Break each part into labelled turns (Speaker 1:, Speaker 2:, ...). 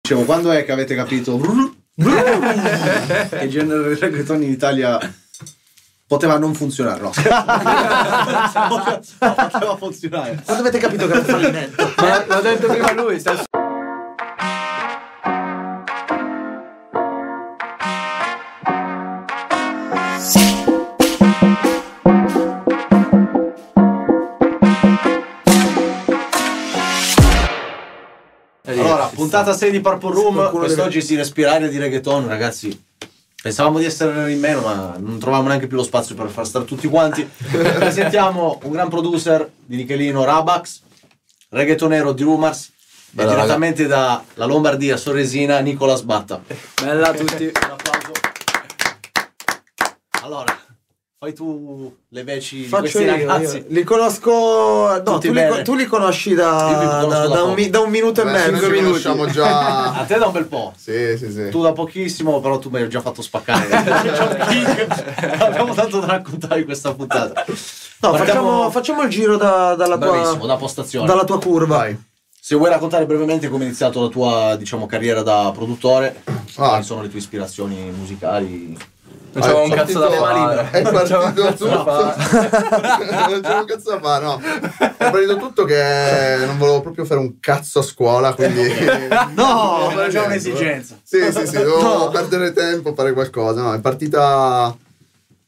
Speaker 1: Dicevo, quando è che avete capito che genere di reggaeton in Italia poteva non funzionare? No, poteva, poteva funzionare.
Speaker 2: Quando avete capito che era un fallimento?
Speaker 3: Ma l'ha detto prima lui, sta su-
Speaker 2: Eh,
Speaker 3: Eh,
Speaker 1: Allora, puntata 6 di Purple Room, quest'oggi si respira aria di reggaeton, ragazzi. Pensavamo di essere in meno, ma non trovavamo neanche più lo spazio per far stare tutti quanti. Presentiamo un gran producer di Nichelino, Rabax, reggaetonero di Rumors, e
Speaker 4: Bella,
Speaker 1: direttamente dalla Lombardia, Sorresina, Nicola Sbatta.
Speaker 3: Bella a tutti.
Speaker 2: Eh,
Speaker 1: Un applauso. Allora, fai tu le veci di
Speaker 2: Faccio
Speaker 1: questi
Speaker 2: io,
Speaker 1: ragazzi.
Speaker 2: io. Li conosco. No,
Speaker 1: Tutti
Speaker 2: tu li,
Speaker 1: bene.
Speaker 2: tu li conosci
Speaker 1: Io li
Speaker 2: da,
Speaker 1: conosco
Speaker 2: da-
Speaker 1: da
Speaker 2: da un,
Speaker 1: poco.
Speaker 2: mi- da un minuto e
Speaker 4: Adesso
Speaker 2: mezzo.
Speaker 4: noi ci conosciamo
Speaker 1: A
Speaker 4: già.
Speaker 1: te da un bel po'.
Speaker 4: Sì, sì, sì.
Speaker 1: Tu da pochissimo, però tu mi hai già fatto spaccare. Abbiamo tanto da raccontare in questa puntata.
Speaker 2: No,
Speaker 1: Partiamo-
Speaker 2: facciamo, facciamo il giro da- dalla,
Speaker 1: Bravissimo,
Speaker 2: tua,
Speaker 1: da postazione.
Speaker 2: dalla tua curva.
Speaker 4: Vai.
Speaker 1: Se vuoi raccontare brevemente come è iniziata la tua, diciamo, carriera da produttore,
Speaker 4: Ah.
Speaker 1: quali sono le tue ispirazioni musicali?
Speaker 3: Non c'avevo un
Speaker 4: È
Speaker 3: cazzo da
Speaker 4: partito-
Speaker 3: fare.
Speaker 4: È
Speaker 3: Non c'avevo un
Speaker 4: partito
Speaker 3: cazzo da
Speaker 4: tutto. non c'è un cazzo da fare, no. È partito tutto che non volevo proprio fare un cazzo a scuola, quindi...
Speaker 2: No,
Speaker 4: Non c'è Sì, sì, sì, dovevo
Speaker 2: No.
Speaker 4: perdere tempo a fare qualcosa. No, è partita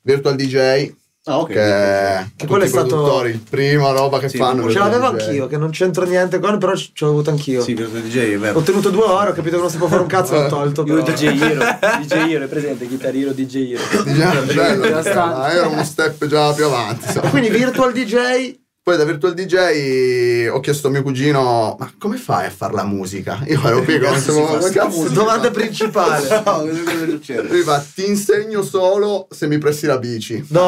Speaker 4: Virtual DJ,
Speaker 1: Ah, ok.
Speaker 4: che, tutti
Speaker 2: quello è
Speaker 4: i
Speaker 2: stato-
Speaker 4: produttori, il prima roba che
Speaker 1: Sì,
Speaker 4: fanno.
Speaker 2: Ce
Speaker 4: Virtual
Speaker 2: l'avevo
Speaker 4: DJ.
Speaker 2: anch'io, che non c'entro niente con, però ce l'ho avuto anch'io.
Speaker 1: Sì, Virtual DJ, è vero.
Speaker 2: Ho tenuto due ore, ho capito che non si può fare un cazzo,
Speaker 5: Eh,
Speaker 2: l'ho tolto.
Speaker 3: Io
Speaker 2: Però.
Speaker 3: DJ Hero, DJ Hero è presente, chitarrino DJ Hero.
Speaker 4: Già, bello,
Speaker 3: Già sta.
Speaker 4: ah, era uno step già più avanti. insomma.
Speaker 2: Quindi virtual DJ.
Speaker 4: Poi da Virtual DJ ho chiesto a mio cugino: Ma come fai a fare la musica? Io ero piccolo,
Speaker 1: Cazzo
Speaker 4: pensavo,
Speaker 1: si fa
Speaker 4: "Ma
Speaker 1: sta
Speaker 4: cazzo si
Speaker 2: Domanda
Speaker 4: fa?"
Speaker 2: principale.
Speaker 1: No, cosa succede?
Speaker 4: Lui fa, ti insegno solo se mi presti la bici.
Speaker 2: No.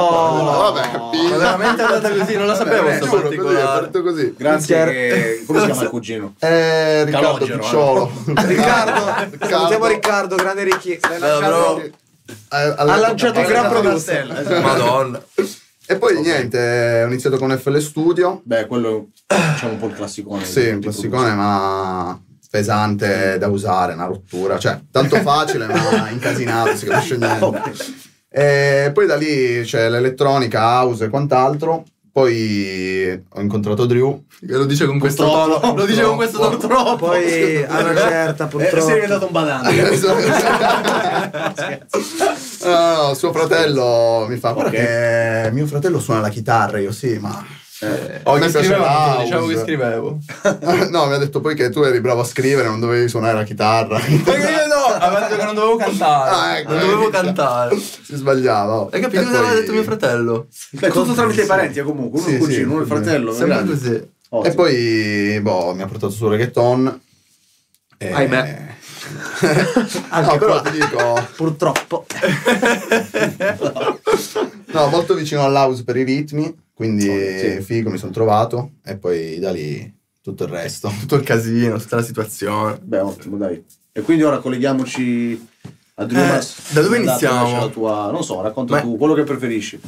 Speaker 4: vabbè, capito.
Speaker 3: Ma veramente è andata così, non la sapevo
Speaker 4: Eh,
Speaker 3: sto
Speaker 4: giuro, così, è
Speaker 3: particolare.
Speaker 4: partito così.
Speaker 1: Grazie.
Speaker 2: Minchia.
Speaker 1: Che... Come si chiama il cugino?
Speaker 4: Eh, Riccardo
Speaker 1: Calogero,
Speaker 4: Picciolo.
Speaker 2: Riccardo, salutiamo Riccardo, grande Ricchi.
Speaker 4: Ha
Speaker 2: lanciato un gran
Speaker 4: programma
Speaker 2: producer.
Speaker 5: Madonna.
Speaker 4: E poi niente, ho iniziato con FL Studio.
Speaker 1: Beh, quello è diciamo un po' il classicone.
Speaker 4: Sì, un
Speaker 1: di
Speaker 4: classicone, ma pesante da usare, una rottura. Cioè, tanto facile, ma incasinato, si capisce niente. E poi da lì c'è l'elettronica, house e quant'altro. Poi ho incontrato Drew.
Speaker 5: E Lo dice con questo
Speaker 1: Purtroppo,
Speaker 5: tono. Lo dice con questo tono.
Speaker 1: Purtroppo.
Speaker 2: Poi a una certa,
Speaker 1: Eh, sei
Speaker 2: purtroppo.
Speaker 1: diventato un badante.
Speaker 4: No, no, suo fratello mi fa
Speaker 1: Ok.
Speaker 4: perché mio fratello suona la chitarra, io sì, ma
Speaker 5: Oh,
Speaker 4: A me piace
Speaker 5: che scrivevo,
Speaker 4: la
Speaker 5: perché diciamo
Speaker 4: house.
Speaker 5: che scrivevo.
Speaker 4: no, mi ha detto poi che tu eri bravo a scrivere, non dovevi suonare la chitarra.
Speaker 5: Perché io no, aveva detto che non dovevo cantare.
Speaker 4: Ah, ecco,
Speaker 5: non dovevo
Speaker 4: vedi.
Speaker 5: cantare.
Speaker 4: si sbagliava. oh.
Speaker 5: Hai capito
Speaker 4: E
Speaker 5: cosa aveva
Speaker 4: poi-
Speaker 2: Ah,
Speaker 5: detto mio fratello?
Speaker 1: Beh, tutto tramite i parenti, eh, comunque. Uno
Speaker 4: Sì,
Speaker 1: il cugino,
Speaker 4: sì,
Speaker 1: uno il
Speaker 4: quindi-
Speaker 1: fratello. Oh,
Speaker 5: Sembra
Speaker 1: grande.
Speaker 5: così.
Speaker 1: Ottimo.
Speaker 4: E poi boh, mi ha portato sul reggaeton. e-
Speaker 3: Ahimè.
Speaker 4: no,
Speaker 2: Anche
Speaker 4: però
Speaker 2: qua.
Speaker 4: ti dico,
Speaker 2: Purtroppo.
Speaker 1: Eh,
Speaker 4: no, molto vicino all'house per i ritmi, quindi
Speaker 1: Sì.
Speaker 4: figo mi sono trovato e poi da lì tutto il resto.
Speaker 5: Tutto il casino, tutta la situazione.
Speaker 1: Beh, ottimo, dai. E quindi ora colleghiamoci a Drew
Speaker 5: Eh,
Speaker 1: Mas-
Speaker 5: da dove
Speaker 1: Andate,
Speaker 5: iniziamo?
Speaker 1: lascia la tua- Non so, racconta
Speaker 5: Beh.
Speaker 1: tu quello che preferisci.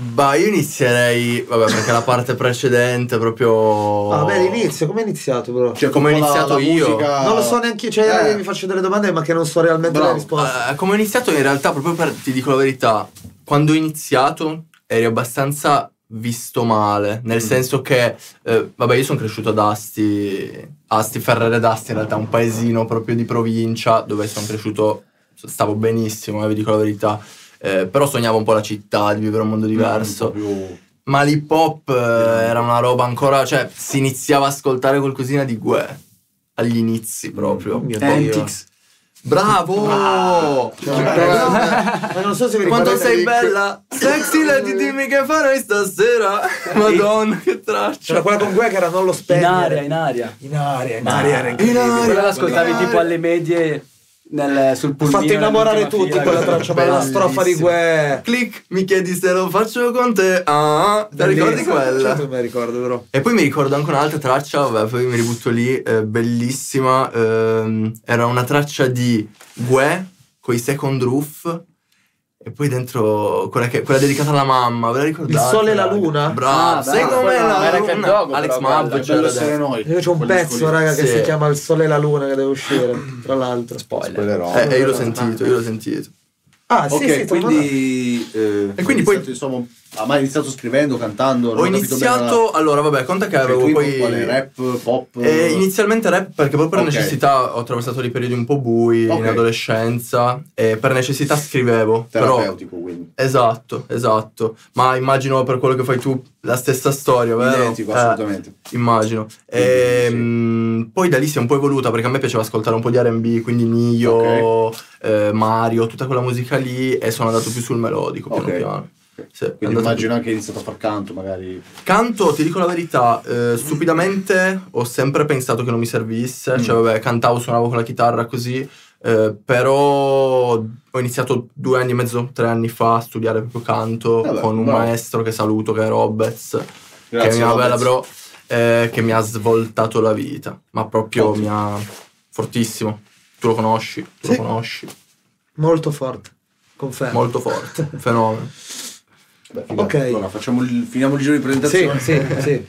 Speaker 5: Bah, io inizierei. Vabbè, perché la parte precedente è proprio.
Speaker 2: Ah, beh, l'inizio, come è iniziato, bro?
Speaker 1: Cioè,
Speaker 5: Come ho
Speaker 1: un po'
Speaker 5: iniziato io?
Speaker 1: musica-
Speaker 2: Non lo so neanche io, cioè
Speaker 4: eh.
Speaker 2: mi faccio delle domande ma che non so realmente la
Speaker 1: Bravo.
Speaker 2: risposta.
Speaker 5: Eh, come ho iniziato in realtà, proprio per ti dico la verità, quando ho iniziato eri abbastanza visto male, nel senso che, eh, vabbè, io sono cresciuto ad Asti, Asti Ferrere d'Asti, in realtà un paesino proprio di provincia dove sono cresciuto, stavo benissimo, eh, vi dico la verità, eh, però sognavo un po' la città, di vivere un mondo
Speaker 1: Un
Speaker 5: diverso.
Speaker 1: po' più-
Speaker 5: Ma l'hip hop eh, era una roba ancora, cioè si iniziava a ascoltare qualcosina di Gue agli inizi proprio.
Speaker 2: Oh
Speaker 3: Eh,
Speaker 2: mio
Speaker 5: Poi-
Speaker 2: Dio.
Speaker 5: Bravo!
Speaker 2: Cioè, Ma non so se vi
Speaker 5: Quanto
Speaker 2: ricordate-
Speaker 5: sei bella! Sexy lady, dimmi che farai stasera! Madonna, che
Speaker 2: C'era
Speaker 5: traccia!
Speaker 2: quella con Gue che era non lo
Speaker 3: In
Speaker 2: spegnere.
Speaker 3: aria, in aria.
Speaker 2: In aria, in aria, era incredibile.
Speaker 5: in aria.
Speaker 3: Quella l'ascoltavi tipo alle medie nel, sul
Speaker 2: Mi ha
Speaker 3: pulmino.
Speaker 2: fatto innamorare tutti quella traccia, ma la strofa di Gue.
Speaker 5: Click, mi chiedi se lo faccio con te. Ah, te ricordi
Speaker 2: Bellissima. Certo
Speaker 5: quella?
Speaker 2: che me la ricordo, però.
Speaker 5: E poi mi ricordo anche un'altra traccia, vabbè, poi mi ributto lì, eh, bellissima. ehm, era una traccia di Gue con i Second Roof E poi dentro quella, che, quella dedicata alla mamma, ve la ricordate?
Speaker 2: Il sole e la luna?
Speaker 5: Bravo,
Speaker 3: Ah, bravo,
Speaker 5: secondo me
Speaker 3: quella-
Speaker 5: la
Speaker 3: era Cat Dog,
Speaker 5: luna. Alex
Speaker 3: però quella,
Speaker 5: Mabbo
Speaker 1: È bello
Speaker 5: c'era
Speaker 1: essere
Speaker 5: dentro.
Speaker 1: noi.
Speaker 2: Io c'ho un
Speaker 1: Quelli
Speaker 2: pezzo,
Speaker 1: scuri.
Speaker 2: raga, che
Speaker 5: Sì.
Speaker 2: si chiama Il Sole e la Luna che deve uscire, tra l'altro.
Speaker 3: Spoiler.
Speaker 4: Spoilerò.
Speaker 5: Eh, eh, io l'ho sentito, io l'ho sentito.
Speaker 2: Ah,
Speaker 1: Ok,
Speaker 2: sì, sì, quindi...
Speaker 1: quindi... eh,
Speaker 5: E quindi
Speaker 1: ho
Speaker 5: poi-
Speaker 1: iniziato, Insomma, ha mai iniziato scrivendo, cantando? non
Speaker 5: Ho
Speaker 1: capito bene la-
Speaker 5: iniziato, allora vabbè, conta che
Speaker 1: Cioè,
Speaker 5: avevo
Speaker 1: tu
Speaker 5: poi...
Speaker 1: quale rap, pop?
Speaker 5: Eh, inizialmente rap perché proprio per
Speaker 1: Ok.
Speaker 5: necessità ho attraversato dei periodi un po' bui
Speaker 1: Ok.
Speaker 5: in adolescenza e per necessità scrivevo. Però,
Speaker 1: terapeutico, quindi.
Speaker 5: esatto, esatto. Ma immagino per quello che fai tu la stessa storia, vero?
Speaker 1: Identico,
Speaker 5: Eh,
Speaker 1: assolutamente.
Speaker 5: Immagino.
Speaker 1: sì.
Speaker 5: Ehm, Poi da lì si è un po' evoluta perché a me piaceva ascoltare un po' di RB, quindi Mio, eh, Mario, tutta quella musica lì e sono andato più sul melodico piano
Speaker 1: Ok.
Speaker 5: piano. Sì, è
Speaker 1: Quindi
Speaker 5: andato più-
Speaker 1: immagino anche che hai iniziato a far canto, magari.
Speaker 5: Canto, ti dico la verità, eh, stupidamente ho sempre pensato che non mi servisse,
Speaker 1: Mm.
Speaker 5: cioè vabbè, cantavo, suonavo con la chitarra così, eh, però ho iniziato due anni e mezzo, tre anni fa a studiare proprio canto
Speaker 1: Vabbè,
Speaker 5: con un
Speaker 1: bravo.
Speaker 5: maestro che saluto, che è Roberts, che è
Speaker 1: Grazie,
Speaker 5: una
Speaker 1: Robert.
Speaker 5: bella bro, eh, che mi ha svoltato la vita, ma proprio
Speaker 1: Ottimo.
Speaker 5: mi ha... fortissimo, tu lo conosci, tu
Speaker 2: Sì.
Speaker 5: lo conosci,
Speaker 2: Molto forte, confermo.
Speaker 5: molto forte, un fenomeno.
Speaker 1: Beh, figata.
Speaker 2: Ok.
Speaker 1: Allora, facciamo il- finiamo il giro di
Speaker 2: Sì,
Speaker 1: presentazione.
Speaker 2: sì, sì.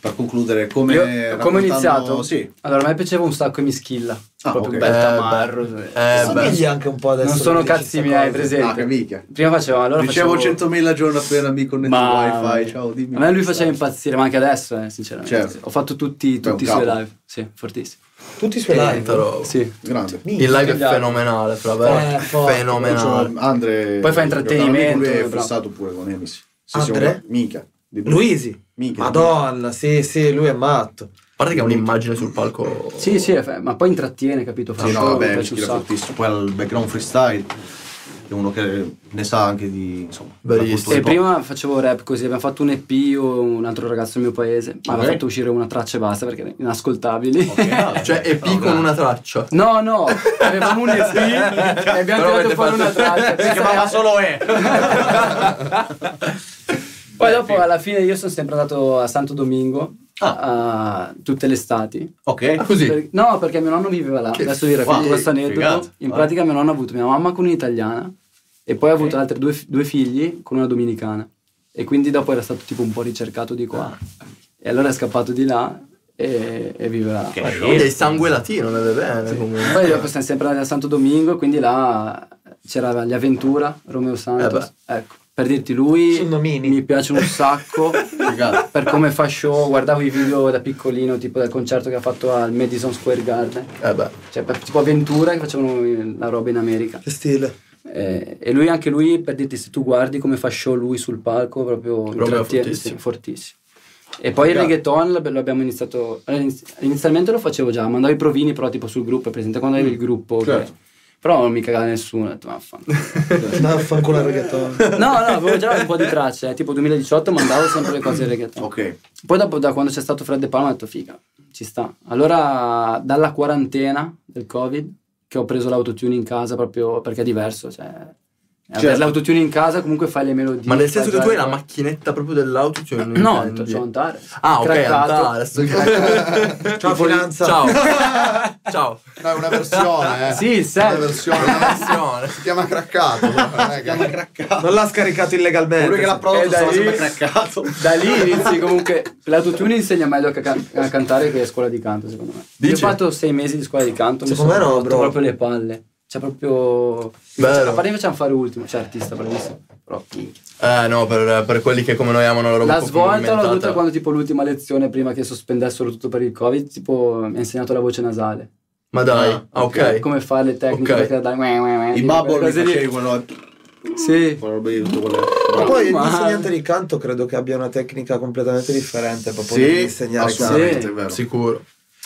Speaker 1: Per concludere, come,
Speaker 3: Io-
Speaker 1: raccontando-
Speaker 3: come ho iniziato?
Speaker 1: Sì.
Speaker 3: Allora, a me piaceva un sacco e mi schilla.
Speaker 1: Ah,
Speaker 3: Proprio
Speaker 1: ok.
Speaker 3: bel
Speaker 5: Eh,
Speaker 3: tamarro.
Speaker 5: Eh,
Speaker 2: Somigli anche un po' adesso.
Speaker 3: Non
Speaker 2: che
Speaker 3: sono
Speaker 2: dici
Speaker 3: cazzi
Speaker 2: sta
Speaker 3: miei,
Speaker 2: cosa.
Speaker 3: presente.
Speaker 1: Ah, che minchia.
Speaker 3: Prima facevo, allora
Speaker 1: Dicevo
Speaker 3: facevo...
Speaker 1: 100.000 giorni appena mi connetto al
Speaker 3: Ma-
Speaker 1: wifi. Ciao, dimmi.
Speaker 3: A me lui faceva impazzire, ma anche adesso, eh, sinceramente.
Speaker 1: Certo.
Speaker 3: Ho fatto tutti,
Speaker 1: Beh,
Speaker 3: tutti i
Speaker 1: un
Speaker 3: suoi
Speaker 1: capo.
Speaker 3: live. Sì, fortissimo.
Speaker 2: Tutti i suoi
Speaker 1: Eh,
Speaker 5: Tanta
Speaker 2: live.
Speaker 5: roba.
Speaker 3: Sì.
Speaker 1: Grande.
Speaker 2: Minchia.
Speaker 5: Il live è
Speaker 3: Sbagliato.
Speaker 5: fenomenale, fra, vero?
Speaker 2: Eh, forte.
Speaker 5: fenomenale.
Speaker 1: Cioè, Andre.
Speaker 3: Poi fa intrattenimento,
Speaker 1: Lui è
Speaker 3: bravo.
Speaker 1: fissato pure con Emis.
Speaker 2: Andre?
Speaker 1: Minchia. Di Bruno.
Speaker 2: Luisi.
Speaker 1: Minchia.
Speaker 2: Madonna, sì, sì, lui è matto.
Speaker 5: A parte che è un'immagine sul palco.
Speaker 3: Sì, sì, è fe- ma poi intrattiene, capito? Fa
Speaker 1: Sì, no,
Speaker 3: show, mi
Speaker 1: vabbè, mi
Speaker 3: piace un
Speaker 1: tira
Speaker 3: sacco.
Speaker 1: fortissimo. Poi ha il background freestyle. È uno che ne sa anche di. Insomma,
Speaker 5: Verissimo.
Speaker 1: la cultura
Speaker 3: E
Speaker 1: hip hop.
Speaker 3: prima facevo rap così, abbiamo fatto un EP o un altro ragazzo del mio paese, ma aveva
Speaker 1: Ok.
Speaker 3: fatto uscire una traccia e basta perché inascoltabili.
Speaker 1: Ok, ah,
Speaker 5: Cioè, EP
Speaker 1: no,
Speaker 5: con
Speaker 1: no.
Speaker 5: una traccia.
Speaker 3: No, no, avevamo un EP e abbiamo
Speaker 5: Però
Speaker 3: tirato
Speaker 5: avete
Speaker 3: fuori
Speaker 5: fatto-
Speaker 3: una traccia.
Speaker 1: Si chiamava solo E.
Speaker 3: Poi dopo alla fine io sono sempre andato a Santo Domingo a tutte le estati.
Speaker 5: Ah,
Speaker 1: Ok.
Speaker 5: così.
Speaker 3: Per- no, perché mio nonno viveva là.
Speaker 5: Che
Speaker 3: Adesso vi
Speaker 1: figata,
Speaker 3: racconto questo aneddoto.
Speaker 1: figata.
Speaker 3: In
Speaker 1: Ah.
Speaker 3: pratica mio nonno ha avuto mia mamma con un'italiana e poi ha avuto altri due, fi- due figli con una dominicana. E quindi dopo era stato tipo un po' ricercato di qua. E allora è scappato di là e, e viveva là.
Speaker 5: Quindi hai sangue latino, ne bene comunque.
Speaker 3: Poi dopo siamo sempre andati a Santo Domingo, quindi là c'era gli Aventura, Romeo Santos.
Speaker 5: Eh
Speaker 3: ecco, per dirti lui
Speaker 2: Sono nomini.
Speaker 3: mi piace un sacco per come fa show, guardavo i video da piccolino, tipo del concerto che ha fatto al Madison Square Garden.
Speaker 5: Eh beh.
Speaker 3: Cioè, per- tipo Aventura che facevano la roba in America.
Speaker 2: Che stile.
Speaker 3: Eh, e lui, anche lui, per dirti, se tu guardi come fa show lui sul palco, proprio intrattiene-
Speaker 5: fortissimo.
Speaker 3: sì, fortissimo. E poi il reggaeton l'ab- l'abbiamo iniziato. all'iniz- Inizialmente lo facevo già, mandavo i provini, però tipo sul gruppo, è presente quando avevi il gruppo. che-
Speaker 1: certo.
Speaker 3: Però non mi cagava nessuno, ho detto vaffanculo.
Speaker 2: No, fanculo al reggaeton.
Speaker 3: no, no, avevo già un po' di tracce, eh, tipo 2018 mandavo sempre le cose in reggaeton.
Speaker 1: Ok.
Speaker 3: Poi dopo, da quando c'è stato Fred De Palma, ho detto figa, ci sta. Allora, dalla quarantena del Covid, che ho preso l'autotune in casa proprio perché è diverso, cioè... eh,
Speaker 1: Certo.
Speaker 3: L'autotune in casa comunque fai le eh, melodie.
Speaker 5: Ma nel
Speaker 3: fai
Speaker 5: senso che
Speaker 3: già-
Speaker 5: tu hai la macchinetta proprio dell'auto? Cioè, non
Speaker 3: No,
Speaker 5: intendi?
Speaker 3: ho detto, c'ho Antare.
Speaker 5: Ah, ok,
Speaker 3: Craccato.
Speaker 5: Antara, sto-
Speaker 2: Ciao, finanza.
Speaker 5: Ciao. Ciao.
Speaker 4: No, è una versione, eh.
Speaker 3: Sì, il
Speaker 4: Una
Speaker 3: set.
Speaker 4: versione. una versione. Si chiama craccato. non è che-
Speaker 2: Non l'ha scaricato illegalmente. Eh,
Speaker 1: Quello che l'ha
Speaker 3: E
Speaker 1: prodotto
Speaker 3: da
Speaker 1: stava
Speaker 3: lì-
Speaker 1: sempre craccato.
Speaker 3: Da lì inizi comunque. L'autotune insegna meglio a, ca- a cantare che a scuola di canto, secondo me. Io ho
Speaker 5: Dici?
Speaker 3: fatto sei mesi di scuola di canto, mi
Speaker 2: Secondo
Speaker 3: sono
Speaker 2: me no,
Speaker 3: rotto
Speaker 2: bro.
Speaker 3: proprio le palle. Cioè, proprio.
Speaker 5: Bello.
Speaker 3: Cioè, a parte che facciamo fare ultimo, cioè artista, bravissimo. Però minchia.
Speaker 5: Eh no, per, per quelli che come noi amano la roba
Speaker 3: La
Speaker 5: un po' più
Speaker 3: svolta l'ho avuta
Speaker 5: movimentata.
Speaker 3: quando, tipo, l'ultima lezione, prima che sospendessero tutto per il Covid, tipo, mi ha insegnato la voce nasale. Cioè,
Speaker 5: Ma dai,
Speaker 1: Ah,
Speaker 5: ah, ok.
Speaker 3: Come fare le tecniche
Speaker 5: Ok.
Speaker 3: perché dai. meh, meh, meh,
Speaker 1: I
Speaker 3: tipo,
Speaker 1: babbo
Speaker 3: quelle
Speaker 1: lo
Speaker 3: cose lì.
Speaker 1: facevi quello.
Speaker 3: Sì.
Speaker 1: eh, Quella roba lì, tutte quelle.
Speaker 2: Ma
Speaker 1: Bravo.
Speaker 2: poi
Speaker 3: Ma-
Speaker 2: l'insegnante di canto credo che abbia una tecnica completamente differente proprio
Speaker 1: Sì,
Speaker 2: insegnare canto.
Speaker 1: assolutamente,
Speaker 3: Sì.
Speaker 1: è vero.
Speaker 5: Sicuro.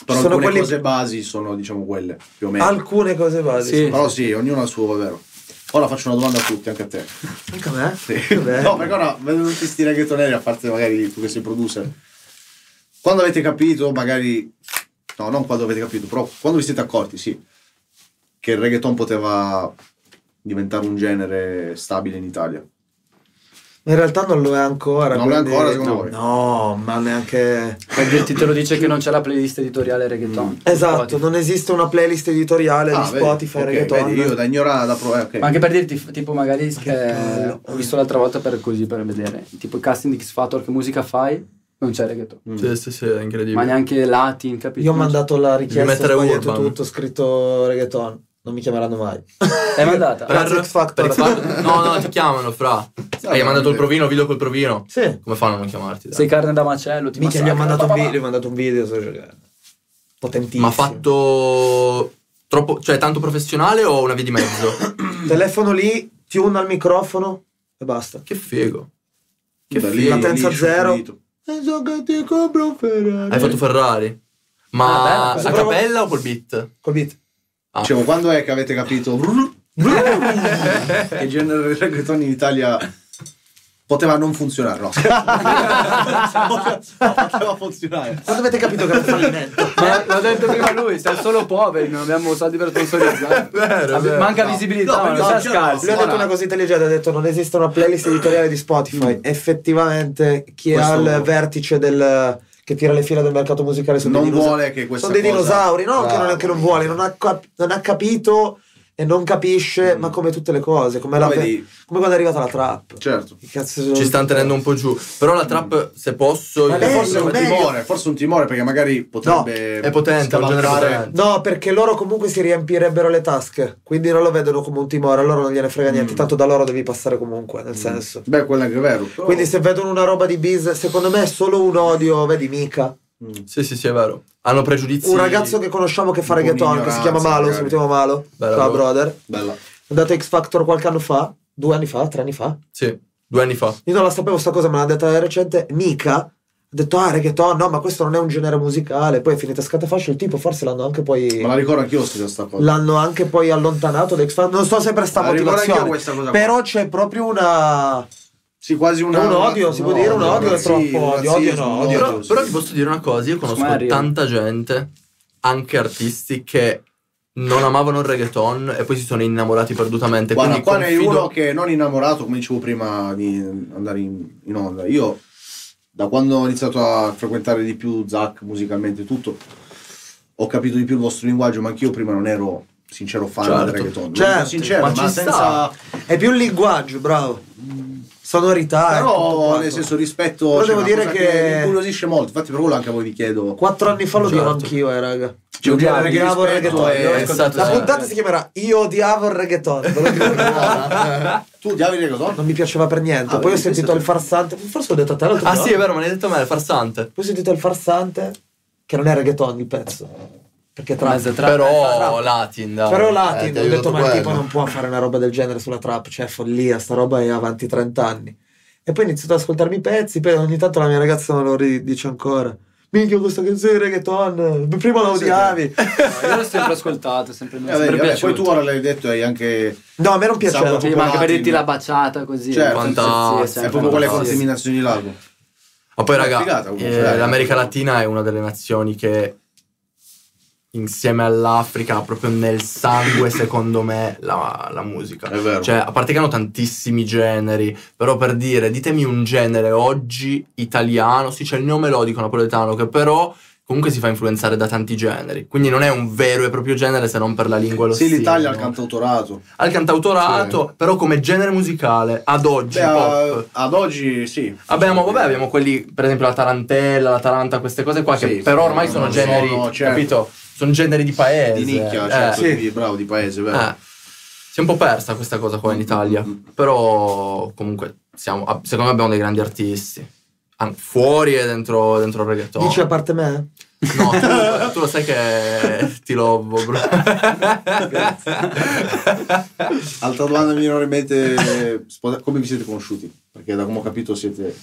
Speaker 1: Però
Speaker 2: Sono
Speaker 1: alcune
Speaker 2: quelli-
Speaker 1: cose basi sono, diciamo, quelle, più o meno.
Speaker 2: Alcune cose basiche.
Speaker 3: Sì.
Speaker 1: Però sì, ognuno ha il suo, è vero. Ora faccio una domanda a tutti, anche a te.
Speaker 2: Anche a me?
Speaker 1: Sì.
Speaker 2: Vabbè.
Speaker 1: No, ecco. perché ora vedo tutti sti reggaetoneri, a parte magari tu che sei producer. Quando avete capito, magari... No, non quando avete capito, però quando vi siete accorti, sì, che il reggaeton poteva diventare un genere stabile in Italia.
Speaker 2: In realtà non lo è ancora.
Speaker 1: Non lo è
Speaker 2: quindi-
Speaker 1: ancora, secondo
Speaker 2: no,
Speaker 1: voi? Ah,
Speaker 2: No, ma neanche...
Speaker 3: Perché il titolo dice che non c'è la playlist editoriale
Speaker 5: Mm.
Speaker 3: reggaeton.
Speaker 2: Esatto, non esiste una playlist editoriale
Speaker 1: Ah,
Speaker 2: di
Speaker 1: vedi,
Speaker 2: Spotify
Speaker 1: ok,
Speaker 2: reggaeton.
Speaker 1: vedi, io da eh, ignorare da provare.
Speaker 3: Ma anche per dirti, tipo magari
Speaker 2: che
Speaker 3: che
Speaker 2: bello.
Speaker 3: ho visto l'altra volta per così, per vedere, tipo il casting di X Factor, che musica fai? Non c'è reggaeton.
Speaker 5: Sì, sì, sì, è incredibile.
Speaker 3: Ma neanche Latin, capito?
Speaker 2: Io ho mandato la richiesta, ho
Speaker 5: mettere
Speaker 2: sbagliato
Speaker 5: Urban.
Speaker 2: tutto, ho scritto reggaeton. Non mi chiameranno mai.
Speaker 3: È mandata.
Speaker 2: Grazie, X Factor.
Speaker 5: per X Factor. No, no, ti chiamano, fra. Hai mandato il
Speaker 1: veramente.
Speaker 5: provino, video col provino.
Speaker 2: Sì.
Speaker 5: Come fanno a non chiamarti? dai?
Speaker 3: Sei carne da macello, ti
Speaker 2: Minchia, gli ho
Speaker 3: massacra,
Speaker 2: mandato un
Speaker 3: papà.
Speaker 2: video, gli ho mandato un video. so- Potentissimo.
Speaker 5: Ma ha fatto troppo, cioè tanto professionale o una via di mezzo?
Speaker 2: Telefono lì, tune al microfono e basta.
Speaker 5: che figo. Che
Speaker 1: Da lì,
Speaker 5: figo.
Speaker 2: Latenza
Speaker 1: liscio,
Speaker 2: zero.
Speaker 1: pulito.
Speaker 5: Hai fatto Ferrari. Ma
Speaker 3: Ah,
Speaker 5: a
Speaker 3: bello.
Speaker 5: cappella o col beat?
Speaker 2: Col beat.
Speaker 5: Ah.
Speaker 1: Dicevo, quando è che avete capito che il genere di reggaeton in Italia poteva non funzionare? No, poteva funzionare.
Speaker 2: Quando avete capito che era un fallimento?
Speaker 3: Ma l'ho detto prima lui, siamo solo poveri, non abbiamo soldi per sponsorizzare.
Speaker 5: vero,
Speaker 3: Abbi-
Speaker 5: vero.
Speaker 3: Manca
Speaker 1: No.
Speaker 3: visibilità,
Speaker 1: No,
Speaker 3: ma
Speaker 1: no,
Speaker 3: non siamo
Speaker 1: c'era-
Speaker 3: scarsi.
Speaker 2: Lui ha detto una cosa intelligente, ha detto non esiste una playlist editoriale di Spotify. Effettivamente chi è
Speaker 1: Questo-
Speaker 2: al vertice del... che tira le fila del mercato musicale sono
Speaker 1: Non
Speaker 2: dei dinosauri.
Speaker 1: vuole che questa
Speaker 2: Sono dei
Speaker 1: cosa-
Speaker 2: dinosauri, no? Che non, è-
Speaker 1: Bravo.
Speaker 2: che non vuole, non ha, cap- non ha capito e non capisce, ma come tutte le cose, come, la-
Speaker 1: Vedi.
Speaker 2: come quando è arrivata la trap.
Speaker 1: Certo.
Speaker 2: Che cazzo sono-
Speaker 5: Ci stanno tenendo un po' giù. Però la trap, se posso,
Speaker 2: Ma
Speaker 5: io-
Speaker 2: lei-
Speaker 1: forse è un
Speaker 2: meglio.
Speaker 1: timore, forse un timore perché magari potrebbe
Speaker 5: è potente, è un genere
Speaker 1: scavalcare-
Speaker 5: potente.
Speaker 2: No, perché loro comunque si riempirebbero le tasche, quindi non lo vedono come un timore, a loro non gliene frega niente, tanto da loro devi passare comunque,
Speaker 1: Mm.
Speaker 2: nel senso.
Speaker 1: Beh, quello è anche vero. però-
Speaker 2: Quindi se vedono una roba di biz, secondo me è solo un odio, vedi mica.
Speaker 1: Mm,
Speaker 5: Sì, sì, sì, è vero. Hanno pregiudizi.
Speaker 2: Un ragazzo che conosciamo che fa
Speaker 1: Un po'
Speaker 2: reggaeton, che si chiama
Speaker 1: ignoranza,
Speaker 2: Malo,
Speaker 1: magari.
Speaker 2: salutiamo Malo.
Speaker 5: Bella
Speaker 2: Ciao
Speaker 5: voce.
Speaker 2: brother. È
Speaker 1: Bella.
Speaker 2: andato a X Factor qualche anno fa, due anni fa, tre anni fa.
Speaker 5: Sì, due anni fa.
Speaker 2: Io non la sapevo sta cosa, me l'ha detta recente, mica. Ho detto, ah, reggaeton, no, ma questo non è un genere musicale. Poi è finita scattafascio, il tipo forse l'hanno anche poi...
Speaker 1: Me la ricordo anch'io questa cosa.
Speaker 2: L'hanno anche poi allontanato da X Factor. Non so se per sta
Speaker 1: Ma ricordo anch'io
Speaker 2: motivazione.
Speaker 1: questa cosa qua.
Speaker 2: Però c'è proprio una.
Speaker 1: Sì, quasi una-
Speaker 2: Un odio, si può dire un odio, è
Speaker 1: sì,
Speaker 2: troppo
Speaker 1: un
Speaker 2: odio,
Speaker 1: razzismo,
Speaker 2: odio no,
Speaker 1: un
Speaker 2: odio.
Speaker 5: Però,
Speaker 1: sì.
Speaker 5: però ti posso dire una cosa, io conosco
Speaker 3: Mario.
Speaker 5: tanta gente, anche artisti, che non amavano il reggaeton e poi si sono innamorati perdutamente.
Speaker 1: Guarda,
Speaker 5: quindi
Speaker 1: qua ne è
Speaker 5: confido-
Speaker 1: uno che non innamorato, come dicevo prima di andare in, in onda. Io, da quando ho iniziato a frequentare di più Zach musicalmente e tutto, ho capito di più il vostro linguaggio, ma anch'io prima non ero sincero fan
Speaker 5: Certo.
Speaker 1: del reggaeton.
Speaker 2: Certo,
Speaker 1: Non sincero,
Speaker 5: ma
Speaker 1: ma,
Speaker 5: ci
Speaker 1: senza... Mm.
Speaker 5: sta.
Speaker 2: È più un linguaggio, bravo. Sonorità. Ah, tutto
Speaker 1: Però,
Speaker 2: quanto.
Speaker 1: nel senso, rispetto...
Speaker 2: Però
Speaker 1: cioè,
Speaker 2: devo
Speaker 1: una
Speaker 2: dire
Speaker 1: cosa
Speaker 2: che-
Speaker 1: Mi incuriosisce molto, infatti per quello anche a voi vi chiedo...
Speaker 2: Quattro anni fa lo
Speaker 5: Certo.
Speaker 2: odiavo anch'io, eh, raga.
Speaker 1: Cioè, un genere che
Speaker 2: odiavo il
Speaker 1: rispetto eh,
Speaker 2: reggaeton.
Speaker 1: è-
Speaker 2: io ho ascoltato- La
Speaker 5: esatto,
Speaker 2: puntata
Speaker 5: sì.
Speaker 2: si chiamerà Io odiavo il reggaeton. ve lo giuro.
Speaker 1: Tu odiavi il reggaeton?
Speaker 2: Oh, non mi piaceva per niente.
Speaker 1: Ah,
Speaker 2: poi ho
Speaker 1: vedi,
Speaker 2: sentito
Speaker 1: pensate.
Speaker 2: il farsante. Forse ho detto a te l'altro
Speaker 5: Ah
Speaker 2: giorno.
Speaker 5: sì, è vero, me l'hai detto a me, è farsante.
Speaker 2: Poi ho sentito il farsante, che non è reggaeton il pezzo. Perché tra
Speaker 3: Mezza trap.
Speaker 5: Però Latin, dai.
Speaker 2: Però
Speaker 1: Eh,
Speaker 2: Latin,
Speaker 1: ti
Speaker 2: ho
Speaker 1: aiuto
Speaker 2: detto, ma il
Speaker 1: quello.
Speaker 2: tipo non può fare una roba del genere sulla trap, cioè è follia, sta roba è avanti 30 anni. E poi ho iniziato ad ascoltarmi i pezzi, poi ogni tanto la mia ragazza me lo ridice ancora. Minchia, questa canzone è reggaeton, prima la odiavi.
Speaker 3: No, Io l'ho sempre ascoltato, sempre mi è
Speaker 1: Eh, vedi,
Speaker 3: sempre
Speaker 1: vabbè, poi
Speaker 3: piaciuto.
Speaker 1: tu ora l'hai detto e hai anche...
Speaker 2: No, a me non piaceva.
Speaker 1: Sabato.
Speaker 3: Sì, ma anche per
Speaker 1: Latin.
Speaker 3: dirti la baciata così. eh,
Speaker 1: Certo,
Speaker 5: Fantastico.
Speaker 1: È proprio quelle
Speaker 5: Fantastico.
Speaker 1: contaminazioni lago.
Speaker 5: Ma poi,
Speaker 1: Ma
Speaker 5: raga,
Speaker 1: figata comunque,
Speaker 5: eh,
Speaker 1: dai.
Speaker 5: l'America Latina è una delle nazioni che insieme all'Africa ha proprio nel sangue, secondo me, la, la musica.
Speaker 1: È vero.
Speaker 5: Cioè, a parte che hanno tantissimi generi, però per dire, ditemi un genere oggi italiano, sì c'è il neomelodico napoletano che però comunque si fa influenzare da tanti generi, quindi non è un vero e proprio genere se non per la lingua e lo
Speaker 1: Sì,
Speaker 5: stile,
Speaker 1: l'Italia ha il
Speaker 5: no?
Speaker 1: cantautorato.
Speaker 5: Al cantautorato, però come genere musicale, ad oggi,
Speaker 1: Beh,
Speaker 5: pop,
Speaker 1: a- ad oggi sì.
Speaker 5: Abbiamo, vabbè, abbiamo quelli, per esempio la tarantella, la taranta, queste cose qua,
Speaker 1: Sì,
Speaker 5: che però ormai
Speaker 1: no,
Speaker 5: sono
Speaker 1: no,
Speaker 5: generi,
Speaker 1: no, certo.
Speaker 5: capito? Sono generi di
Speaker 1: di
Speaker 5: paese.
Speaker 1: nicchia,
Speaker 5: eh.
Speaker 1: certo,
Speaker 5: Sì.
Speaker 1: di, bravo, di paese, vero.
Speaker 3: Ah.
Speaker 5: Eh. Si è un po' persa questa cosa qua in Italia, però comunque siamo, ab- secondo me abbiamo dei grandi artisti, An- fuori e dentro, dentro il reggaeton.
Speaker 2: Dici a parte me?
Speaker 5: No, tu, tu lo sai che ti lovo, bro.
Speaker 1: Altra domanda mi viene in mente, eh, spo- come vi siete conosciuti? Perché da come ho capito siete...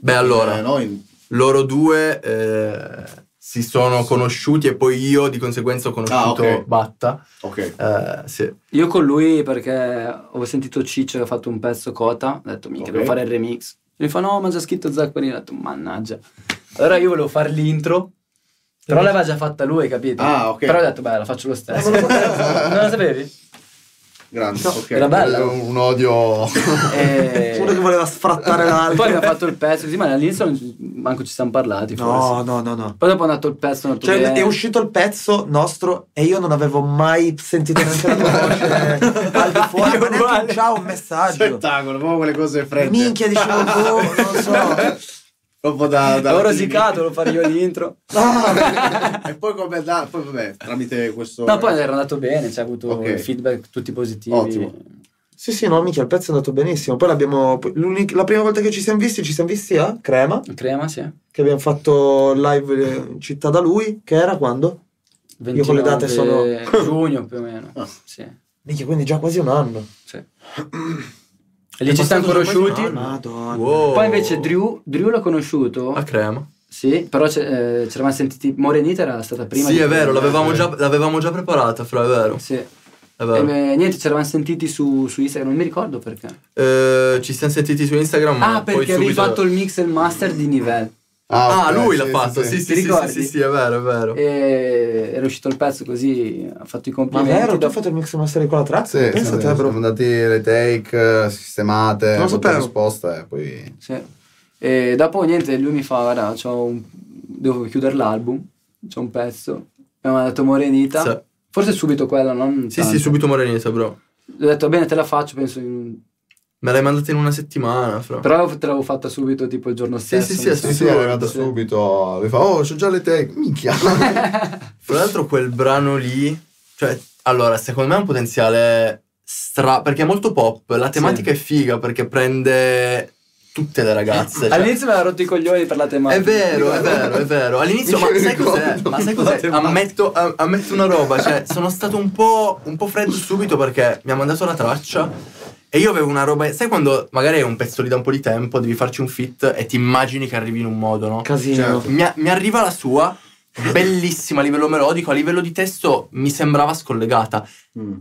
Speaker 5: Beh, allora...
Speaker 1: Eh, no, in-
Speaker 5: loro due eh, si sono conosciuti e poi io di conseguenza ho conosciuto
Speaker 1: Ah, ok.
Speaker 5: Batta.
Speaker 1: Ok.
Speaker 5: Eh, sì.
Speaker 3: Io con lui perché ho sentito Ciccio che ha fatto un pezzo cota, ho detto minchia
Speaker 1: Ok.
Speaker 3: devo fare il remix. Mi fa no ma ha già scritto Zach Perini, ho detto mannaggia. Allora io volevo fare l'intro, però l'aveva già fatta lui, capito?
Speaker 1: Ah, ok.
Speaker 3: Però ho detto beh la faccio lo stesso.
Speaker 2: Ma non lo sapevo.
Speaker 3: non la sapevi?
Speaker 4: Grande,
Speaker 3: No,
Speaker 4: ok.
Speaker 3: era bello.
Speaker 4: Un, un odio.
Speaker 3: E-
Speaker 2: Uno che voleva sfrattare l'altro.
Speaker 3: Eh. Poi abbiamo fatto il pezzo, così, ma all'inizio non- manco ci siamo parlati.
Speaker 2: No,
Speaker 3: forse.
Speaker 2: no, no, no.
Speaker 3: Poi dopo è andato il pezzo, è andato
Speaker 2: Cioè,
Speaker 3: bene.
Speaker 2: è uscito il pezzo nostro e io non avevo mai sentito neanche la tua voce al di fuori,
Speaker 3: Io
Speaker 2: ma neanche un
Speaker 3: uguale.
Speaker 2: ciao, un messaggio.
Speaker 1: Spettacolo, proprio quelle cose fredde.
Speaker 2: Minchia, dicevo, boh, non so.
Speaker 1: Proprio da... da
Speaker 3: Ho rosicato, lo farò io l'intro.
Speaker 1: Ah, e poi come da... Poi vabbè, tramite questo...
Speaker 3: No, poi era andato bene, ci ha avuto
Speaker 1: Ok.
Speaker 3: feedback tutti positivi.
Speaker 1: Ottimo.
Speaker 2: Sì, sì, no, minchia, il pezzo è andato benissimo. Poi l'abbiamo. poi l'uni- La prima volta che ci siamo visti, ci siamo visti a Crema,
Speaker 3: Crema, sì.
Speaker 2: che abbiamo fatto live eh, in città da lui, che era quando? Io con le date
Speaker 3: 29
Speaker 2: sono-
Speaker 3: giugno più o meno.
Speaker 1: Ah.
Speaker 3: Sì,
Speaker 2: Minchia, quindi già quasi un anno.
Speaker 3: sì. E lì ci siamo
Speaker 5: passato quasi un
Speaker 2: Ah,
Speaker 3: conosciuti.
Speaker 5: anno.
Speaker 2: Madonna.
Speaker 5: Wow.
Speaker 3: Poi invece Drew, Drew l'ho conosciuto.
Speaker 2: Ah,
Speaker 5: A crema.
Speaker 3: Sì, però c'è- eh, ci eravamo sentiti. Morenita era stata prima.
Speaker 5: sì,
Speaker 3: di-
Speaker 5: è vero, l'avevamo già, l'avevamo già preparata, Fra, è vero.
Speaker 3: Sì.
Speaker 5: È vero.
Speaker 3: E, eh, niente, ci eravamo sentiti su, su Instagram, non mi ricordo perché.
Speaker 5: Eh, ci siamo sentiti su Instagram.
Speaker 3: Ah,
Speaker 5: poi
Speaker 3: perché avevi
Speaker 5: subito-
Speaker 3: fatto il mix e il master di Nivelle.
Speaker 5: Ah,
Speaker 4: ok,
Speaker 5: lui
Speaker 4: eh, sì,
Speaker 5: l'ha
Speaker 4: sì,
Speaker 5: fatto, sì, sì,
Speaker 3: Ti
Speaker 5: sì, sì,
Speaker 3: ricordi?
Speaker 5: sì, sì, è vero, è vero.
Speaker 3: E era uscito il pezzo così, ha fatto i
Speaker 2: Ma
Speaker 3: complimenti.
Speaker 2: vero, tu hai
Speaker 3: dopo-
Speaker 2: fatto il mix master con la
Speaker 4: Sì,
Speaker 2: traccia?
Speaker 4: sì,
Speaker 2: Pensa
Speaker 4: sì,
Speaker 2: a te,
Speaker 4: siamo
Speaker 2: bro.
Speaker 4: andati le take eh,
Speaker 2: Non
Speaker 4: sistemate,
Speaker 2: lo
Speaker 4: botte e
Speaker 2: sapevo.
Speaker 4: risposta e poi...
Speaker 3: Sì. E dopo niente, lui mi fa, guarda, c'ho un- devo chiudere l'album, c'ho un pezzo. Abbiamo detto Morenita.
Speaker 5: Sì.
Speaker 3: Forse subito quella, non
Speaker 5: Sì,
Speaker 3: tanto.
Speaker 5: sì, subito Morenita, bro.
Speaker 3: Ho detto, bene, te la faccio, penso in-
Speaker 5: Me l'hai mandata in una settimana, Fra.
Speaker 3: Però te l'avevo fatta subito, tipo il giorno stesso.
Speaker 5: sì,
Speaker 3: mi
Speaker 5: sì,
Speaker 3: sa.
Speaker 4: Sì, sì, è arrivato subito, lui fa, oh, c'ho già le take, minchia.
Speaker 5: Fra l'altro quel brano lì, cioè, allora, secondo me ha un potenziale stra... perché è molto pop, la tematica è figa perché prende tutte le ragazze. cioè.
Speaker 3: All'inizio mi aveva rotto i coglioni per la tematica.
Speaker 5: È vero, è vero, è vero. All'inizio, ma
Speaker 4: Mi
Speaker 5: sai
Speaker 4: ricordo.
Speaker 5: cos'è? Ma sai cos'è? Ammetto, am- ammetto una roba, cioè, sono stato un po', un po' freddo subito perché mi ha mandato la traccia e io avevo una roba... Sai quando magari è un pezzo lì da un po' di tempo, devi farci un fit e ti immagini che arrivi in un modo, no?
Speaker 2: Casino.
Speaker 4: Certo.
Speaker 5: Mi, a- mi arriva la sua, bellissima a livello melodico, a livello di testo mi sembrava scollegata.
Speaker 1: Mm.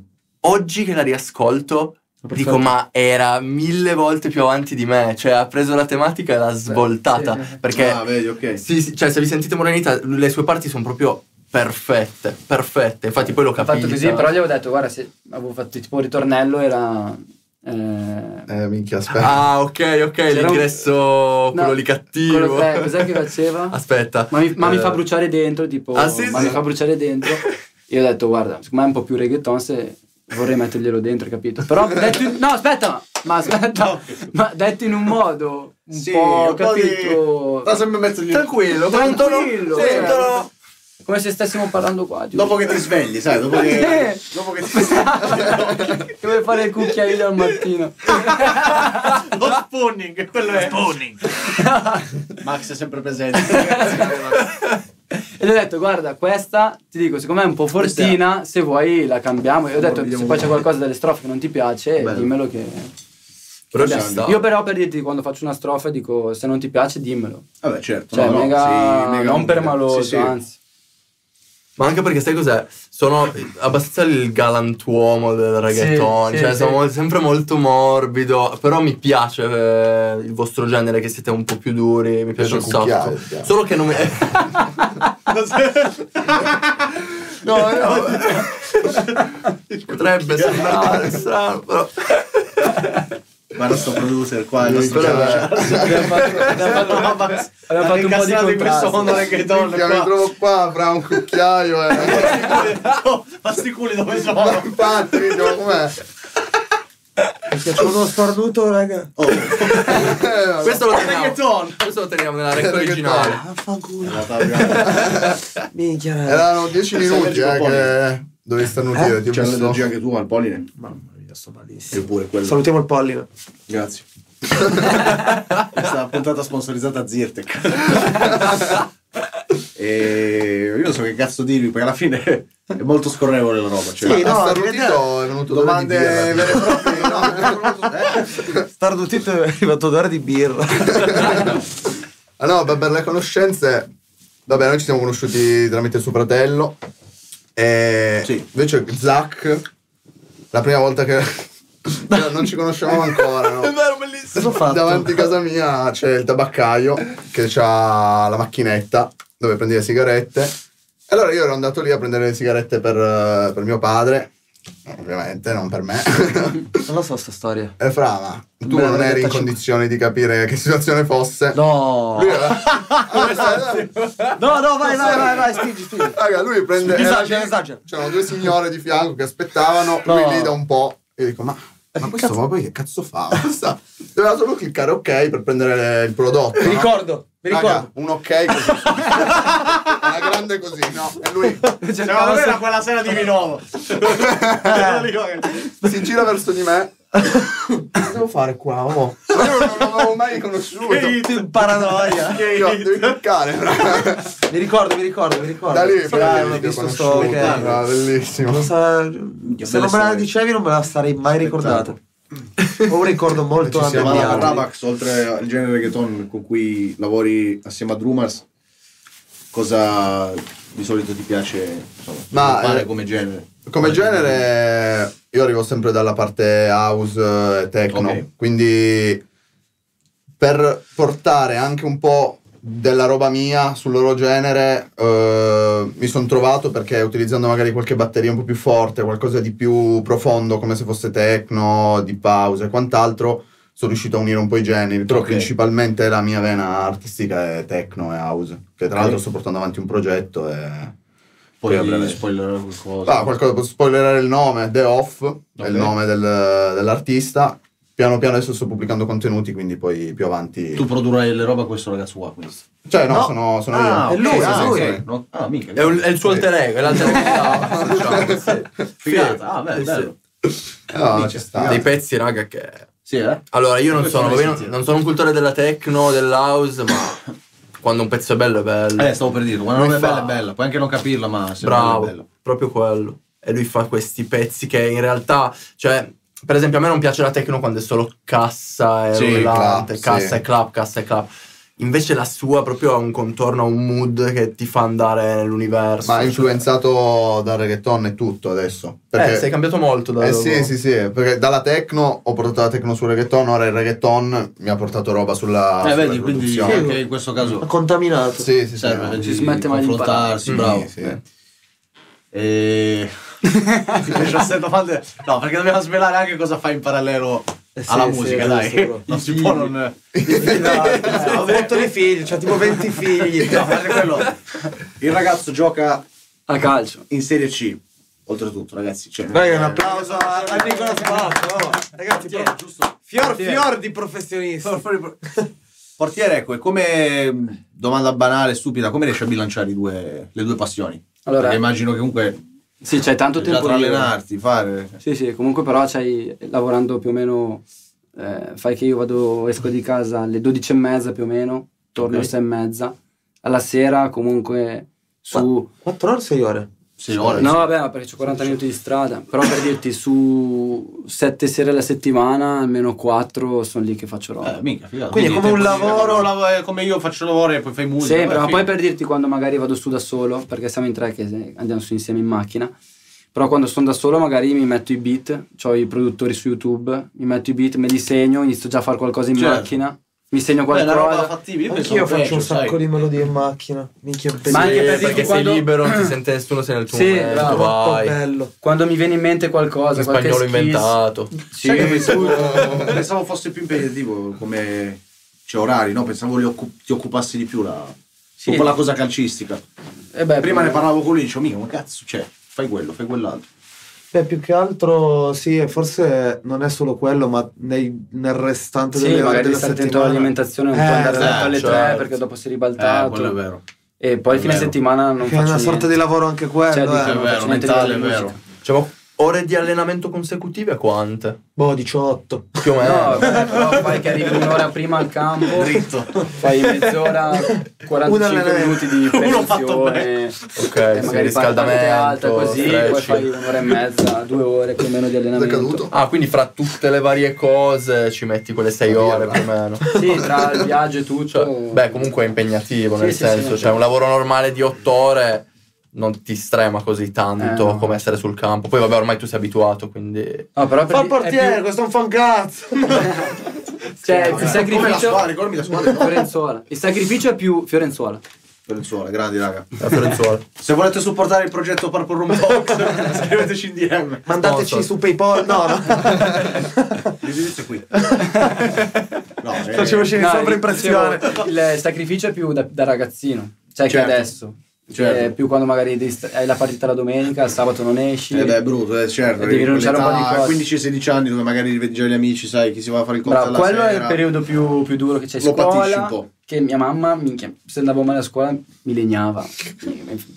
Speaker 5: Oggi che la riascolto,
Speaker 3: Perfetto.
Speaker 5: dico ma era mille volte più avanti di me, cioè ha preso la tematica e l'ha svoltata,
Speaker 3: sì.
Speaker 5: perché...
Speaker 1: Ah, vedi, ok.
Speaker 5: Sì, sì, cioè se vi sentite Morenita, le sue parti sono proprio perfette, perfette. Infatti poi l'ho
Speaker 3: Ho
Speaker 5: capito.
Speaker 3: fatto così, però gli avevo detto, guarda, se avevo fatto tipo un ritornello, era... eh,
Speaker 4: Eh, minchia, aspetta.
Speaker 5: Ah, ok, ok,
Speaker 3: C'era un-
Speaker 5: l'ingresso quello lì cattivo.
Speaker 3: Cioè, quello- eh, cos'è che faceva?
Speaker 5: Aspetta.
Speaker 3: Ma, mi, ma mi fa
Speaker 5: Eh,
Speaker 3: bruciare dentro, tipo...
Speaker 5: Ah, sì,
Speaker 3: ma
Speaker 5: sì.
Speaker 3: mi fa bruciare dentro. Io ho detto, guarda, siccome è un po' più reggaeton, se vorrei metterglielo dentro, capito? Però detto in- No, aspetta, ma- ma aspetta, ma detto in un modo un
Speaker 1: Sì,
Speaker 3: po',
Speaker 1: un po' di-
Speaker 3: capito...
Speaker 1: Sta sempre mezzo lì.
Speaker 5: Tranquillo,
Speaker 3: Tranquillo,
Speaker 5: sì,
Speaker 3: eh.
Speaker 5: tolo-
Speaker 3: Come se stessimo parlando qua. giusto?
Speaker 1: Dopo che ti svegli, sai, dopo che...
Speaker 3: Sì.
Speaker 1: dopo che ti svegli...
Speaker 3: Dove fare il cucchiaino al mattino.
Speaker 1: Lo spawning, quello è. Max è sempre presente. Ragazzi,
Speaker 3: E gli ho detto, guarda, questa, ti dico, siccome è un po' fortina, se vuoi la cambiamo. E ho detto, se poi c'è qualcosa delle strofe che non ti piace,
Speaker 5: Bello.
Speaker 3: dimmelo che...
Speaker 5: Però ci
Speaker 3: Vabbè,
Speaker 5: sta.
Speaker 3: Io però per dirti, quando faccio una strofa, dico, se non ti piace, dimmelo.
Speaker 1: Vabbè, certo.
Speaker 3: Cioè,
Speaker 1: no, no,
Speaker 3: mega,
Speaker 1: sì, mega
Speaker 3: non
Speaker 1: utile.
Speaker 3: permaloso,
Speaker 1: Sì, sì.
Speaker 3: anzi.
Speaker 5: Ma anche perché sai cos'è? Sono abbastanza il galantuomo del reggaeton,
Speaker 3: sì,
Speaker 5: cioè
Speaker 3: sì.
Speaker 5: sono mol- sempre molto morbido, però mi piace eh, il vostro genere che siete un po' più duri, mi piace un
Speaker 4: Piace il
Speaker 5: sacco.
Speaker 4: cucchiaio.
Speaker 5: Solo che non mi...
Speaker 4: No, no,
Speaker 5: Potrebbe sembrare strano, però...
Speaker 1: Ma il nostro producer qua, il
Speaker 4: Lui
Speaker 1: nostro
Speaker 4: quello
Speaker 1: cioè,
Speaker 3: Abbiamo fatto, abbiamo fatto- abbiamo fatto un po' di
Speaker 1: incassato in questo
Speaker 3: contrasto.
Speaker 1: mondo reggaeton
Speaker 4: minchia, mi
Speaker 1: qua.
Speaker 4: trovo qua fra un cucchiaio e...
Speaker 1: Oh, ma sti culi dove
Speaker 4: Ma
Speaker 1: sono?
Speaker 4: infatti, dico, com'è?
Speaker 2: Minchia, c'è uno starnuto, raga.
Speaker 1: Oh,
Speaker 4: Eh, vabbè.
Speaker 5: Questo lo teniamo,
Speaker 1: reggaeton!
Speaker 5: questo lo teniamo nella rec originale.
Speaker 2: Affanculo.
Speaker 1: C'è
Speaker 2: Minchia, raga.
Speaker 4: Erano 10
Speaker 1: Sei
Speaker 4: minuti eh,
Speaker 1: allergico
Speaker 4: che dovevi starnutire, ti ho messo...
Speaker 1: l'allergia anche tu al polline?
Speaker 2: Mamma mia, sto malissimo.
Speaker 1: Eppure quello.
Speaker 2: Salutiamo il polline.
Speaker 1: Grazie. Questa puntata sponsorizzata a Zirtec. e io non so che cazzo dirvi, perché alla fine è molto scorrevole la roba. Cioè,
Speaker 2: Sì,
Speaker 4: Ma
Speaker 2: no,
Speaker 4: starnutito è venuto
Speaker 1: domande
Speaker 4: dove di
Speaker 1: vere e
Speaker 4: birra.
Speaker 1: proprie. no? Eh?
Speaker 2: Stardutito è arrivato d'ora di birra.
Speaker 4: Ah no, beh, per le conoscenze, vabbè, noi ci siamo conosciuti tramite suo fratello. E
Speaker 1: Sì.
Speaker 4: invece Zach, la prima volta che cioè, non ci conoscevamo ancora, no?
Speaker 5: vero, bellissimo.
Speaker 2: Cosa ho fatto?
Speaker 4: Davanti a casa mia c'è il tabaccaio che ha la macchinetta dove prendi le sigarette. E allora io ero andato lì a prendere le sigarette per, eh, per mio padre. ovviamente non per me.
Speaker 2: Non lo so sta storia.
Speaker 4: e Fra, ma tu
Speaker 2: Me l'hanno
Speaker 4: non eri in
Speaker 2: detta cinque-
Speaker 4: condizioni di capire che situazione fosse.
Speaker 2: No.
Speaker 4: Lui era-
Speaker 2: No, no, vai, vai, vai, vai, spingi, spingi.
Speaker 4: Raga, lui prende.
Speaker 2: Esagera,
Speaker 4: era lì,
Speaker 2: esagera.
Speaker 4: C'erano due signore di fianco che aspettavano.
Speaker 2: No. Eh,
Speaker 4: Lui lì da un po'. Io dico, ma. Ma
Speaker 2: che
Speaker 4: questo
Speaker 2: cazzo-
Speaker 4: ma poi che cazzo fa? Basta. Doveva solo cliccare ok per prendere le- il prodotto.
Speaker 2: Mi
Speaker 4: no?
Speaker 2: ricordo, mi
Speaker 4: Raga,
Speaker 2: ricordo.
Speaker 4: un ok così. Una grande così, no? E lui
Speaker 1: Secondo me era quella sera di Vinovo.
Speaker 4: si gira verso di me. Cosa devo fare qua? Oh? Ma Io non l'avevo mai conosciuto. Io
Speaker 2: in paranoia.
Speaker 4: devi cliccare, fra.
Speaker 2: Mi ricordo, mi ricordo, mi ricordo.
Speaker 4: Da lì
Speaker 2: Sì,
Speaker 4: fra,
Speaker 2: l'ho
Speaker 4: io ti ho
Speaker 2: visto sto
Speaker 4: conosciuto,
Speaker 2: weekend.
Speaker 4: fra, bellissimo.
Speaker 2: Non sa- se non me la
Speaker 1: storie.
Speaker 2: dicevi non me la sarei mai ricordata. Ho un ricordo molto
Speaker 4: Ci siamo
Speaker 1: Ma la
Speaker 2: ambientato.
Speaker 1: Rabax, oltre al genere reggaeton con cui lavori assieme a Drummers, cosa di solito ti piace insomma,
Speaker 4: Ma,
Speaker 1: fare
Speaker 4: eh,
Speaker 1: come genere?
Speaker 4: Come genere, io arrivo sempre dalla parte house e techno,
Speaker 1: Ok.
Speaker 4: quindi per portare anche un po' della roba mia sul loro genere eh, mi sono trovato perché utilizzando magari qualche batteria un po' più forte, qualcosa di più profondo come se fosse techno, di house e quant'altro, sono riuscito a unire un po' i generi, però
Speaker 1: Ok.
Speaker 4: principalmente la mia vena artistica è techno e house, che tra
Speaker 1: Ok.
Speaker 4: l'altro sto portando avanti un progetto e...
Speaker 1: Poi
Speaker 4: a breve-
Speaker 1: spoilerare qualcosa.
Speaker 4: Ah, qualcosa, posso spoilerare il nome, The Off, è il nome del- dell'artista. Piano piano adesso sto pubblicando contenuti, quindi poi più avanti...
Speaker 1: Tu produrrai le robe a questo ragazzo qua, quindi.
Speaker 4: Cioè no,
Speaker 2: No.
Speaker 4: sono, sono
Speaker 1: Ah,
Speaker 4: io.
Speaker 2: è lui,
Speaker 4: Sì,
Speaker 2: ah,
Speaker 4: sì,
Speaker 2: lui.
Speaker 4: sì,
Speaker 1: ok.
Speaker 4: sì.
Speaker 1: No? Ah, mica.
Speaker 5: È, un- è il suo alter ego, è l'alter ego. diciamo, sì.
Speaker 1: Figata. Ah, beh,
Speaker 5: Sì, sì.
Speaker 1: bello.
Speaker 4: No, Ah, ci sta.
Speaker 5: Dei pezzi, raga, che...
Speaker 1: Sì, eh?
Speaker 5: Allora, io non
Speaker 1: Questo
Speaker 5: sono,
Speaker 1: non
Speaker 5: vabbè, non,
Speaker 1: esiste.
Speaker 5: non sono un cultore della techno, dell'house, ma quando un pezzo è bello è bello.
Speaker 1: Eh, stavo per dirlo, ma non
Speaker 5: Lui
Speaker 1: è bella,
Speaker 5: fa-
Speaker 1: è bella. Puoi anche non capirla, ma Eh, se non è bella.
Speaker 5: Bravo, proprio quello. E lui fa questi pezzi che in realtà, cioè, per esempio a me non piace la techno quando è solo cassa e
Speaker 4: Sì,
Speaker 5: rullante,
Speaker 4: clap,
Speaker 5: cassa
Speaker 4: sì.
Speaker 5: e clap, cassa e clap. Invece la sua proprio ha un contorno, ha un mood che ti fa andare nell'universo.
Speaker 4: Ma
Speaker 5: cioè-
Speaker 4: influenzato dal reggaeton e tutto adesso.
Speaker 5: Eh, sei cambiato molto da
Speaker 4: Eh
Speaker 5: dopo.
Speaker 4: sì, sì, sì, perché dalla techno ho portato la techno sul reggaeton, ora il reggaeton mi ha portato roba sulla,
Speaker 1: Eh,
Speaker 4: sulla
Speaker 1: vedi, quindi
Speaker 4: produzione.
Speaker 2: Sì.
Speaker 1: anche in questo
Speaker 2: Ha
Speaker 1: caso
Speaker 2: contaminato.
Speaker 4: Sì, sì, sì.
Speaker 1: serve
Speaker 4: no.
Speaker 1: di
Speaker 3: si smette mai di
Speaker 1: confrontarsi,
Speaker 4: imparare.
Speaker 1: bravo.
Speaker 4: Sì, sì.
Speaker 1: E... 17 domande. No, perché dobbiamo svelare anche cosa fai in parallelo
Speaker 2: Eh sì,
Speaker 1: alla
Speaker 2: sì,
Speaker 1: musica,
Speaker 2: è
Speaker 1: dai.
Speaker 2: giusto, bro.
Speaker 1: non si può non...
Speaker 2: Ho fatto dei figli, c'ha tipo 20 figli.
Speaker 1: No, guarda quello. Il ragazzo gioca
Speaker 3: A calcio.
Speaker 1: in Serie C, oltretutto, ragazzi. Cioè,
Speaker 2: Raga, un applauso a a Nicola Spazio. oh. Ragazzi,
Speaker 1: Portiere,
Speaker 2: pro-
Speaker 1: giusto.
Speaker 2: fior
Speaker 1: Portiere.
Speaker 2: eh. fior di professionisti.
Speaker 1: Portiere, ecco, e come mh, domanda banale, stupida, come riesci a bilanciare i due- le due passioni?
Speaker 3: Allora-
Speaker 1: Perché immagino che comunque
Speaker 3: Sì, c'hai tanto
Speaker 1: già
Speaker 3: tempo
Speaker 1: tra
Speaker 3: libero.
Speaker 1: allenarti, fare...
Speaker 3: Sì, sì, comunque però c'hai, lavorando più o meno, eh, fai che io vado, esco di casa alle 12 e mezza più o meno, torno alle
Speaker 1: Ok.
Speaker 3: 6 e mezza, alla sera comunque su...
Speaker 2: 4 ore, 6 ore.
Speaker 1: Sì, ora,
Speaker 3: No,
Speaker 1: sì.
Speaker 3: vabbè, ma perché c'ho 40 minuti di strada, però per dirti su 7 sere alla settimana, almeno 4 sono lì che faccio roba.
Speaker 1: Eh, minchia, figata.
Speaker 2: Quindi è come un
Speaker 1: tempo libero,
Speaker 2: lavoro.
Speaker 1: come un lav- eh, come io faccio lavoro e poi fai musica.
Speaker 3: Sempre,
Speaker 1: beh,
Speaker 3: ma
Speaker 1: figo.
Speaker 3: poi per dirti quando magari vado su da solo, perché siamo in tre che se- andiamo su insieme in macchina, però quando sono da solo magari mi metto i beat, ho i produttori su YouTube, mi metto i beat, me li segno, inizio già a fare qualcosa in
Speaker 1: Certo.
Speaker 3: macchina, mi segno
Speaker 1: Beh, è una roba
Speaker 3: qualcosa.
Speaker 1: fattibile. Io
Speaker 2: Anch'io
Speaker 1: pensavo
Speaker 2: faccio un
Speaker 1: peggio, sai.
Speaker 2: sacco di melodie in macchina. Minchia, è
Speaker 3: Ma anche
Speaker 5: Sì,
Speaker 3: per
Speaker 2: bellissimo.
Speaker 3: dirti
Speaker 5: Eh, perché
Speaker 3: quando-
Speaker 5: sei libero, non ti sente nessuno, sei nel tuo
Speaker 3: Sì,
Speaker 5: momento,
Speaker 3: bravo,
Speaker 2: Troppo
Speaker 5: vai.
Speaker 2: bello.
Speaker 3: Quando mi viene in mente qualcosa,
Speaker 5: In
Speaker 3: qualche
Speaker 5: spagnolo
Speaker 3: skiss,
Speaker 5: inventato.
Speaker 3: Sì,
Speaker 1: Sai che pensavo, pensavo fosse più impegnativo come cioè, orari, no? Pensavo li occu- ti occupassi di più la,
Speaker 3: Sì.
Speaker 1: un po' la cosa calcistica.
Speaker 3: eh beh,
Speaker 1: Prima ne parlavo con lui, dicevo, mica, ma cazzo, cioè, fai quello, fai quell'altro.
Speaker 2: Beh, più che altro, sì, forse non è solo quello, ma nei- nel restante
Speaker 3: Sì,
Speaker 2: delle ore
Speaker 3: magari
Speaker 2: della
Speaker 3: stai attento
Speaker 2: settimana.
Speaker 3: all'alimentazione, non puoi
Speaker 2: Eh,
Speaker 3: andare a letto
Speaker 1: esatto,
Speaker 3: alle
Speaker 5: certo. Eh,
Speaker 3: 3 perché dopo si è ribaltato.
Speaker 1: Eh, vero.
Speaker 3: e poi
Speaker 1: È
Speaker 3: fine
Speaker 1: vero.
Speaker 3: settimana non
Speaker 2: Che è
Speaker 3: faccio
Speaker 2: una sorta
Speaker 3: niente.
Speaker 2: di lavoro anche quello,
Speaker 3: Cioè,
Speaker 2: eh.
Speaker 3: dici,
Speaker 1: È
Speaker 3: non
Speaker 1: vero,
Speaker 3: faccio niente di
Speaker 1: mentale, è
Speaker 3: musica.
Speaker 1: vero.
Speaker 5: Diciamo, ore di allenamento consecutive quante?
Speaker 2: Boh, 18.
Speaker 5: Più o meno.
Speaker 3: No, vabbè, Eh, però fai che arrivi un'ora prima al campo,
Speaker 1: Dritto.
Speaker 3: fai mezz'ora, 45
Speaker 2: allenamento.
Speaker 3: minuti di
Speaker 1: Uno fatto
Speaker 5: Ok,
Speaker 3: pressione, e
Speaker 5: sì,
Speaker 3: Eh, magari fai una parte
Speaker 5: riscaldamento,
Speaker 3: alta così, poi
Speaker 5: stretching.
Speaker 3: fai un'ora e mezza, due ore più o meno di allenamento.
Speaker 4: Sei caduto?
Speaker 5: Ah, quindi fra tutte le varie cose ci metti quelle sei
Speaker 4: Via,
Speaker 5: ore
Speaker 4: va.
Speaker 5: più o meno.
Speaker 3: Sì, tra il viaggio e tutto.
Speaker 5: Cioè, beh, comunque è impegnativo,
Speaker 3: Oh. Sì,
Speaker 5: nel
Speaker 3: sì,
Speaker 5: senso,
Speaker 3: sì.
Speaker 5: cioè un lavoro normale di otto ore non ti strema così tanto
Speaker 3: Eh, no.
Speaker 5: come essere sul campo. Poi vabbè, ormai tu sei abituato, quindi...
Speaker 3: No, però per
Speaker 2: Fa il
Speaker 3: di-
Speaker 2: portiere,
Speaker 3: è più-
Speaker 2: questo non fa un cazzo.
Speaker 3: cioè,
Speaker 1: Come
Speaker 3: il
Speaker 1: la
Speaker 3: Cioè, sacrificio...
Speaker 1: squadra, ricordami la squadra.
Speaker 3: Fiorenzuola. Il sacrificio è più Fiorenzuola.
Speaker 1: Fiorenzuola, grandi raga.
Speaker 5: a Fiorenzuola.
Speaker 3: Eh,
Speaker 1: Se volete supportare il progetto Purple Room Box, scriveteci in DM.
Speaker 2: Mandateci
Speaker 5: Sponsor.
Speaker 2: su PayPal. No, no.
Speaker 1: L'indirizzo è qui. No, eh,
Speaker 2: Facevo uscire in
Speaker 3: No,
Speaker 2: sovraimpressione.
Speaker 3: dicevo, Il sacrificio è più da, da ragazzino, cioè
Speaker 1: Certo.
Speaker 3: che adesso.
Speaker 1: Certo.
Speaker 3: È più quando magari dist- hai la partita la domenica, il sabato non esci.
Speaker 1: Eh beh, è brutto, eh, certo.
Speaker 3: E devi rinunciare a un po' di
Speaker 1: Quell'età,
Speaker 3: cose.
Speaker 1: 15-16 anni dove magari rivedi già gli amici, sai, chi si va a fare il conto
Speaker 3: Bravo,
Speaker 1: alla
Speaker 3: quello è il
Speaker 1: boh, sera.
Speaker 3: periodo più, più duro che c'è in
Speaker 1: Lo patisci un
Speaker 3: scuola.
Speaker 1: po'.
Speaker 3: Che mia mamma, minchia, se andavo male a scuola mi legnava.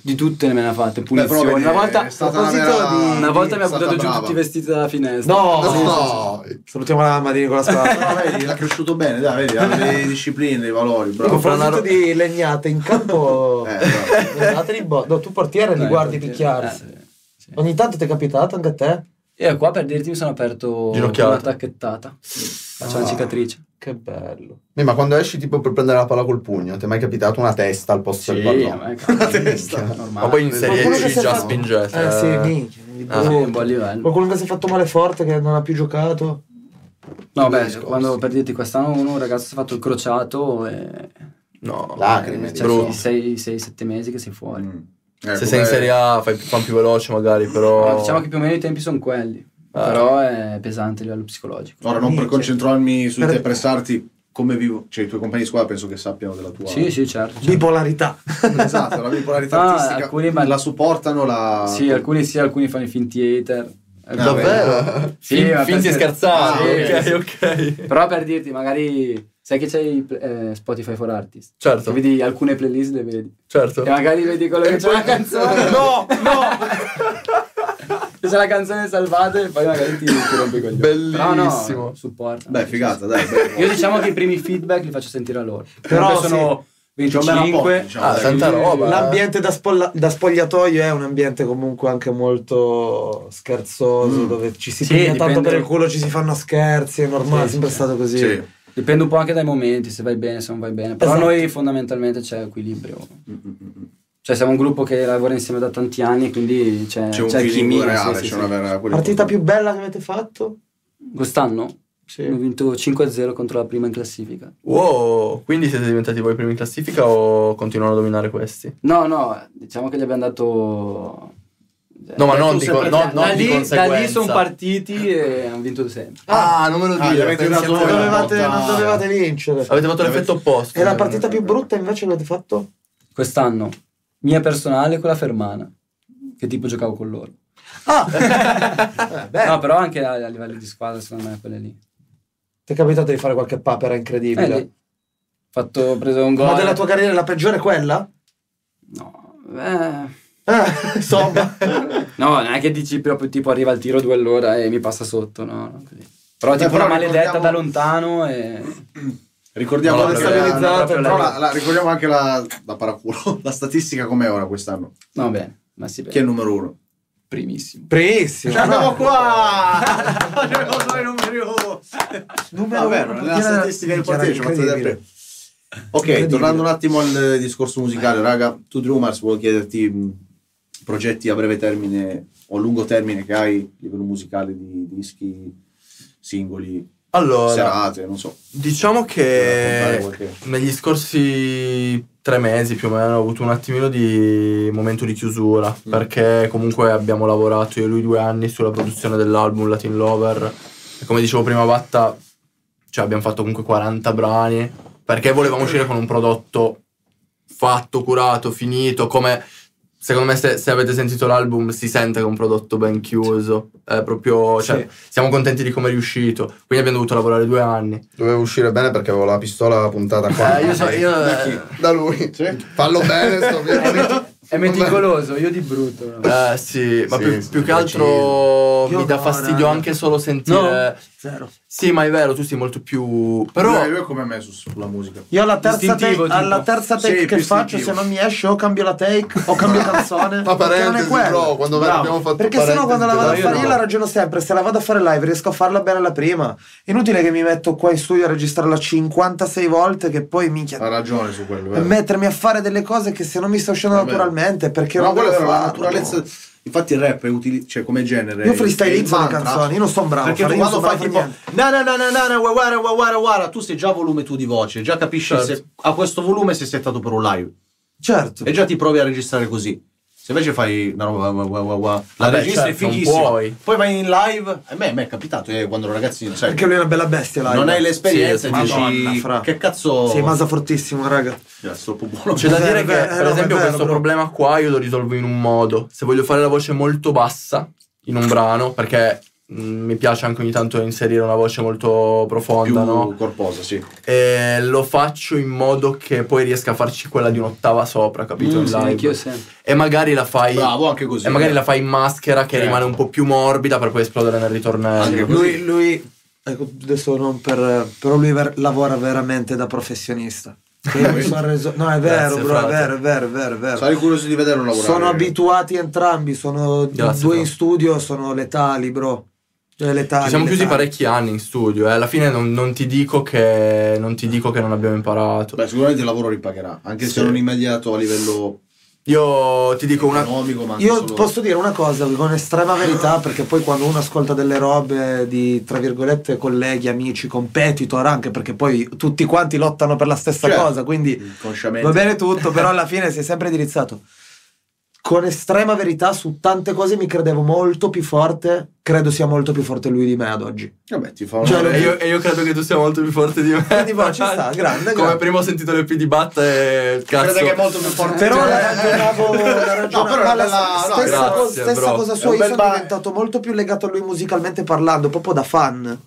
Speaker 3: Di tutte ne me ne ha fatte,
Speaker 1: Beh, però,
Speaker 3: punizioni.
Speaker 1: vedi,
Speaker 3: Una volta,
Speaker 1: è stata una
Speaker 2: proposito
Speaker 1: vera-
Speaker 2: di-
Speaker 3: una volta mi ha
Speaker 1: è stata
Speaker 3: buttato giù
Speaker 1: brava.
Speaker 3: tutti i vestiti dalla finestra.
Speaker 2: No.
Speaker 3: Sì, sì, sì.
Speaker 4: No,
Speaker 2: Salutiamo la mamma di Nicola
Speaker 1: No,
Speaker 2: Spada.
Speaker 1: vedi, l'ha cresciuto bene, dai, vedi, ha le discipline, dei valori,
Speaker 2: A
Speaker 1: bravo. Mm.
Speaker 2: proposito di legnate in campo.
Speaker 1: Eh, bravo.
Speaker 2: Legnate in bo- No, tu portiere li
Speaker 3: Dai,
Speaker 2: guardi
Speaker 3: perché-
Speaker 2: picchiarsi.
Speaker 3: eh, sì.
Speaker 2: Ogni tanto ti è capitato anche a te?
Speaker 3: E qua per dirti mi sono aperto
Speaker 5: Ginocchiata.
Speaker 3: una tacchettata. Faccio
Speaker 2: Ah.
Speaker 3: una cicatrice.
Speaker 2: Che bello.
Speaker 4: Eh, ma quando esci tipo per prendere la palla col pugno, ti è mai capitato una testa al posto del
Speaker 3: a
Speaker 4: pallone?
Speaker 3: me cazzo,
Speaker 1: La testa.
Speaker 3: minchia, normale.
Speaker 5: Ma poi in
Speaker 2: Qualcuno
Speaker 5: serie
Speaker 2: che
Speaker 5: C
Speaker 2: si è
Speaker 5: già
Speaker 2: fatto-
Speaker 5: spingete.
Speaker 2: Eh sì,
Speaker 5: eh.
Speaker 2: minchia. mi
Speaker 5: Ah.
Speaker 3: Sì,
Speaker 2: brutto.
Speaker 3: un buon livello.
Speaker 2: Qualcuno che si è fatto male forte che non ha più giocato.
Speaker 3: No, beh,
Speaker 4: Discorsi.
Speaker 3: quando per dirti quest'anno uno un ragazzo si è fatto il crociato e
Speaker 5: No,
Speaker 4: Lacrime,
Speaker 3: eh,
Speaker 4: di
Speaker 3: cioè,
Speaker 5: brutto. Oh.
Speaker 4: brutto.
Speaker 3: sono sei, sei, sette mesi che sei fuori.
Speaker 1: Mm.
Speaker 5: Se
Speaker 1: Ecco,
Speaker 5: sei in
Speaker 1: beh,
Speaker 5: Serie A fai più, fan più veloce magari,
Speaker 3: Ma
Speaker 5: però...
Speaker 3: diciamo che più o meno i tempi sono quelli,
Speaker 5: Eh.
Speaker 3: però è pesante a livello psicologico.
Speaker 1: Ora, non per
Speaker 2: Minchia.
Speaker 1: concentrarmi su
Speaker 2: Per-
Speaker 1: te e pressarti, come vivo, cioè i tuoi compagni di squadra penso che sappiano della tua...
Speaker 3: Sì, sì, certo. certo.
Speaker 2: Bipolarità.
Speaker 1: Esatto, la bipolarità
Speaker 3: Ah,
Speaker 1: artistica,
Speaker 3: alcuni ma-
Speaker 1: la supportano, la...
Speaker 3: Sì, alcuni sì, alcuni fanno i finti hater.
Speaker 5: Eh,
Speaker 1: Ah, Davvero?
Speaker 3: Sì,
Speaker 5: Fin-
Speaker 3: ma
Speaker 5: finti e
Speaker 3: perché-
Speaker 5: scherzati.
Speaker 3: Ah, sì.
Speaker 5: ok, ok.
Speaker 3: Però per dirti, magari sai che c'è il, eh, Spotify for Artists.
Speaker 5: Certo.
Speaker 3: Vedi alcune playlist le vedi.
Speaker 5: Certo.
Speaker 3: E magari vedi quello diciamo che c'è la canzone.
Speaker 5: No,
Speaker 3: C'è la canzone salvata e poi magari ti, ti rompi con
Speaker 5: Bellissimo.
Speaker 3: Però no, supporta.
Speaker 1: Beh, figata, dai. bello.
Speaker 3: Io diciamo che i primi feedback li faccio sentire a loro.
Speaker 2: Però
Speaker 3: Comunque sono
Speaker 1: C'è un bel rapporto,
Speaker 3: 25.
Speaker 1: diciamo,
Speaker 5: Ah,
Speaker 1: dai.
Speaker 5: tanta
Speaker 3: Eh.
Speaker 5: roba.
Speaker 2: L'ambiente da, spolla- da spogliatoio è un ambiente comunque anche molto scherzoso,
Speaker 1: Mm.
Speaker 2: dove ci si
Speaker 3: Sì,
Speaker 2: prende tanto
Speaker 3: dipende-
Speaker 2: per il culo, ci si fanno scherzi, è normale,
Speaker 3: Sì,
Speaker 2: è sempre
Speaker 3: sì.
Speaker 2: stato così.
Speaker 1: Sì.
Speaker 3: Dipende un po' anche dai momenti, se vai bene, se non vai bene. Però
Speaker 2: Esatto.
Speaker 3: noi fondamentalmente c'è equilibrio.
Speaker 1: Mm-mm-mm.
Speaker 3: Cioè siamo un gruppo che lavora insieme da tanti anni, quindi c'è,
Speaker 1: C'è un
Speaker 3: Eh, c'è
Speaker 1: feeling
Speaker 3: chimia.
Speaker 1: reale,
Speaker 3: sì, sì,
Speaker 1: c'è
Speaker 3: sì.
Speaker 1: una vera... quella-
Speaker 2: Partita più bella che avete fatto?
Speaker 3: Quest'anno
Speaker 2: Sì.
Speaker 3: ho vinto 5-0 contro la prima in classifica.
Speaker 5: Wow, quindi siete diventati voi primi in classifica o continuano a dominare questi?
Speaker 3: No, no, diciamo che gli abbiamo dato... cioè,
Speaker 5: No, ma non
Speaker 1: tu
Speaker 5: di,
Speaker 1: sei
Speaker 5: co-
Speaker 1: partito-
Speaker 5: no, non
Speaker 3: da,
Speaker 5: di
Speaker 3: lì,
Speaker 5: conseguenza.
Speaker 3: sono partiti e hanno vinto sempre.
Speaker 5: Ah, non me lo
Speaker 1: Ah, gli
Speaker 5: dire.
Speaker 1: avete
Speaker 5: pensi
Speaker 1: dato-
Speaker 5: a te.
Speaker 1: Eh,
Speaker 2: Dovevate-
Speaker 1: no, dai.
Speaker 2: non dovevate vincere.
Speaker 5: Avete fatto l'effetto opposto.
Speaker 2: E la
Speaker 5: Eh,
Speaker 2: partita più brutta invece l'avete fatto?
Speaker 3: Quest'anno, mia personale con la Fermana, che tipo giocavo con loro.
Speaker 2: Ah! Beh,
Speaker 3: No, però anche a, a livello di squadra, secondo me, quelle lì.
Speaker 2: ti è capitato di fare qualche papera
Speaker 3: Eh,
Speaker 2: incredibile.
Speaker 3: lì. Fatto, ho preso un gol.
Speaker 2: Ma della tua carriera la peggiore è quella?
Speaker 3: No, beh...
Speaker 2: Eh, insomma.
Speaker 3: No, non è che dici proprio tipo arriva il tiro due all'ora e mi passa sotto, no, no, così. Però
Speaker 1: Beh,
Speaker 3: tipo
Speaker 1: però
Speaker 3: una maledetta
Speaker 1: ricordiamo-
Speaker 3: da lontano e...
Speaker 1: Ricordiamo,
Speaker 5: No,
Speaker 1: anche
Speaker 5: proprio
Speaker 1: la-
Speaker 5: la-
Speaker 1: la-
Speaker 2: proprio la-
Speaker 1: però la- la- ricordiamo anche la, la paraculo, la statistica com'è ora quest'anno.
Speaker 3: No, bene, ma si
Speaker 1: Chi è il numero uno?
Speaker 3: primissimo.
Speaker 2: Primissimo.
Speaker 1: Ce l'abbiamo
Speaker 2: no?
Speaker 1: qua! Abbiamo solo i numeri uno!
Speaker 2: Numero
Speaker 1: Ah, vero,
Speaker 2: uno,
Speaker 1: nella
Speaker 2: perché era-
Speaker 1: statistica del
Speaker 2: minchia, era
Speaker 1: partito ci ho fatto
Speaker 2: incredibile.
Speaker 1: vedere. Ok, tornando un attimo al eh, discorso musicale, raga, tu Drumars volevo chiederti mh, progetti a breve termine o a lungo termine che hai a livello musicale di dischi, singoli,
Speaker 5: Allora,
Speaker 1: serate, non so.
Speaker 5: diciamo
Speaker 1: raccontare
Speaker 5: che
Speaker 1: qualche-
Speaker 5: negli scorsi tre mesi più o meno ho avuto un attimino di momento di chiusura
Speaker 1: Mm.
Speaker 5: perché comunque abbiamo lavorato io e lui due anni sulla produzione dell'album Latin Lover e come dicevo prima Vatta cioè abbiamo fatto comunque 40 brani perché volevamo uscire con un prodotto fatto, curato, finito come secondo me se, se avete sentito l'album si sente che è un prodotto ben chiuso è proprio cioè, siamo contenti di come è riuscito quindi abbiamo dovuto lavorare due anni
Speaker 4: Dovevo uscire bene perché avevo la pistola puntata qua.
Speaker 5: Eh, io so, io,
Speaker 1: Da chi?
Speaker 4: Da lui. Fallo bene, sto
Speaker 3: È,
Speaker 4: via.
Speaker 3: meti- è meticoloso, io di brutto. no.
Speaker 5: eh, sì, ma
Speaker 4: Sì,
Speaker 5: più,
Speaker 4: sì,
Speaker 5: più che
Speaker 4: poi
Speaker 5: altro
Speaker 2: ci-
Speaker 5: mi dà
Speaker 2: Io no,
Speaker 5: fastidio
Speaker 2: raga.
Speaker 5: anche solo sentire.
Speaker 2: Zero.
Speaker 5: Sì, ma è vero, tu sei molto più. Però.
Speaker 1: Lui- lui è come me su- sulla musica.
Speaker 2: Io alla terza, take,
Speaker 3: Istintivo, tipo.
Speaker 2: alla terza take
Speaker 1: Sì,
Speaker 2: che
Speaker 1: più
Speaker 2: faccio, se
Speaker 1: istintivo.
Speaker 2: non mi esce, o cambio la take, o cambio canzone.
Speaker 4: Ma
Speaker 2: perché non è
Speaker 4: parentesi,
Speaker 2: quello.
Speaker 4: bro, quando
Speaker 1: Bravo.
Speaker 4: abbiamo fatto
Speaker 2: Perché sennò
Speaker 4: parentesi,
Speaker 2: quando la
Speaker 4: te
Speaker 2: vado a
Speaker 4: la-
Speaker 2: fare, io la ragiono sempre, se la vado a fare live riesco a farla bene alla prima. Inutile che mi metto qua in studio a registrarla 56 volte che poi
Speaker 1: Ha
Speaker 2: minchia
Speaker 1: ragione su quello. eh.
Speaker 2: e
Speaker 1: vero.
Speaker 2: mettermi a fare delle cose che se non mi sto uscendo
Speaker 1: È vero.
Speaker 2: naturalmente, perché
Speaker 1: No,
Speaker 2: non
Speaker 1: quella
Speaker 2: devo
Speaker 1: era la
Speaker 2: farlo.
Speaker 1: naturalezza. Infatti il rap è utile, cioè come genere.
Speaker 2: Io freestylizzo
Speaker 1: è
Speaker 2: le
Speaker 1: il mantra.
Speaker 2: canzoni, io non sono bravo,
Speaker 1: Perché
Speaker 2: fra-
Speaker 1: tu
Speaker 2: io non
Speaker 1: quando
Speaker 2: sono
Speaker 1: fai
Speaker 2: bravo
Speaker 1: tipo
Speaker 2: per
Speaker 1: na na na na na na, guara guara guara guara, tu sei già a volume tu di voce, già capisci
Speaker 5: Certo.
Speaker 1: se a questo volume sei settato per un live.
Speaker 2: Certo.
Speaker 1: E già ti provi a registrare così. Se invece fai una roba wa, wa, wa, wa, la
Speaker 5: Vabbè,
Speaker 1: registri è
Speaker 5: certo, non
Speaker 1: fighissima.
Speaker 5: puoi.
Speaker 1: Poi vai in live. A me, a me è capitato eh, quando ero ragazzino. Cioè,
Speaker 2: Perché lui è una bella bestia là.
Speaker 1: non hai l'esperienza
Speaker 2: Sì,
Speaker 1: e dici
Speaker 2: Madonna, fra.
Speaker 1: che cazzo.
Speaker 2: Sei masa fortissimo, raga.
Speaker 1: Cazzo, troppo buono.
Speaker 5: C'è da
Speaker 2: Eh,
Speaker 5: dire
Speaker 2: eh,
Speaker 5: che,
Speaker 2: eh,
Speaker 5: per
Speaker 2: no,
Speaker 5: esempio,
Speaker 2: è vero,
Speaker 5: questo
Speaker 2: però.
Speaker 5: problema qua io lo risolvo in un modo. Se voglio fare la voce molto bassa in un brano, perché mh, mi piace anche ogni tanto inserire una voce molto
Speaker 1: più
Speaker 5: profonda, no?
Speaker 1: corposa, sì.
Speaker 5: E lo faccio in modo che poi riesca a farci quella di un'ottava sopra, capito?
Speaker 1: Mm,
Speaker 5: In
Speaker 1: sì,
Speaker 5: live.
Speaker 3: Anch'io sempre.
Speaker 5: E magari la fai.
Speaker 1: Bravo, anche così.
Speaker 5: E magari la fai in maschera che
Speaker 1: Certo.
Speaker 5: rimane un po' più morbida per poi esplodere nel
Speaker 1: Anche
Speaker 5: ritornello.
Speaker 1: così.
Speaker 2: Lui, lui- ecco, adesso non per. Però lui ver- lavora veramente da professionista. Che io mi sono reso. No, è vero,
Speaker 5: Grazie,
Speaker 2: bro, è
Speaker 5: frate.
Speaker 2: vero, è vero, è vero, è vero.
Speaker 1: Sarei curioso di vederlo lavorare.
Speaker 2: Sono abituati entrambi, sono
Speaker 5: eh. Grazie,
Speaker 2: due
Speaker 5: bro.
Speaker 2: in studio, sono letali, bro. Cioè, letali.
Speaker 5: Ci siamo chiusi
Speaker 2: letali.
Speaker 5: parecchi anni in studio, eh. alla fine non, non ti dico che, non ti dico che non abbiamo imparato.
Speaker 1: Beh, sicuramente il lavoro ripagherà, anche
Speaker 5: Sì.
Speaker 1: se non immediato a livello
Speaker 5: Io ti dico una,
Speaker 1: economico, ma anche
Speaker 2: Io
Speaker 1: solo-
Speaker 2: posso dire una cosa con estrema verità, perché poi quando uno ascolta delle robe di tra virgolette colleghi, amici, competitor, anche perché poi tutti quanti lottano per la stessa
Speaker 5: Cioè,
Speaker 1: Certo.
Speaker 2: cosa, quindi
Speaker 1: Consciamente.
Speaker 2: va bene tutto, però alla fine sei sempre indirizzato. Con estrema verità su tante cose mi credevo molto più forte, credo sia molto più forte lui di me ad oggi.
Speaker 1: Vabbè, ti Eh, fa una...
Speaker 2: Cioè, lo-
Speaker 5: E io, e io credo che tu sia molto più forte di me.
Speaker 2: Quindi, boh, ci sta, grande,
Speaker 5: Come
Speaker 2: grande.
Speaker 5: prima ho sentito l'EP di Batta e cazzo.
Speaker 1: Credo che è molto più forte.
Speaker 2: Però
Speaker 1: Cioè,
Speaker 2: la
Speaker 1: eh,
Speaker 2: ragionavo, la ragionavo-
Speaker 1: No, però
Speaker 2: ma
Speaker 1: è
Speaker 2: la
Speaker 1: bella- no,
Speaker 2: stessa,
Speaker 5: grazie,
Speaker 2: cosa, stessa
Speaker 5: bro.
Speaker 2: cosa
Speaker 1: È
Speaker 2: sua,
Speaker 1: un
Speaker 2: io
Speaker 1: bel
Speaker 2: sono
Speaker 1: ba-
Speaker 2: diventato molto più legato a lui musicalmente parlando, proprio da fan,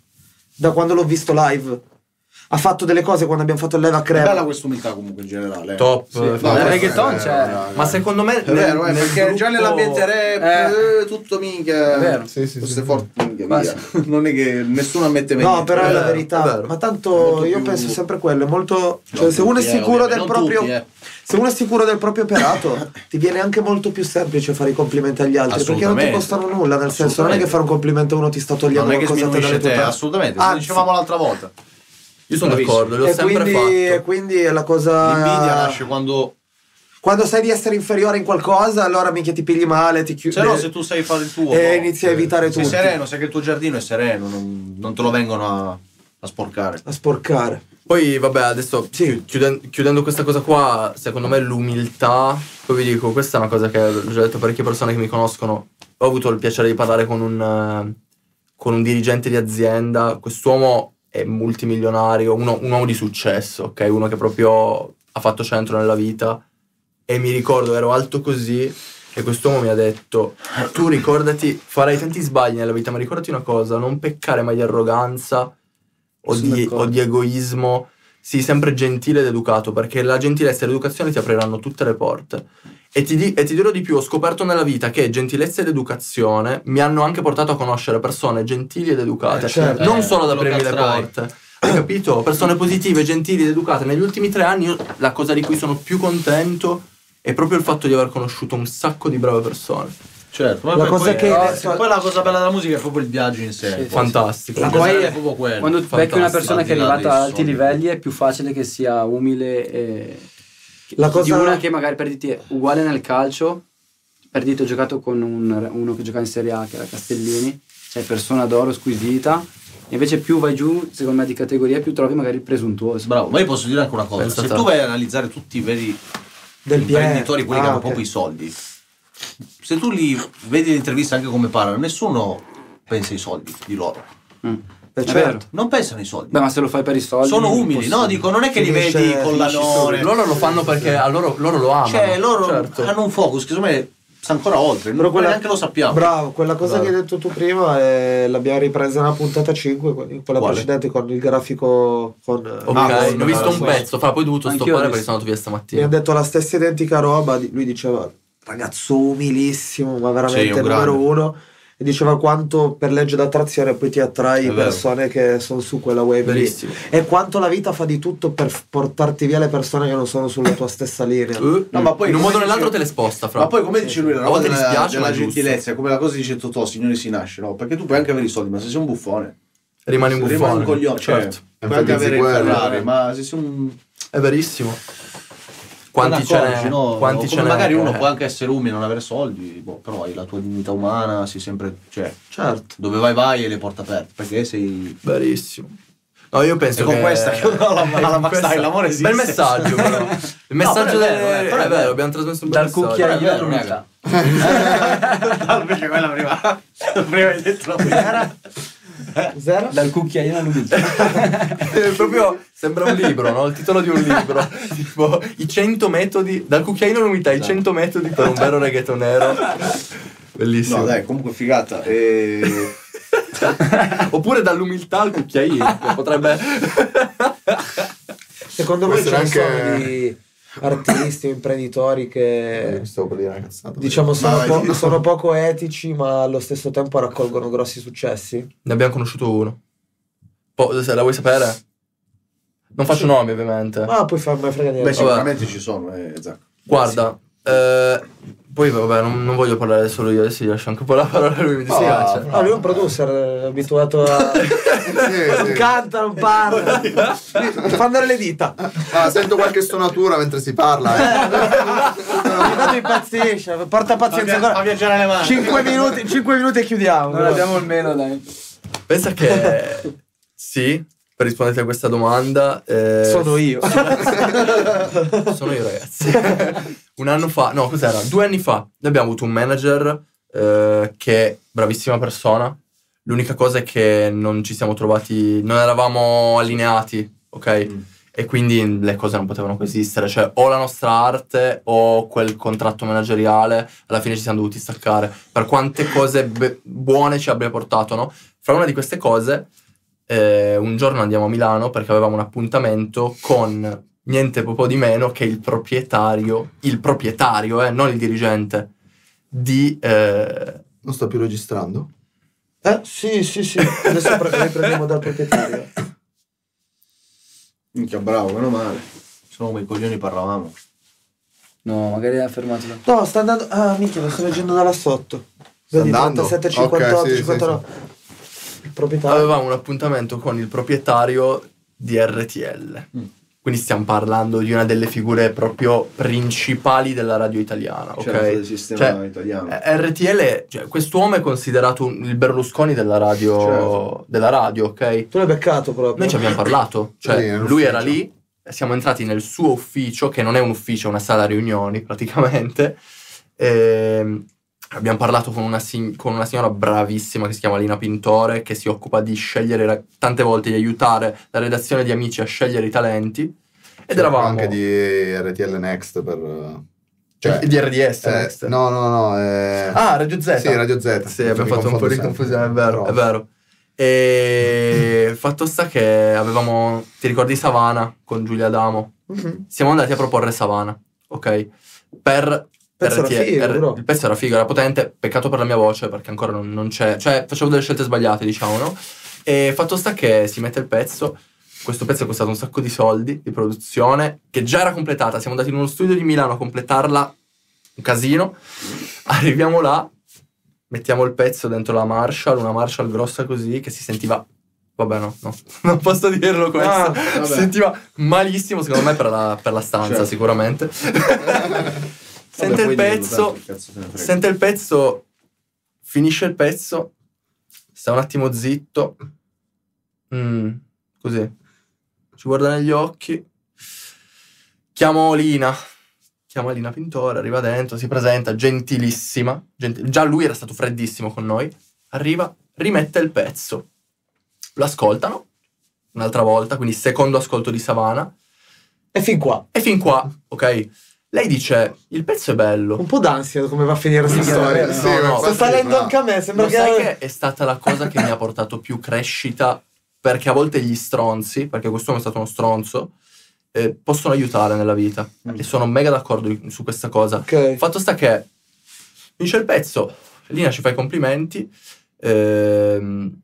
Speaker 2: da quando l'ho visto live. Ha fatto delle cose quando abbiamo fatto il live a
Speaker 1: È bella
Speaker 2: Crema.
Speaker 1: quest'umiltà comunque in generale. eh.
Speaker 5: Top.
Speaker 3: Sì.
Speaker 5: eh,
Speaker 3: No,
Speaker 5: fa-
Speaker 1: nel
Speaker 5: eh,
Speaker 3: reggaeton c'è-
Speaker 4: raga.
Speaker 5: Ma secondo me.
Speaker 1: È vero, eh, perché già nell'ambiente rap,
Speaker 3: Eh.
Speaker 1: eh, tutto minchia.
Speaker 3: È vero.
Speaker 4: Sì, sì,
Speaker 1: Queste
Speaker 4: sì.
Speaker 1: forti minchia,
Speaker 3: Ma
Speaker 1: via. Non è che nessuno ammette me.
Speaker 2: No, però è la
Speaker 5: Eh, è
Speaker 2: verità.
Speaker 5: vero.
Speaker 2: Ma
Speaker 1: Molto
Speaker 2: tanto io
Speaker 1: più-
Speaker 2: penso sempre quello. È molto.
Speaker 1: No,
Speaker 2: Cioè, se uno è
Speaker 1: tutti, eh,
Speaker 2: sicuro
Speaker 1: ovviamente,
Speaker 2: del
Speaker 1: non
Speaker 2: proprio.
Speaker 1: tutti, eh.
Speaker 2: Se uno è sicuro del proprio operato, ti viene anche molto più semplice fare i complimenti agli altri. Perché non ti
Speaker 1: Assolutamente.
Speaker 2: costano nulla. Nel senso, non è
Speaker 1: Assolutamente.
Speaker 2: che fare un complimento a uno ti sta togliendo
Speaker 1: Non è che
Speaker 2: qualcosa te dalle
Speaker 1: sminuisce
Speaker 2: tue
Speaker 1: te,
Speaker 2: parti.
Speaker 1: assolutamente. Lo
Speaker 2: Anzi.
Speaker 1: dicevamo l'altra volta.
Speaker 5: Io sono
Speaker 1: Bravissimo.
Speaker 5: d'accordo, l'ho
Speaker 2: E
Speaker 5: sempre
Speaker 2: quindi, e
Speaker 5: fatto.
Speaker 2: quindi è la cosa.
Speaker 3: Eh,
Speaker 1: L'invidia nasce quando...
Speaker 2: Quando sai di essere inferiore in qualcosa, allora minchia ti pigli male, ti chiudi.
Speaker 1: Se no, se tu sai fare il tuo...
Speaker 2: E
Speaker 1: no?
Speaker 2: inizi a evitare
Speaker 1: Sei
Speaker 2: tutti.
Speaker 1: sereno, sai che il tuo giardino è sereno, non, non te lo vengono a, a sporcare.
Speaker 2: A sporcare.
Speaker 5: Poi, vabbè, adesso
Speaker 2: Sì.
Speaker 5: chi- chiuden- chiudendo questa cosa qua, secondo me l'umiltà. Poi vi dico, questa è una cosa che ho già detto a parecchie persone che mi conoscono. Ho avuto il piacere di parlare con un, eh, con un dirigente di azienda. Quest'uomo è multimilionario, uno- un uomo di successo, ok? Uno che proprio ha fatto centro nella vita. E mi ricordo, ero alto così. E quest'uomo mi ha detto: Tu ricordati, farai tanti sbagli nella vita, ma ricordati una cosa: non peccare mai di arroganza o,
Speaker 3: Sono
Speaker 5: di,
Speaker 3: d'accordo.
Speaker 5: o di egoismo. Sii sempre gentile ed educato, perché la gentilezza e l'educazione ti apriranno tutte le porte. E ti, di- e ti dirò di più: ho scoperto nella vita che gentilezza ed educazione mi hanno anche portato a conoscere persone gentili ed educate,
Speaker 2: Eh, certo.
Speaker 5: non
Speaker 1: Eh,
Speaker 5: solo ad
Speaker 1: lo
Speaker 5: aprirmi le
Speaker 1: castrai.
Speaker 5: porte. Hai capito? Persone positive, gentili ed educate. Negli ultimi tre anni io- la cosa di cui sono più contento è proprio il fatto di aver conosciuto un sacco di brave persone.
Speaker 1: Certo, ma
Speaker 2: La
Speaker 1: poi,
Speaker 2: cosa
Speaker 1: poi-
Speaker 2: che
Speaker 1: eh,
Speaker 2: adesso-
Speaker 1: poi la cosa bella della musica è proprio il viaggio in sé.
Speaker 3: Sì,
Speaker 1: Poi.
Speaker 5: Fantastico.
Speaker 1: La
Speaker 3: Poi-
Speaker 1: cosa è proprio quella.
Speaker 3: Quando becchi una persona che è
Speaker 1: Al di là
Speaker 3: arrivata a
Speaker 1: dei
Speaker 3: alti
Speaker 1: soldi.
Speaker 3: livelli è più facile che sia umile e...
Speaker 2: La
Speaker 3: di
Speaker 2: cosa-
Speaker 3: una che magari per dirti è uguale nel calcio per dirti ho giocato con un- uno che giocava in Serie A che era Castellini cioè persona d'oro squisita invece più vai giù secondo me di categoria più trovi magari il presuntuoso
Speaker 1: Bravo, ma io posso dire anche una cosa:
Speaker 5: Pensa
Speaker 1: se
Speaker 3: certo.
Speaker 5: te.
Speaker 1: tu vai a analizzare tutti i veri
Speaker 2: Del
Speaker 1: imprenditori, quelli
Speaker 2: Ah,
Speaker 1: che hanno
Speaker 2: ok.
Speaker 1: proprio i soldi, se tu li vedi le interviste anche come parlano, nessuno pensa ai soldi di loro.
Speaker 3: Mm.
Speaker 2: Eh,
Speaker 3: È
Speaker 2: certo.
Speaker 3: vero.
Speaker 1: Non pensano ai soldi.
Speaker 3: beh ma se lo fai per i soldi
Speaker 1: Sono
Speaker 3: è
Speaker 1: umili, no?
Speaker 3: impossibile.
Speaker 1: Dico, non è che li
Speaker 2: Finisce-
Speaker 1: vedi con
Speaker 2: finisce
Speaker 1: l'anore.
Speaker 5: Loro lo fanno perché a loro, loro lo amano.
Speaker 1: Cioè, loro
Speaker 5: certo.
Speaker 1: hanno un focus che secondo me sta ancora oltre,
Speaker 2: Però
Speaker 1: non
Speaker 2: quella-
Speaker 1: neanche lo sappiamo.
Speaker 2: Bravo, quella cosa
Speaker 5: Bravo.
Speaker 2: che hai detto tu prima eh, l'abbiamo ripresa nella puntata 5, con- in quella
Speaker 1: Quale?
Speaker 2: precedente con il grafico con eh,
Speaker 5: Ok,
Speaker 1: Ah,
Speaker 5: ne
Speaker 1: no,
Speaker 5: ho visto
Speaker 1: no,
Speaker 5: un
Speaker 1: no.
Speaker 5: pezzo, fra poi ho dovuto
Speaker 3: Anch'io
Speaker 5: stoppare
Speaker 3: ho
Speaker 5: perché
Speaker 3: visto.
Speaker 5: sono andato via
Speaker 2: Mi
Speaker 5: stamattina.
Speaker 2: ha detto la stessa identica roba, di- lui diceva ragazzo umilissimo, ma veramente
Speaker 1: Sì, un
Speaker 2: numero
Speaker 1: grande.
Speaker 2: uno e diceva quanto per legge d'attrazione poi ti attrai
Speaker 1: È vero.
Speaker 2: persone che sono su quella wave lì
Speaker 5: Bellissimo.
Speaker 2: e quanto la vita fa di tutto per f- portarti via le persone che non sono sulla tua stessa linea.
Speaker 5: Eh,
Speaker 1: No, ma poi
Speaker 5: in
Speaker 1: come
Speaker 5: un modo o
Speaker 1: dice-
Speaker 5: nell'altro te le sposta, fra.
Speaker 1: Ma poi, come dice lui, la
Speaker 5: A
Speaker 1: roba
Speaker 5: volte
Speaker 1: della,
Speaker 5: dispiace,
Speaker 1: della
Speaker 5: ma è giusto.
Speaker 1: gentilezza è come la cosa che dice Totò, signori si nasce, no? Perché tu puoi anche avere i soldi, ma se sei un buffone,
Speaker 5: Rimani un buffone.
Speaker 1: rimani un coglione, cioè,
Speaker 5: Certo.
Speaker 1: puoi anche avere il
Speaker 4: Enfatizzi quello,
Speaker 1: Ferrari,
Speaker 5: eh.
Speaker 1: ma se sei un
Speaker 5: È verissimo. Quanti
Speaker 1: te
Speaker 5: ce
Speaker 1: ne
Speaker 5: n'è?
Speaker 1: accorgi, no?
Speaker 5: Quanti
Speaker 1: Come
Speaker 5: ce n'è?
Speaker 1: magari uno
Speaker 5: eh.
Speaker 1: può anche essere umile, non avere soldi, boh, però hai la tua dignità umana, sei sempre, cioè,
Speaker 2: Certo.
Speaker 1: dove vai vai e le porte aperte, perché sei
Speaker 5: Verissimo. No, io penso
Speaker 1: E con
Speaker 5: che...
Speaker 1: questa che non ho la- la- la-
Speaker 5: Questa-
Speaker 1: dai, l'amore esiste.
Speaker 5: Bel messaggio, però. Il messaggio
Speaker 1: però è
Speaker 5: del-
Speaker 1: vero, è vero,
Speaker 5: è
Speaker 1: è
Speaker 5: vero,
Speaker 1: vero.
Speaker 5: abbiamo trasmesso un bel
Speaker 3: Dal
Speaker 5: messaggio.
Speaker 1: Però
Speaker 3: cucchiaio
Speaker 1: è vero,
Speaker 3: all'unità.
Speaker 1: No, perché quella prima. Prima hai detto la primera.
Speaker 2: Zero?
Speaker 3: Dal cucchiaino all'unità.
Speaker 5: È proprio sembra un libro, no? Il titolo di un libro. tipo i 100 metodi dal cucchiaino all'unità,
Speaker 1: Esatto.
Speaker 5: i 100 metodi per un vero reggaetonero. Bellissimo.
Speaker 1: No, dai, comunque figata. E...
Speaker 5: Oppure dall'umiltà al cucchiaino, che potrebbe
Speaker 2: Secondo
Speaker 4: Può
Speaker 2: me c'è
Speaker 4: essere
Speaker 2: un sacco
Speaker 4: anche-
Speaker 2: di artisti o imprenditori che
Speaker 4: Eh, Stavo per dire una cazzata.
Speaker 2: diciamo sono,
Speaker 4: Vai,
Speaker 2: po-
Speaker 4: no.
Speaker 2: sono poco etici ma allo stesso tempo raccolgono grossi successi.
Speaker 5: ne abbiamo conosciuto uno. Po- se la vuoi sapere? Non faccio nomi, ovviamente.
Speaker 2: Ma poi fa me frega niente.
Speaker 1: Beh, sicuramente ci sono, eh, Zacco.
Speaker 5: Guarda, eh, poi vabbè, non, non voglio parlare solo io, adesso gli lascio anche un po' la parola a lui, mi dispiace.
Speaker 2: Ah, lui è un producer eh, abituato a...
Speaker 4: Sì,
Speaker 2: non
Speaker 4: sì.
Speaker 2: canta, non parla. Fa andare le dita.
Speaker 4: Ah, sento qualche stonatura mentre si parla. eh.
Speaker 2: Ogni tanto impazzisce, porta pazienza ancora.
Speaker 1: viaggiare le mani.
Speaker 2: 5 minuti, cinque minuti e chiudiamo.
Speaker 3: Non abbiamo il meno, dai.
Speaker 5: Pensa che sì, per rispondere a questa domanda eh,
Speaker 2: Sono io.
Speaker 5: sono io, ragazzi. un anno fa, no, cos'era? Due anni fa noi abbiamo avuto un manager eh, che è bravissima persona. L'unica cosa è che non ci siamo trovati, non eravamo allineati, ok?
Speaker 1: Mm.
Speaker 5: E quindi le cose non potevano coesistere, cioè o la nostra arte o quel contratto manageriale, alla fine ci siamo dovuti staccare. Per quante cose be- buone ci abbia portato, no? Fra una di queste cose, eh, un giorno andiamo a Milano perché avevamo un appuntamento con niente po' di meno che il proprietario, il proprietario, eh, non il dirigente, di... eh,
Speaker 4: Non sto più registrando.
Speaker 2: Eh? Sì, sì, sì. Adesso pre- riprendiamo dal proprietario.
Speaker 1: Minchia, bravo, meno male. Sono come i coglioni parlavamo.
Speaker 3: No, magari ha fermato. da-
Speaker 2: No, sta andando. Ah, minchia, lo sto leggendo da là sotto. Vedi,
Speaker 4: andando?
Speaker 2: 37, 58,
Speaker 4: Ok, sì,
Speaker 2: 59. Proprietario.
Speaker 5: avevamo un appuntamento con il proprietario di RTL.
Speaker 1: Mm.
Speaker 5: Quindi stiamo parlando di una delle figure proprio principali della radio italiana, ok?
Speaker 1: Certo, del sistema
Speaker 5: Cioè,
Speaker 1: italiano.
Speaker 5: Eh, RTL, cioè, quest'uomo è considerato un- il Berlusconi della radio,
Speaker 1: Certo.
Speaker 5: della radio, ok?
Speaker 2: Tu l'hai beccato proprio.
Speaker 5: Noi ci abbiamo parlato,
Speaker 4: Sì,
Speaker 5: cioè
Speaker 4: nell'ufficio.
Speaker 5: lui era lì, siamo entrati nel suo ufficio, che non è un ufficio, è una sala riunioni praticamente, ehm, abbiamo parlato con una, sig- con una signora bravissima che si chiama Lina Pintore, che si occupa di scegliere, la- tante volte di aiutare la redazione di Amici a scegliere i talenti, ed
Speaker 4: Cerco
Speaker 5: eravamo...
Speaker 4: anche di RTL Next per eh, cioè
Speaker 5: di RDS.
Speaker 4: eh,
Speaker 5: Next.
Speaker 4: No, no, no, eh,
Speaker 5: Ah, Radio Z.
Speaker 4: Sì, Radio Z.
Speaker 5: Sì, abbiamo
Speaker 4: Mi
Speaker 5: fatto un po'
Speaker 4: confondo
Speaker 5: di
Speaker 4: sempre.
Speaker 5: confusione, è vero,
Speaker 4: Però-
Speaker 5: è vero. E il fatto sta che avevamo, ti ricordi Savana con Giulia Adamo?
Speaker 2: Mhm.
Speaker 5: Siamo andati a proporre Savana, ok? Per
Speaker 2: Pezzo era
Speaker 5: RTL,
Speaker 2: figo, bro.
Speaker 5: il pezzo era figo, era potente, peccato per la mia voce perché ancora non, non c'è, cioè facevo delle scelte sbagliate, diciamo, no? E fatto sta che si mette il pezzo, questo pezzo è costato un sacco di soldi di produzione, che già era completata, siamo andati in uno studio di Milano a completarla, un casino, arriviamo là, mettiamo il pezzo dentro la Marshall, una Marshall grossa così che si sentiva... Vabbè no, no, non posso dirlo questo.
Speaker 2: Ah,
Speaker 1: vabbè.
Speaker 5: si sentiva malissimo secondo me per la, per la stanza
Speaker 1: Certo.
Speaker 5: sicuramente. Sente il pezzo, sente il pezzo, finisce il pezzo, sta un attimo zitto, Mm, così, ci guarda negli occhi, chiamo Lina, chiama Lina Pintore, arriva dentro, si presenta, gentilissima, gent- già lui era stato freddissimo con noi, arriva, rimette il pezzo, lo ascoltano un'altra volta, quindi secondo ascolto di Savana,
Speaker 2: E fin qua.
Speaker 5: e fin qua, ok? Lei dice, il pezzo è bello,
Speaker 2: Un po' d'ansia come va a finire questa
Speaker 4: Sì,
Speaker 2: storia.
Speaker 4: sì,
Speaker 5: no,
Speaker 4: ma
Speaker 5: no.
Speaker 2: Sto
Speaker 4: infatti,
Speaker 2: salendo
Speaker 4: ma-
Speaker 2: anche a me, sembra
Speaker 5: Lo sai
Speaker 2: che...
Speaker 5: che è stata la cosa che mi ha portato più crescita, perché a volte gli stronzi, perché quest'uomo è stato uno stronzo, eh, possono aiutare nella vita.
Speaker 1: Mm.
Speaker 5: E sono mega d'accordo su questa cosa.
Speaker 2: Ok.
Speaker 5: Il fatto sta che finisce il pezzo, Lina ci fa i complimenti, ehm,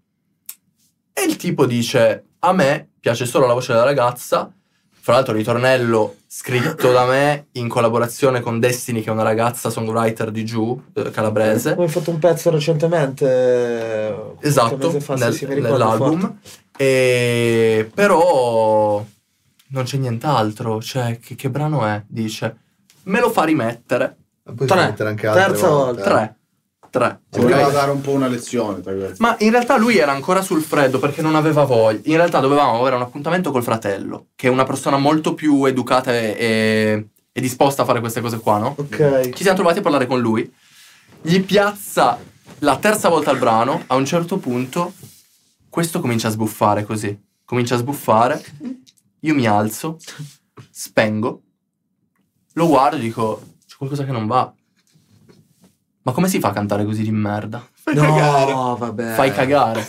Speaker 5: e il tipo dice, a me piace solo la voce della ragazza, fra l'altro ritornello scritto da me in collaborazione con Destiny, che è una ragazza songwriter di giù, eh, calabrese.
Speaker 2: Come hai fatto un pezzo recentemente. eh, qualche
Speaker 5: Esatto,
Speaker 2: mese fa, sì,
Speaker 5: nel-
Speaker 2: sì, mi ricordo forte.
Speaker 5: nell'album. E però non c'è nient'altro. Cioè, che, che brano è? Dice, me lo fa rimettere.
Speaker 2: Tre.
Speaker 4: Poi si mettere anche altre
Speaker 2: Terza
Speaker 4: volte. eh.
Speaker 2: volta.
Speaker 5: Tre. Tre.
Speaker 1: Voleva
Speaker 5: Ok?
Speaker 1: dare un po' una lezione, tra virgolette.
Speaker 5: Ma in realtà lui era ancora sul freddo perché non aveva voglia. In realtà dovevamo avere un appuntamento col fratello, che è una persona molto più educata e, e- e disposta a fare queste cose qua, no?
Speaker 2: Ok.
Speaker 5: Ci siamo trovati a parlare con lui. Gli piazza la terza volta il brano. A un certo punto, questo comincia a sbuffare così. Comincia a sbuffare. Io mi alzo, spengo, lo guardo e dico: C'è qualcosa che non va. Ma come si fa a cantare così di merda?
Speaker 2: No,
Speaker 4: cagare.
Speaker 2: vabbè.
Speaker 5: Fai cagare.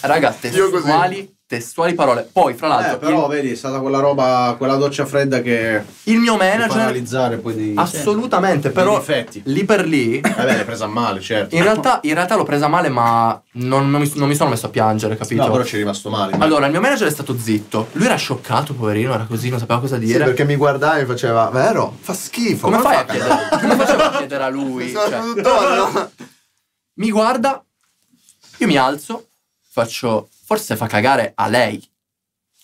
Speaker 5: Raga,
Speaker 4: Io così.
Speaker 5: testuali, testuali parole. Poi, fra l'altro,
Speaker 1: Eh, però vedi, è stata quella roba, quella doccia fredda che
Speaker 5: il, il mio
Speaker 1: ti fa
Speaker 5: manager.
Speaker 1: analizzare poi dei
Speaker 5: Assolutamente,
Speaker 1: dei
Speaker 5: però
Speaker 1: difetti.
Speaker 5: lì per lì
Speaker 1: Vabbè, l'hai presa a male, certo.
Speaker 5: In realtà, in realtà l'ho presa male, ma non, non mi, non mi sono messo a piangere, capito?
Speaker 1: No, però ci è rimasto male.
Speaker 5: Allora, il mio manager è stato zitto. Lui era scioccato, poverino, era così, non sapeva cosa
Speaker 4: Sì,
Speaker 5: dire.
Speaker 4: perché mi guardava e mi faceva, vero? Fa schifo.
Speaker 5: Come fai a
Speaker 4: fa
Speaker 5: chiedere? Come facevo a chiedere a lui?
Speaker 4: Sono
Speaker 5: Cioè,
Speaker 4: tutto-
Speaker 5: mi guarda, io mi alzo, faccio. Forse fa cagare a lei.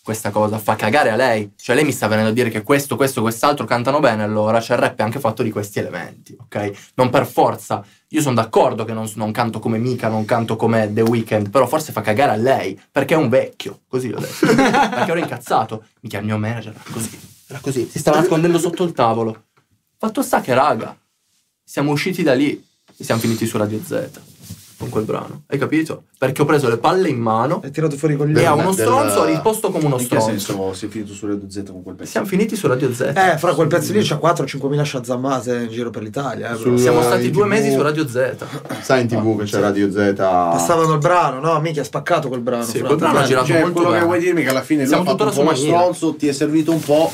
Speaker 5: Questa cosa fa cagare a lei. Cioè, lei mi sta venendo a dire che questo, questo, quest'altro cantano bene, allora. Cioè, il rap è anche fatto di questi elementi, ok? Non per forza. Io sono d'accordo che non, non canto come Mika, non canto come The Weeknd, però forse fa cagare a lei, perché è un vecchio. Così ho detto. perché ero incazzato. Mi chiama il mio manager, era così. Era così. Si stava nascondendo sotto il tavolo. Fatto sta che, raga, siamo usciti da lì e siamo finiti su Radio Z con quel brano. Hai capito? Perché ho preso le palle in mano
Speaker 1: Eh,
Speaker 2: Hai tirato fuori con gli
Speaker 5: e a
Speaker 4: Del-
Speaker 5: uno
Speaker 4: del-
Speaker 5: stronzo ho risposto come uno
Speaker 1: in che
Speaker 5: stronzo.
Speaker 1: senso si è finito sulle due Z con quel pezzo?
Speaker 5: Siamo finiti su Radio Z.
Speaker 2: Eh, fra quel pezzo lì c'ha 4-5 shazammate in giro per l'Italia. eh, bro.
Speaker 4: Sul-
Speaker 5: siamo
Speaker 4: eh,
Speaker 5: stati
Speaker 4: in
Speaker 5: due
Speaker 4: TV.
Speaker 5: mesi su Radio Z.
Speaker 4: Sai in tv che c'è Radio Z.
Speaker 2: Passavano il brano, no? Minchia, ha spaccato quel brano.
Speaker 5: Sì,
Speaker 2: fra.
Speaker 5: quel brano ha girato
Speaker 1: Cioè,
Speaker 5: molto
Speaker 1: quello
Speaker 5: bene.
Speaker 1: che vuoi dirmi è che alla fine lui
Speaker 5: Siamo
Speaker 1: ha fatto un
Speaker 5: tuttora
Speaker 1: po' uno
Speaker 5: su maniera.
Speaker 1: stronzo, ti è servito un po',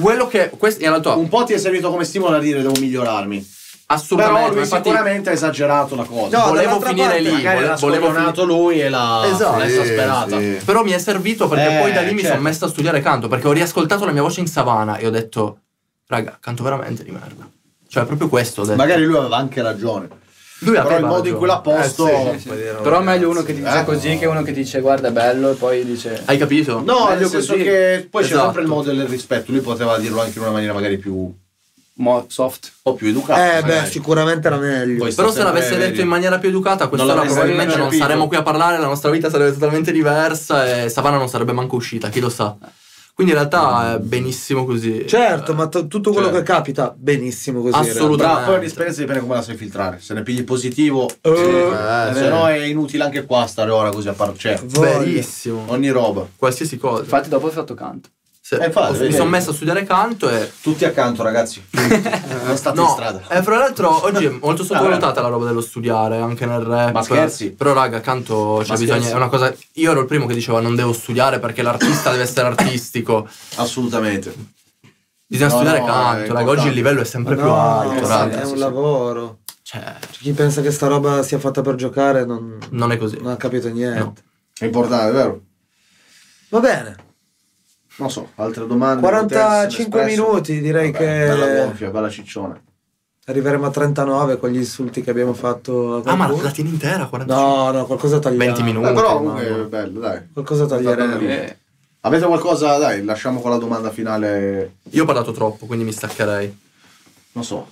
Speaker 5: Quello che questo in realtà
Speaker 1: un po' ti è servito come stimolo a dire devo migliorarmi. Però
Speaker 5: assolutamente
Speaker 1: lui
Speaker 5: infatti
Speaker 1: sicuramente ha esagerato la cosa.
Speaker 2: No,
Speaker 5: volevo
Speaker 2: dall'altra
Speaker 5: finire
Speaker 2: parte,
Speaker 5: lì,
Speaker 1: Magari
Speaker 5: vole-
Speaker 1: era
Speaker 5: volevo finire-
Speaker 1: scoglionato lui e l'ha
Speaker 5: Esatto.
Speaker 1: l'ha
Speaker 4: Sì,
Speaker 1: esasperata.
Speaker 4: sì.
Speaker 5: Però mi è servito perché
Speaker 1: Ah, Eh,
Speaker 5: poi da lì mi
Speaker 1: certo.
Speaker 5: sono messo a studiare canto, perché ho riascoltato la mia voce in savana e ho detto "Raga, canto veramente di merda". Cioè, proprio questo ho detto.
Speaker 1: Magari lui aveva anche ragione.
Speaker 5: lui
Speaker 1: Però
Speaker 5: aveva
Speaker 1: il modo in
Speaker 5: ragione.
Speaker 1: cui l'ha posto...
Speaker 4: Eh, sì,
Speaker 6: Però meglio uno che ti dice così che uno che ti dice guarda è bello e poi dice...
Speaker 5: Hai capito?
Speaker 1: No,
Speaker 6: Meglio
Speaker 1: nel senso
Speaker 6: così.
Speaker 1: che poi c'è
Speaker 5: Esatto.
Speaker 1: sempre il modo del rispetto. Lui poteva dirlo anche in una maniera magari più un
Speaker 6: Mo- soft.
Speaker 1: po' più educata.
Speaker 2: Eh, beh,
Speaker 1: magari.
Speaker 2: sicuramente era meglio.
Speaker 1: Poi sta
Speaker 5: Però se
Speaker 1: sempre-
Speaker 5: l'avesse detto in maniera più educata, quest'ora
Speaker 1: eh, l'avresti
Speaker 5: probabilmente
Speaker 1: nemmeno
Speaker 5: non
Speaker 1: capito.
Speaker 5: saremmo qui a parlare, la nostra vita sarebbe totalmente diversa e Savana non sarebbe manco uscita, chi lo sa. Quindi in realtà è benissimo così.
Speaker 2: Certo,
Speaker 5: Eh,
Speaker 2: ma t- tutto quello
Speaker 1: Certo.
Speaker 2: che capita, benissimo così.
Speaker 5: Assolutamente.
Speaker 1: Bravo, poi l'esperienza dipende come la sai filtrare. Se ne pigli positivo,
Speaker 2: Eh,
Speaker 1: sì,
Speaker 4: eh,
Speaker 1: se no è inutile anche qua stare ora così a par- cioè,
Speaker 2: in realtà. Voglia.
Speaker 5: Verissimo.
Speaker 1: Ogni roba.
Speaker 5: Qualsiasi cosa.
Speaker 6: Infatti dopo ho fatto canto.
Speaker 5: Se-
Speaker 1: Eh, infatti,
Speaker 5: ho- mi
Speaker 1: vedi.
Speaker 5: sono messo a studiare canto e...
Speaker 1: Tutti accanto, ragazzi. non state in
Speaker 5: No, Eh.
Speaker 1: strada.
Speaker 5: e fra l'altro oggi è molto
Speaker 1: Ah,
Speaker 5: sottovalutata la roba dello studiare anche nel rap.
Speaker 1: Ma scherzi?
Speaker 5: Però raga, canto c'è
Speaker 1: Ma
Speaker 5: bisogno,
Speaker 1: scherzi?
Speaker 5: è una cosa... Io ero il primo che diceva non devo studiare perché l'artista deve essere artistico.
Speaker 1: Assolutamente.
Speaker 5: Bisogna
Speaker 1: No,
Speaker 5: studiare
Speaker 1: no, è
Speaker 5: canto, raga, oggi
Speaker 1: importante.
Speaker 5: il livello è sempre
Speaker 2: No,
Speaker 5: più
Speaker 2: è
Speaker 5: alto,
Speaker 2: un-
Speaker 5: raga.
Speaker 2: è un lavoro.
Speaker 5: Cioè,
Speaker 2: Cioè, Chi pensa che sta roba sia fatta per giocare non,
Speaker 5: non è così.
Speaker 2: non ha capito niente.
Speaker 1: È importante, vero?
Speaker 2: Va bene,
Speaker 1: Non so, altre domande?
Speaker 2: 45
Speaker 1: Potesse, Nespresso?
Speaker 2: minuti, direi
Speaker 1: Vabbè,
Speaker 2: che-
Speaker 1: Bella gonfia, bella Eh, cicciona.
Speaker 2: arriveremo a 39 con gli insulti che abbiamo fatto. A
Speaker 5: Ah, ma
Speaker 2: qualcuno.
Speaker 5: la, la tieni intera? 45?
Speaker 2: No, no, qualcosa taglierà.
Speaker 5: 20 minuti.
Speaker 1: Eh, però
Speaker 5: mamma.
Speaker 1: comunque è bello, dai.
Speaker 2: Qualcosa taglieremo.
Speaker 1: Vabbè.
Speaker 6: Eh,
Speaker 1: Avete qualcosa, dai, lasciamo con la domanda finale.
Speaker 5: Io ho parlato troppo, quindi mi staccherei.
Speaker 1: Non so.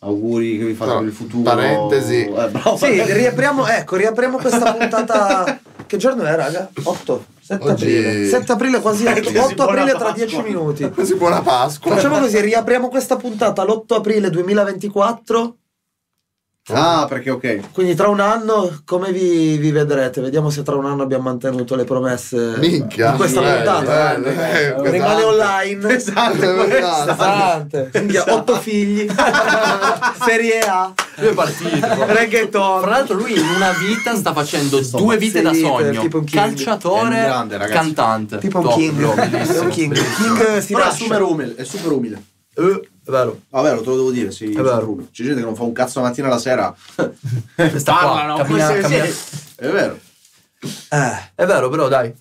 Speaker 1: Auguri che vi fate
Speaker 4: No,
Speaker 1: per il futuro.
Speaker 4: parentesi.
Speaker 1: Eh, bravo,
Speaker 2: Sì, riapriamo, ecco, riapriamo questa puntata. Che giorno è, raga? 8. 7
Speaker 4: Oggi-
Speaker 2: aprile. 7 aprile quasi 8,
Speaker 1: Sì, buona
Speaker 2: aprile tra
Speaker 1: Pasqua.
Speaker 2: 10 minuti.
Speaker 4: Così buona Pasqua.
Speaker 2: Facciamo così, riapriamo questa puntata l'8 aprile 2024.
Speaker 1: Ah, perché ok.
Speaker 2: Quindi tra un anno come vi, vi vedrete? Vediamo se tra un anno abbiamo mantenuto le promesse
Speaker 4: Eh, Minchia. eh,
Speaker 2: in questa
Speaker 4: Bello,
Speaker 2: puntata. eh,
Speaker 4: bello, bello.
Speaker 2: Rimane online.
Speaker 1: Esatto,
Speaker 4: Pesante, pesante.
Speaker 2: Pesante. Minchia, Otto figli. Serie A.
Speaker 5: Lui è partito. proprio.
Speaker 2: Reggaeton.
Speaker 5: Fra l'altro lui in una vita sta facendo due vite da
Speaker 2: sì,
Speaker 5: sogno.
Speaker 2: tipo un King.
Speaker 5: Calciatore,
Speaker 1: È un grande, ragazzi.
Speaker 5: cantante.
Speaker 2: Tipo un
Speaker 5: Top,
Speaker 2: King.
Speaker 5: bro,
Speaker 2: È
Speaker 5: bellissimo.
Speaker 2: un King. King si
Speaker 1: Però è
Speaker 2: nasce.
Speaker 1: super umile, è super umile.
Speaker 5: Eh, è vero.
Speaker 1: Ah, vero, te lo devo dire, sì.
Speaker 5: vero.
Speaker 1: super umile. C'è gente che non fa un cazzo la mattina alla sera.
Speaker 5: Sta qua, cammina-
Speaker 1: poi se-
Speaker 5: cammina.
Speaker 1: sì, È vero.
Speaker 2: Eh,
Speaker 5: È vero, però dai.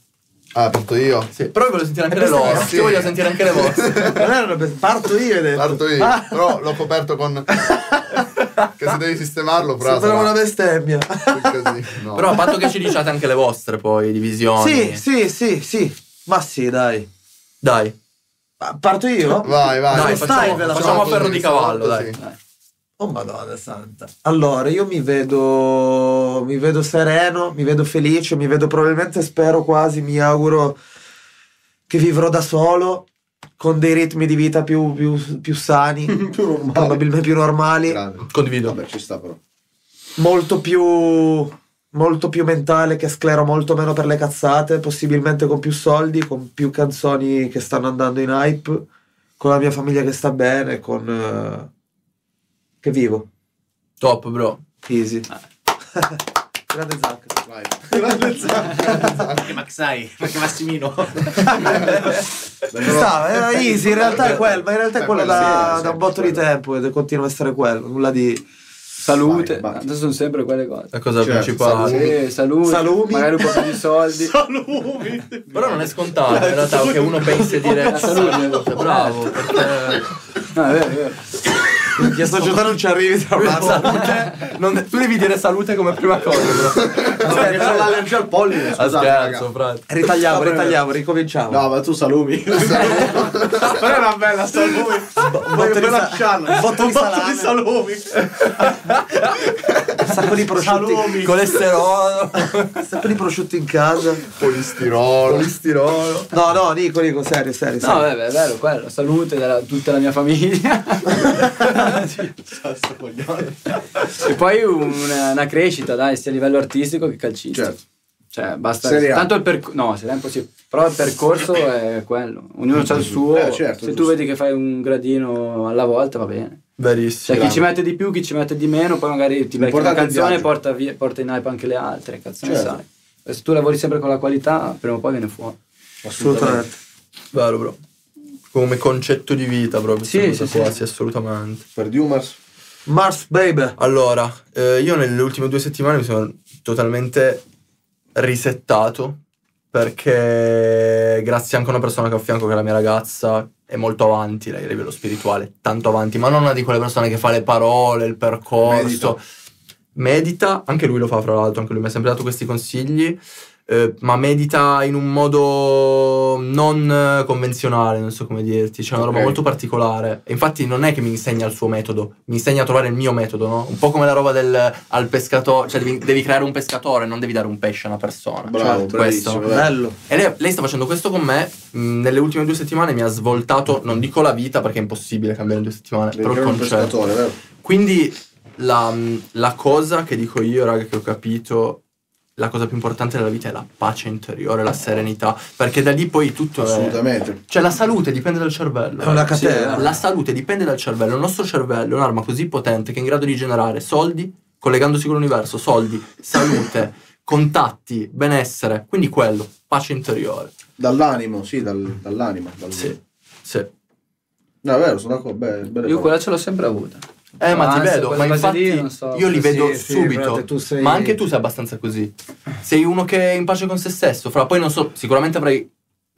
Speaker 4: Ah, parto io.
Speaker 5: Sì, Però io voglio sentire anche
Speaker 2: Eh,
Speaker 5: le
Speaker 2: questa-
Speaker 5: loro.
Speaker 4: sì.
Speaker 5: Io voglio sentire anche le vostre.
Speaker 2: non era una be- parto io hai detto.
Speaker 4: Parto io.
Speaker 2: Ah,
Speaker 4: Però l'ho coperto con... che se devi sistemarlo, però...
Speaker 2: sembrava una
Speaker 4: sarà
Speaker 2: bestemmia.
Speaker 4: così. No.
Speaker 5: Però a patto che ci diciate anche le vostre poi, divisioni.
Speaker 2: Sì, sì, sì, sì. Ma sì, dai.
Speaker 5: Dai.
Speaker 2: Ma Parto io?
Speaker 4: Vai, vai.
Speaker 5: Dai,
Speaker 2: Dai,
Speaker 5: facciamo,
Speaker 2: ve la
Speaker 5: facciamo a
Speaker 4: così,
Speaker 5: ferro di cavallo,
Speaker 4: sì.
Speaker 5: dai.
Speaker 2: Oh madonna santa. Allora, io mi vedo, mi vedo sereno, mi vedo felice, mi vedo probabilmente, spero quasi, mi auguro che vivrò da solo, con dei ritmi di vita più, più- più sani,
Speaker 1: più normale.
Speaker 2: probabilmente più normali,
Speaker 4: Grande.
Speaker 5: Condivido.
Speaker 1: Vabbè, ci sta però.
Speaker 2: molto più, molto più mentale, che sclero molto meno per le cazzate, possibilmente con più soldi, con più canzoni che stanno andando in hype, con la mia famiglia che sta bene, con... eh, che vivo.
Speaker 5: Top, bro.
Speaker 2: Easy. Grande Zacco.
Speaker 4: Vai. Grande Zacco.
Speaker 1: Perché Maxai? Perché Massimino?
Speaker 2: Ci sta, era easy, in realtà è quel, ma in realtà è
Speaker 4: Beh,
Speaker 2: quello
Speaker 4: quella
Speaker 2: da,
Speaker 4: sì,
Speaker 2: da un botto di
Speaker 4: quello.
Speaker 2: tempo ed è- continua a essere quello, nulla di
Speaker 3: Salute,
Speaker 1: Vai, vai.
Speaker 3: tanto sono sempre quelle cose.
Speaker 5: La cosa
Speaker 4: Certo,
Speaker 5: principale.
Speaker 4: salute.
Speaker 3: Sì, salute,
Speaker 2: Salumi.
Speaker 3: magari un po' più di soldi.
Speaker 1: Salumi!
Speaker 5: Però non è scontato in realtà che uno pensi di dire "Ah, salute, bravo, perché
Speaker 3: No, è vero, è vero.
Speaker 2: in società non ci arrivi tra
Speaker 5: la salute non- tu devi dire salute come prima cosa, bro.
Speaker 2: Cioè,
Speaker 1: Perché c'ho l'allergia al polline,
Speaker 5: A
Speaker 1: scusate.
Speaker 5: scherzo, frate.
Speaker 2: Ritagliamo, ritagliamo, ricominciamo.
Speaker 1: No, ma tu salumi. Però è una bella salumi. Voglio
Speaker 2: di
Speaker 1: bella
Speaker 2: sa-
Speaker 1: scialla.
Speaker 2: botto di salame.
Speaker 1: salumi.
Speaker 2: Un sacco di prosciutti,
Speaker 1: Salumi.
Speaker 5: Colesterolo,
Speaker 2: un sacco di prosciutti in casa.
Speaker 4: Polistirolo.
Speaker 5: colesterolo.
Speaker 2: No, no, Nico, Nico, serio, serio,
Speaker 3: No,
Speaker 2: serio.
Speaker 3: eh. vabbè, è vero, quello. Salute da tutta la mia famiglia.
Speaker 1: Sto coglione.
Speaker 3: e poi una, una crescita, dai, sia a livello artistico che calcistico.
Speaker 4: Certo.
Speaker 3: Cioè, basta.
Speaker 4: Serie A.
Speaker 3: Tanto il percorso. No, se è impossibile. Però il percorso è quello. Ognuno ha il suo.
Speaker 1: Eh, certo,
Speaker 3: se tu
Speaker 1: giusto.
Speaker 3: vedi che fai un gradino alla volta, va bene. Cioè,
Speaker 5: Verissimo.
Speaker 3: chi ci mette di più, chi ci mette di meno, poi magari ti becchi una
Speaker 1: L'importante è il
Speaker 3: canzone e
Speaker 1: viaggio.
Speaker 3: porta, via- porta in hype anche le altre. Cazzo, ne
Speaker 1: Certo.
Speaker 3: sai. E Se tu lavori sempre con la qualità, prima o poi viene fuori.
Speaker 2: Assolutamente.
Speaker 5: Vero, bro. Come concetto di vita, proprio.
Speaker 3: Sì,
Speaker 5: questa
Speaker 3: sì,
Speaker 5: cosa qua,
Speaker 3: sì.
Speaker 5: sì, assolutamente.
Speaker 1: Per Dumas.
Speaker 2: Mars Baby.
Speaker 5: Allora, eh, io nelle ultime due settimane mi sono totalmente risettato perché grazie anche a una persona che ho a fianco che è la mia ragazza è molto avanti lei a livello spirituale, tanto avanti, ma non una di quelle persone che fa le parole, il percorso. Medita, anche lui lo fa fra l'altro, anche lui mi ha sempre dato questi consigli, eh, ma medita in un modo non eh, convenzionale, non so come dirti, c'è una roba
Speaker 4: Ok.
Speaker 5: molto particolare. E infatti non è che mi insegna il suo metodo, mi insegna a trovare il mio metodo, no? Un po' come la roba del al pescatore, cioè devi, devi creare un pescatore, non devi dare un pesce a una persona.
Speaker 1: Bravo,
Speaker 5: Certo,
Speaker 1: bravissimo.
Speaker 5: questo.
Speaker 2: Bello.
Speaker 5: E lei, lei sta facendo questo con me, mh, nelle ultime due settimane mi ha svoltato, non dico la vita perché è impossibile cambiare in due settimane, però il
Speaker 1: Perché è un
Speaker 5: concetto.
Speaker 1: pescatore, vero?
Speaker 5: Quindi la, mm, la cosa che dico io, raga, che ho capito, la cosa più importante della vita è la pace interiore, la serenità, perché da lì poi tutto è...
Speaker 1: Assolutamente.
Speaker 5: Cioè la salute dipende dal cervello.
Speaker 2: È una
Speaker 5: Sì,
Speaker 2: catena.
Speaker 5: la salute dipende dal cervello. Il nostro cervello è un'arma così potente che è in grado di generare soldi, collegandosi con l'universo, soldi, salute, contatti, benessere. Quindi quello, pace interiore.
Speaker 1: Dall'animo, sì, dal- dall'anima. dal-
Speaker 5: Sì, sì.
Speaker 1: No, è vero, sono d'accordo. Beh, belle
Speaker 3: Io
Speaker 1: parole.
Speaker 3: quella ce l'ho sempre avuta.
Speaker 5: Eh, ma ti
Speaker 3: Anzi,
Speaker 5: vedo, ma
Speaker 3: quelle cose
Speaker 5: infatti
Speaker 3: lì, non so.
Speaker 5: io li
Speaker 2: Sì,
Speaker 5: vedo
Speaker 2: sì,
Speaker 5: subito.
Speaker 2: frate, tu sei-
Speaker 5: Ma anche tu sei abbastanza così. Sei uno che è in pace con se stesso. Fra poi non so, sicuramente avrai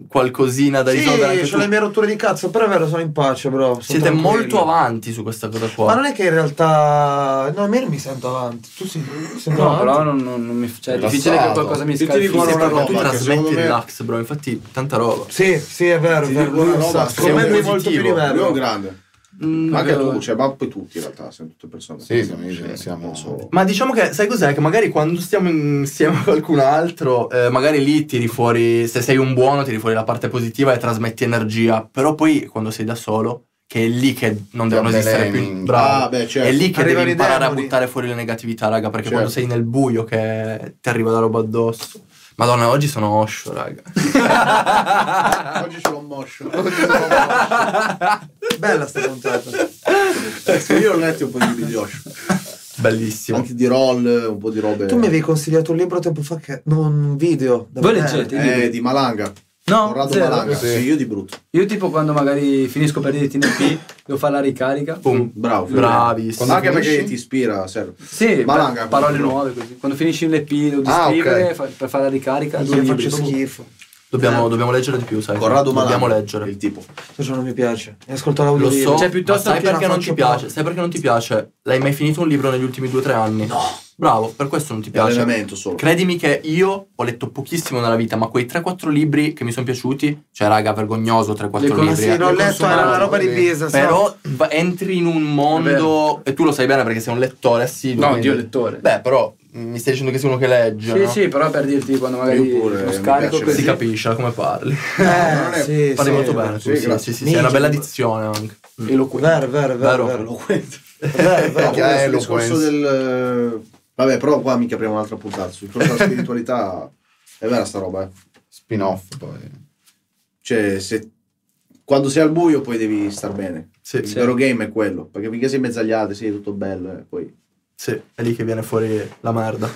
Speaker 5: qualcosina da
Speaker 2: Sì,
Speaker 5: risolvere anche
Speaker 2: c'ho le
Speaker 5: tu.
Speaker 2: mie rotture di cazzo, però è vero, sono in pace, bro. sono
Speaker 5: Siete
Speaker 2: tranquillo.
Speaker 5: molto avanti su questa cosa qua.
Speaker 2: Ma non è che in realtà... No, a me non mi sento avanti. Tu sì, sento
Speaker 3: No,
Speaker 2: avanti.
Speaker 3: però non, non- non mi. Cioè, è
Speaker 4: Rilassato.
Speaker 3: difficile che qualcosa mi
Speaker 1: Io ti
Speaker 3: scalfi.
Speaker 1: dico una
Speaker 5: Sì, proprio
Speaker 1: roba
Speaker 5: tu
Speaker 1: che
Speaker 5: trasmetti
Speaker 1: secondo me-
Speaker 5: relax, bro. Infatti, tanta roba.
Speaker 2: Sì, sì, è vero, è
Speaker 1: Ti
Speaker 2: vero.
Speaker 1: dico una
Speaker 2: lui
Speaker 1: roba,
Speaker 2: sa,
Speaker 1: secondo
Speaker 2: come
Speaker 1: me
Speaker 2: lui
Speaker 1: è
Speaker 2: molto più di me,
Speaker 1: Io
Speaker 2: bro.
Speaker 1: grande.
Speaker 5: Mm,
Speaker 1: Ma anche
Speaker 5: vero.
Speaker 1: tu, cioè, ma poi tutti in realtà, siamo tutte persone.
Speaker 4: Sì, siamo-
Speaker 1: Cioè,
Speaker 4: siamo-
Speaker 1: non solo-
Speaker 5: Ma diciamo che, sai cos'è? Che magari quando stiamo insieme a qualcun altro, eh, magari lì tiri fuori, se sei un buono, tiri fuori la parte positiva e trasmetti energia, però poi quando sei da solo, che è lì che non
Speaker 4: Ti
Speaker 5: devono esistere più.
Speaker 4: avveleni.
Speaker 5: Bravo.
Speaker 1: Ah, beh, certo.
Speaker 5: È lì che
Speaker 2: Arrivano
Speaker 5: devi
Speaker 2: i
Speaker 5: imparare a
Speaker 2: demoni.
Speaker 5: buttare fuori la negatività, raga, perché
Speaker 1: Certo.
Speaker 5: quando sei nel buio che ti arriva la roba addosso. Madonna, oggi sono Osho, raga.
Speaker 1: Oggi ce l'ho moscio.
Speaker 2: Bella sta puntata.
Speaker 1: Eh, Io ho letto un po' di libri di Osho.
Speaker 5: Bellissimo.
Speaker 1: Anche di roll, un po' di robe.
Speaker 2: Tu mi avevi consigliato un libro tempo fa che non un video. da
Speaker 3: Voi
Speaker 2: vedere.
Speaker 3: leggete?
Speaker 1: Eh, di Malanga.
Speaker 3: No,
Speaker 1: Corrado
Speaker 3: zero.
Speaker 1: Malanga. Sì.
Speaker 4: Sì.
Speaker 1: io di brutto.
Speaker 3: Io tipo quando magari finisco per dirti TNP, devo fare la ricarica.
Speaker 5: Boom.
Speaker 1: Bravo.
Speaker 5: Bravissimo.
Speaker 1: Anche
Speaker 4: Quando
Speaker 1: perché
Speaker 4: finisci?
Speaker 1: ti ispira, serve.
Speaker 3: Sì,
Speaker 1: Malanga,
Speaker 3: pa- parole
Speaker 1: proprio.
Speaker 3: nuove così. Quando finisci l'EP devo
Speaker 4: Ah, ok.
Speaker 3: descrivere fa- per fare la ricarica.
Speaker 2: Io
Speaker 3: Due libri.
Speaker 2: faccio schifo.
Speaker 5: Dobbiamo, dobbiamo leggere di più, sai.
Speaker 1: Corrado Malanga.
Speaker 5: dobbiamo leggere.
Speaker 1: Il tipo.
Speaker 2: Questo non mi piace. E ascolto l'audio.
Speaker 5: Lo so,
Speaker 3: Cioè, piuttosto
Speaker 5: ma sai
Speaker 3: che la
Speaker 5: perché non
Speaker 2: faccio
Speaker 5: ti piace?
Speaker 2: proprio.
Speaker 5: Sai perché non ti piace? L'hai mai finito un libro negli ultimi 2-3 anni? No. Bravo, per questo non ti
Speaker 1: Di
Speaker 5: piace.
Speaker 1: allenamento solo.
Speaker 5: Credimi che io ho letto pochissimo nella vita, ma quei 3-4 libri che mi sono piaciuti, cioè raga, vergognoso 3-4
Speaker 3: Li
Speaker 5: libri.
Speaker 3: conosci,
Speaker 5: eh.
Speaker 2: sì, l'ho
Speaker 4: le
Speaker 2: letto, era una
Speaker 4: consumavo,
Speaker 2: roba di
Speaker 4: quindi-
Speaker 2: business. no?
Speaker 5: Però va- entri in un mondo, e tu lo sai bene perché sei un lettore assiduo.
Speaker 6: No,
Speaker 5: quindi-
Speaker 6: Dio lettore.
Speaker 5: Beh, però mi stai dicendo che sei uno che legge,
Speaker 6: Sì,
Speaker 5: no?
Speaker 6: sì, però per dirti quando magari
Speaker 1: Io pure,
Speaker 6: lo
Speaker 1: mi
Speaker 6: scarico
Speaker 1: piace
Speaker 5: Si
Speaker 6: così.
Speaker 5: capisce come parli.
Speaker 2: Eh,
Speaker 1: non è-
Speaker 2: sì,
Speaker 5: parli
Speaker 2: sì.
Speaker 5: molto bene.
Speaker 1: sì,
Speaker 5: tu, Sì, sì,
Speaker 1: grazie.
Speaker 5: sì, sì, hai una bella dizione anche. Mm.
Speaker 2: Vero, vero, vero.
Speaker 5: Vero.
Speaker 2: vero.
Speaker 1: Eh,
Speaker 2: Vero,
Speaker 1: però,
Speaker 2: vero.
Speaker 4: Minchia,
Speaker 1: sul
Speaker 4: eh, lo
Speaker 1: discorso del
Speaker 4: penso.
Speaker 1: eh, vabbè però qua mica apriamo un'altra puntata sul discorso della spiritualità è vera sta roba eh.
Speaker 4: Spin-off poi.
Speaker 1: cioè se quando sei al buio poi devi star bene
Speaker 5: Sì,
Speaker 1: il
Speaker 5: sì,
Speaker 1: vero game è quello perché finché sei in mezzo agli altri sei tutto bello eh, poi
Speaker 5: sì, è lì che viene fuori la merda.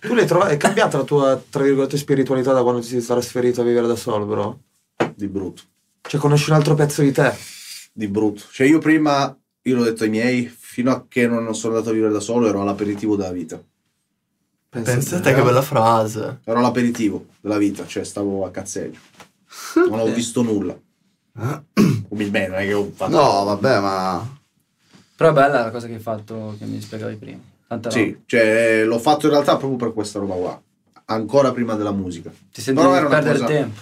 Speaker 2: Tu l'hai trovata, è cambiata la tua, tra virgolette, spiritualità da quando ti sei trasferito a vivere da solo, bro?
Speaker 1: di brutto
Speaker 2: Cioè, conosci un altro pezzo di te?
Speaker 1: di brutto cioè io prima io l'ho detto ai miei fino a che non non sono andato a vivere da solo ero all'aperitivo della vita
Speaker 2: Pensa
Speaker 5: Pensate
Speaker 2: te,
Speaker 5: che
Speaker 2: no?
Speaker 5: bella frase.
Speaker 1: ero all'aperitivo della vita cioè stavo a cazzeggio non ho visto nulla umilmente non è che ho fatto
Speaker 4: No, vabbè, ma
Speaker 6: Però è bella la cosa che hai fatto che mi spiegavi prima. Tanta roba.
Speaker 1: Sì, cioè, l'ho fatto in realtà proprio per questa roba qua. Ancora prima della musica.
Speaker 6: Ti sentivi
Speaker 1: Però
Speaker 6: di
Speaker 1: era una
Speaker 6: perdere
Speaker 1: cosa-
Speaker 6: tempo.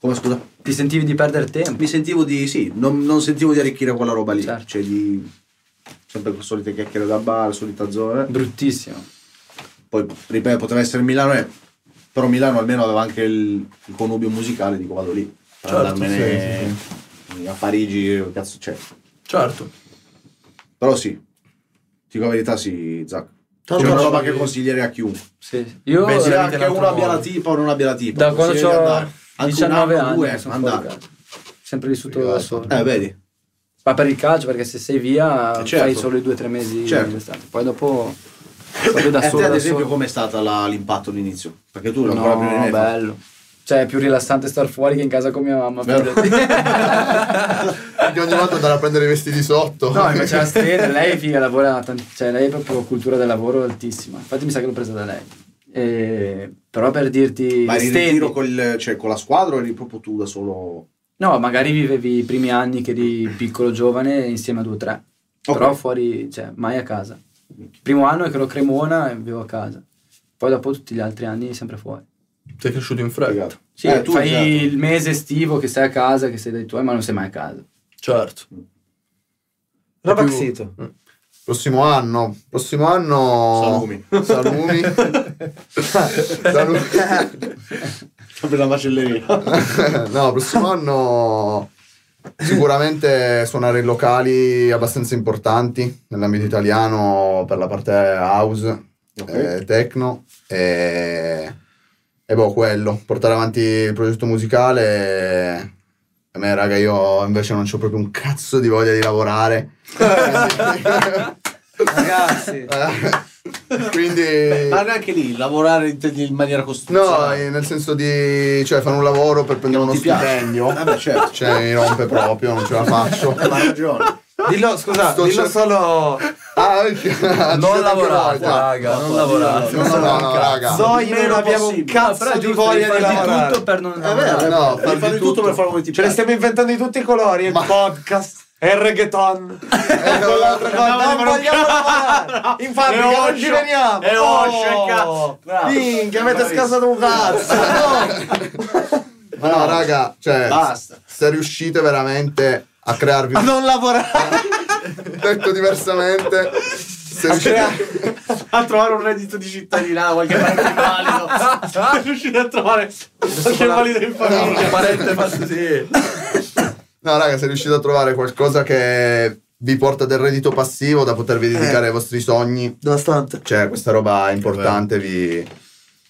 Speaker 1: Come scusa?
Speaker 6: Ti sentivi di perdere tempo.
Speaker 1: Mi sentivo di. sì, non, non sentivo di arricchire quella roba lì.
Speaker 6: Certo.
Speaker 1: Cioè, di. Sempre con solite chiacchiere da bar, solita zona.
Speaker 6: Bruttissimo.
Speaker 1: Poi, ripeto, poteva essere Milano, eh, però Milano almeno aveva anche il, il connubio musicale, dico vado lì. Per
Speaker 5: Certo,
Speaker 1: andarmene a Parigi, cazzo c'è.
Speaker 5: Certo.
Speaker 1: Però sì, dico la verità, sì, Zac. C'è
Speaker 2: Tanto
Speaker 1: una
Speaker 2: ci-
Speaker 1: roba che consiglierei a chiunque.
Speaker 6: Sì. Io eh,
Speaker 5: Beh, sì,
Speaker 1: sia
Speaker 5: veramente
Speaker 1: che
Speaker 5: l'altro
Speaker 1: uno abbia la
Speaker 5: modo.
Speaker 1: tipa o non abbia la tipa.
Speaker 6: da quando
Speaker 1: consiglio di
Speaker 6: ho
Speaker 1: andare. eh. Anche un
Speaker 6: 19
Speaker 1: anno,
Speaker 6: anni
Speaker 1: due,
Speaker 6: che sono fuori
Speaker 1: andare.
Speaker 6: casa. Sempre vissuto da solo.
Speaker 1: Eh, vedi.
Speaker 6: Ma per il calcio, perché se sei via
Speaker 1: Eh, certo.
Speaker 6: fai solo i due o tre mesi
Speaker 1: Certo.
Speaker 6: d'estate. Poi dopo proprio da
Speaker 1: e
Speaker 6: solo.
Speaker 1: Eh, te ad
Speaker 6: da
Speaker 1: esempio
Speaker 6: solo.
Speaker 1: com'è stata la- l'impatto all'inizio? Perché tu l'hai ancora
Speaker 6: No,
Speaker 1: più di me.
Speaker 6: bello. Cioè, è più rilassante star fuori che in casa con mia mamma.
Speaker 1: Vero.
Speaker 4: Perché ogni volta andare a prendere i vestiti sotto.
Speaker 6: No, mi faceva stare, lei figa lavora, tant- cioè lei è proprio cultura del lavoro altissima. Infatti mi sa che l'ho presa da lei. E- però per dirti
Speaker 1: Ma eri in
Speaker 6: stendi-
Speaker 1: ritiro col- cioè, con la squadra o eri proprio tu da solo?
Speaker 6: No, magari vivevi i primi anni che eri piccolo giovane insieme a due o tre.
Speaker 1: Ok.
Speaker 6: Però fuori, cioè, mai a casa. Il primo anno è che ero a Cremona e vivevo a casa. Poi dopo tutti gli altri anni sempre fuori.
Speaker 5: Sei cresciuto in fretta.
Speaker 1: Ragazzi.
Speaker 6: Sì,
Speaker 1: Eh, tu
Speaker 6: fai
Speaker 1: esatto.
Speaker 6: il mese estivo che sei a casa, che sei dai tuoi, ma non sei mai a casa.
Speaker 5: Certo.
Speaker 2: Roba
Speaker 5: Più-
Speaker 2: Xito.
Speaker 5: Mm.
Speaker 4: Prossimo anno, prossimo anno
Speaker 1: Salumi.
Speaker 4: Salumi. Salumi.
Speaker 1: Per la macelleria.
Speaker 4: no, prossimo anno sicuramente suonare in locali abbastanza importanti nell'ambito italiano per la parte house,
Speaker 1: Ok.
Speaker 4: eh, techno e, e boh, quello, portare avanti il progetto musicale. e- A me, raga, io invece non ho proprio un cazzo di voglia di lavorare.
Speaker 2: Ragazzi,
Speaker 6: Eh.
Speaker 4: Quindi
Speaker 1: Ma neanche lì, lavorare in, in maniera
Speaker 4: No,
Speaker 1: costituzionale.
Speaker 4: eh, nel senso di cioè fare un lavoro per prendere uno
Speaker 1: ti piace.
Speaker 4: stipendio.
Speaker 1: Eh beh, certo.
Speaker 4: Cioè, mi rompe proprio, non ce la faccio.
Speaker 1: Eh, ma hai ragione.
Speaker 2: dillo, scusa,
Speaker 4: Sto
Speaker 2: dillo
Speaker 4: cer-
Speaker 2: solo
Speaker 4: Ah, ci siete
Speaker 5: Non
Speaker 4: anche voi,
Speaker 5: lavorate,
Speaker 4: qua.
Speaker 5: raga, non
Speaker 1: No,
Speaker 5: lavorate. Ah,
Speaker 4: No, no, no, no, raga.
Speaker 2: Noi
Speaker 1: Il meno
Speaker 2: non abbiamo un
Speaker 1: possibile.
Speaker 2: cazzo Ah,
Speaker 5: Però è
Speaker 2: di
Speaker 5: giusto,
Speaker 2: voglia
Speaker 5: devi
Speaker 2: di
Speaker 5: fare di Eh,
Speaker 2: lavorare.
Speaker 6: Tutto per non...
Speaker 1: È vero,
Speaker 4: no,
Speaker 1: no, devi
Speaker 4: far
Speaker 1: fare di
Speaker 4: di
Speaker 1: tutto
Speaker 4: tutto.
Speaker 1: per fare come ti
Speaker 2: Ce le
Speaker 1: piace.
Speaker 2: stiamo inventando di tutti i colori, il podcast, il reggaeton, e
Speaker 4: no,
Speaker 2: quell'altra
Speaker 4: no,
Speaker 2: cosa.
Speaker 1: no,
Speaker 2: Non
Speaker 1: no,
Speaker 2: vogliamo
Speaker 1: no,
Speaker 2: lavorare! In fabbrica
Speaker 1: E
Speaker 2: non
Speaker 1: Osho,
Speaker 2: ci veniamo! Oh.
Speaker 1: e Osho, e cazzo, bravo.
Speaker 2: Minchia, avete
Speaker 1: Bravissimo.
Speaker 2: scassato un cazzo! No!
Speaker 4: Ma no, raga, cioè,
Speaker 1: Basta.
Speaker 4: se riuscite veramente a crearvi
Speaker 2: A
Speaker 4: un
Speaker 2: non lavorare!
Speaker 4: detto diversamente, se riuscite
Speaker 1: a trovare un reddito di cittadinanza, qualche parente valido. Sono riuscito a trovare qualche valido in famiglia.
Speaker 5: Un parente fa così.
Speaker 4: No, raga, se riuscite a trovare qualcosa che vi porta del reddito passivo da potervi dedicare ai vostri sogni,
Speaker 2: Devastante.
Speaker 4: Cioè, questa roba è importante, vi...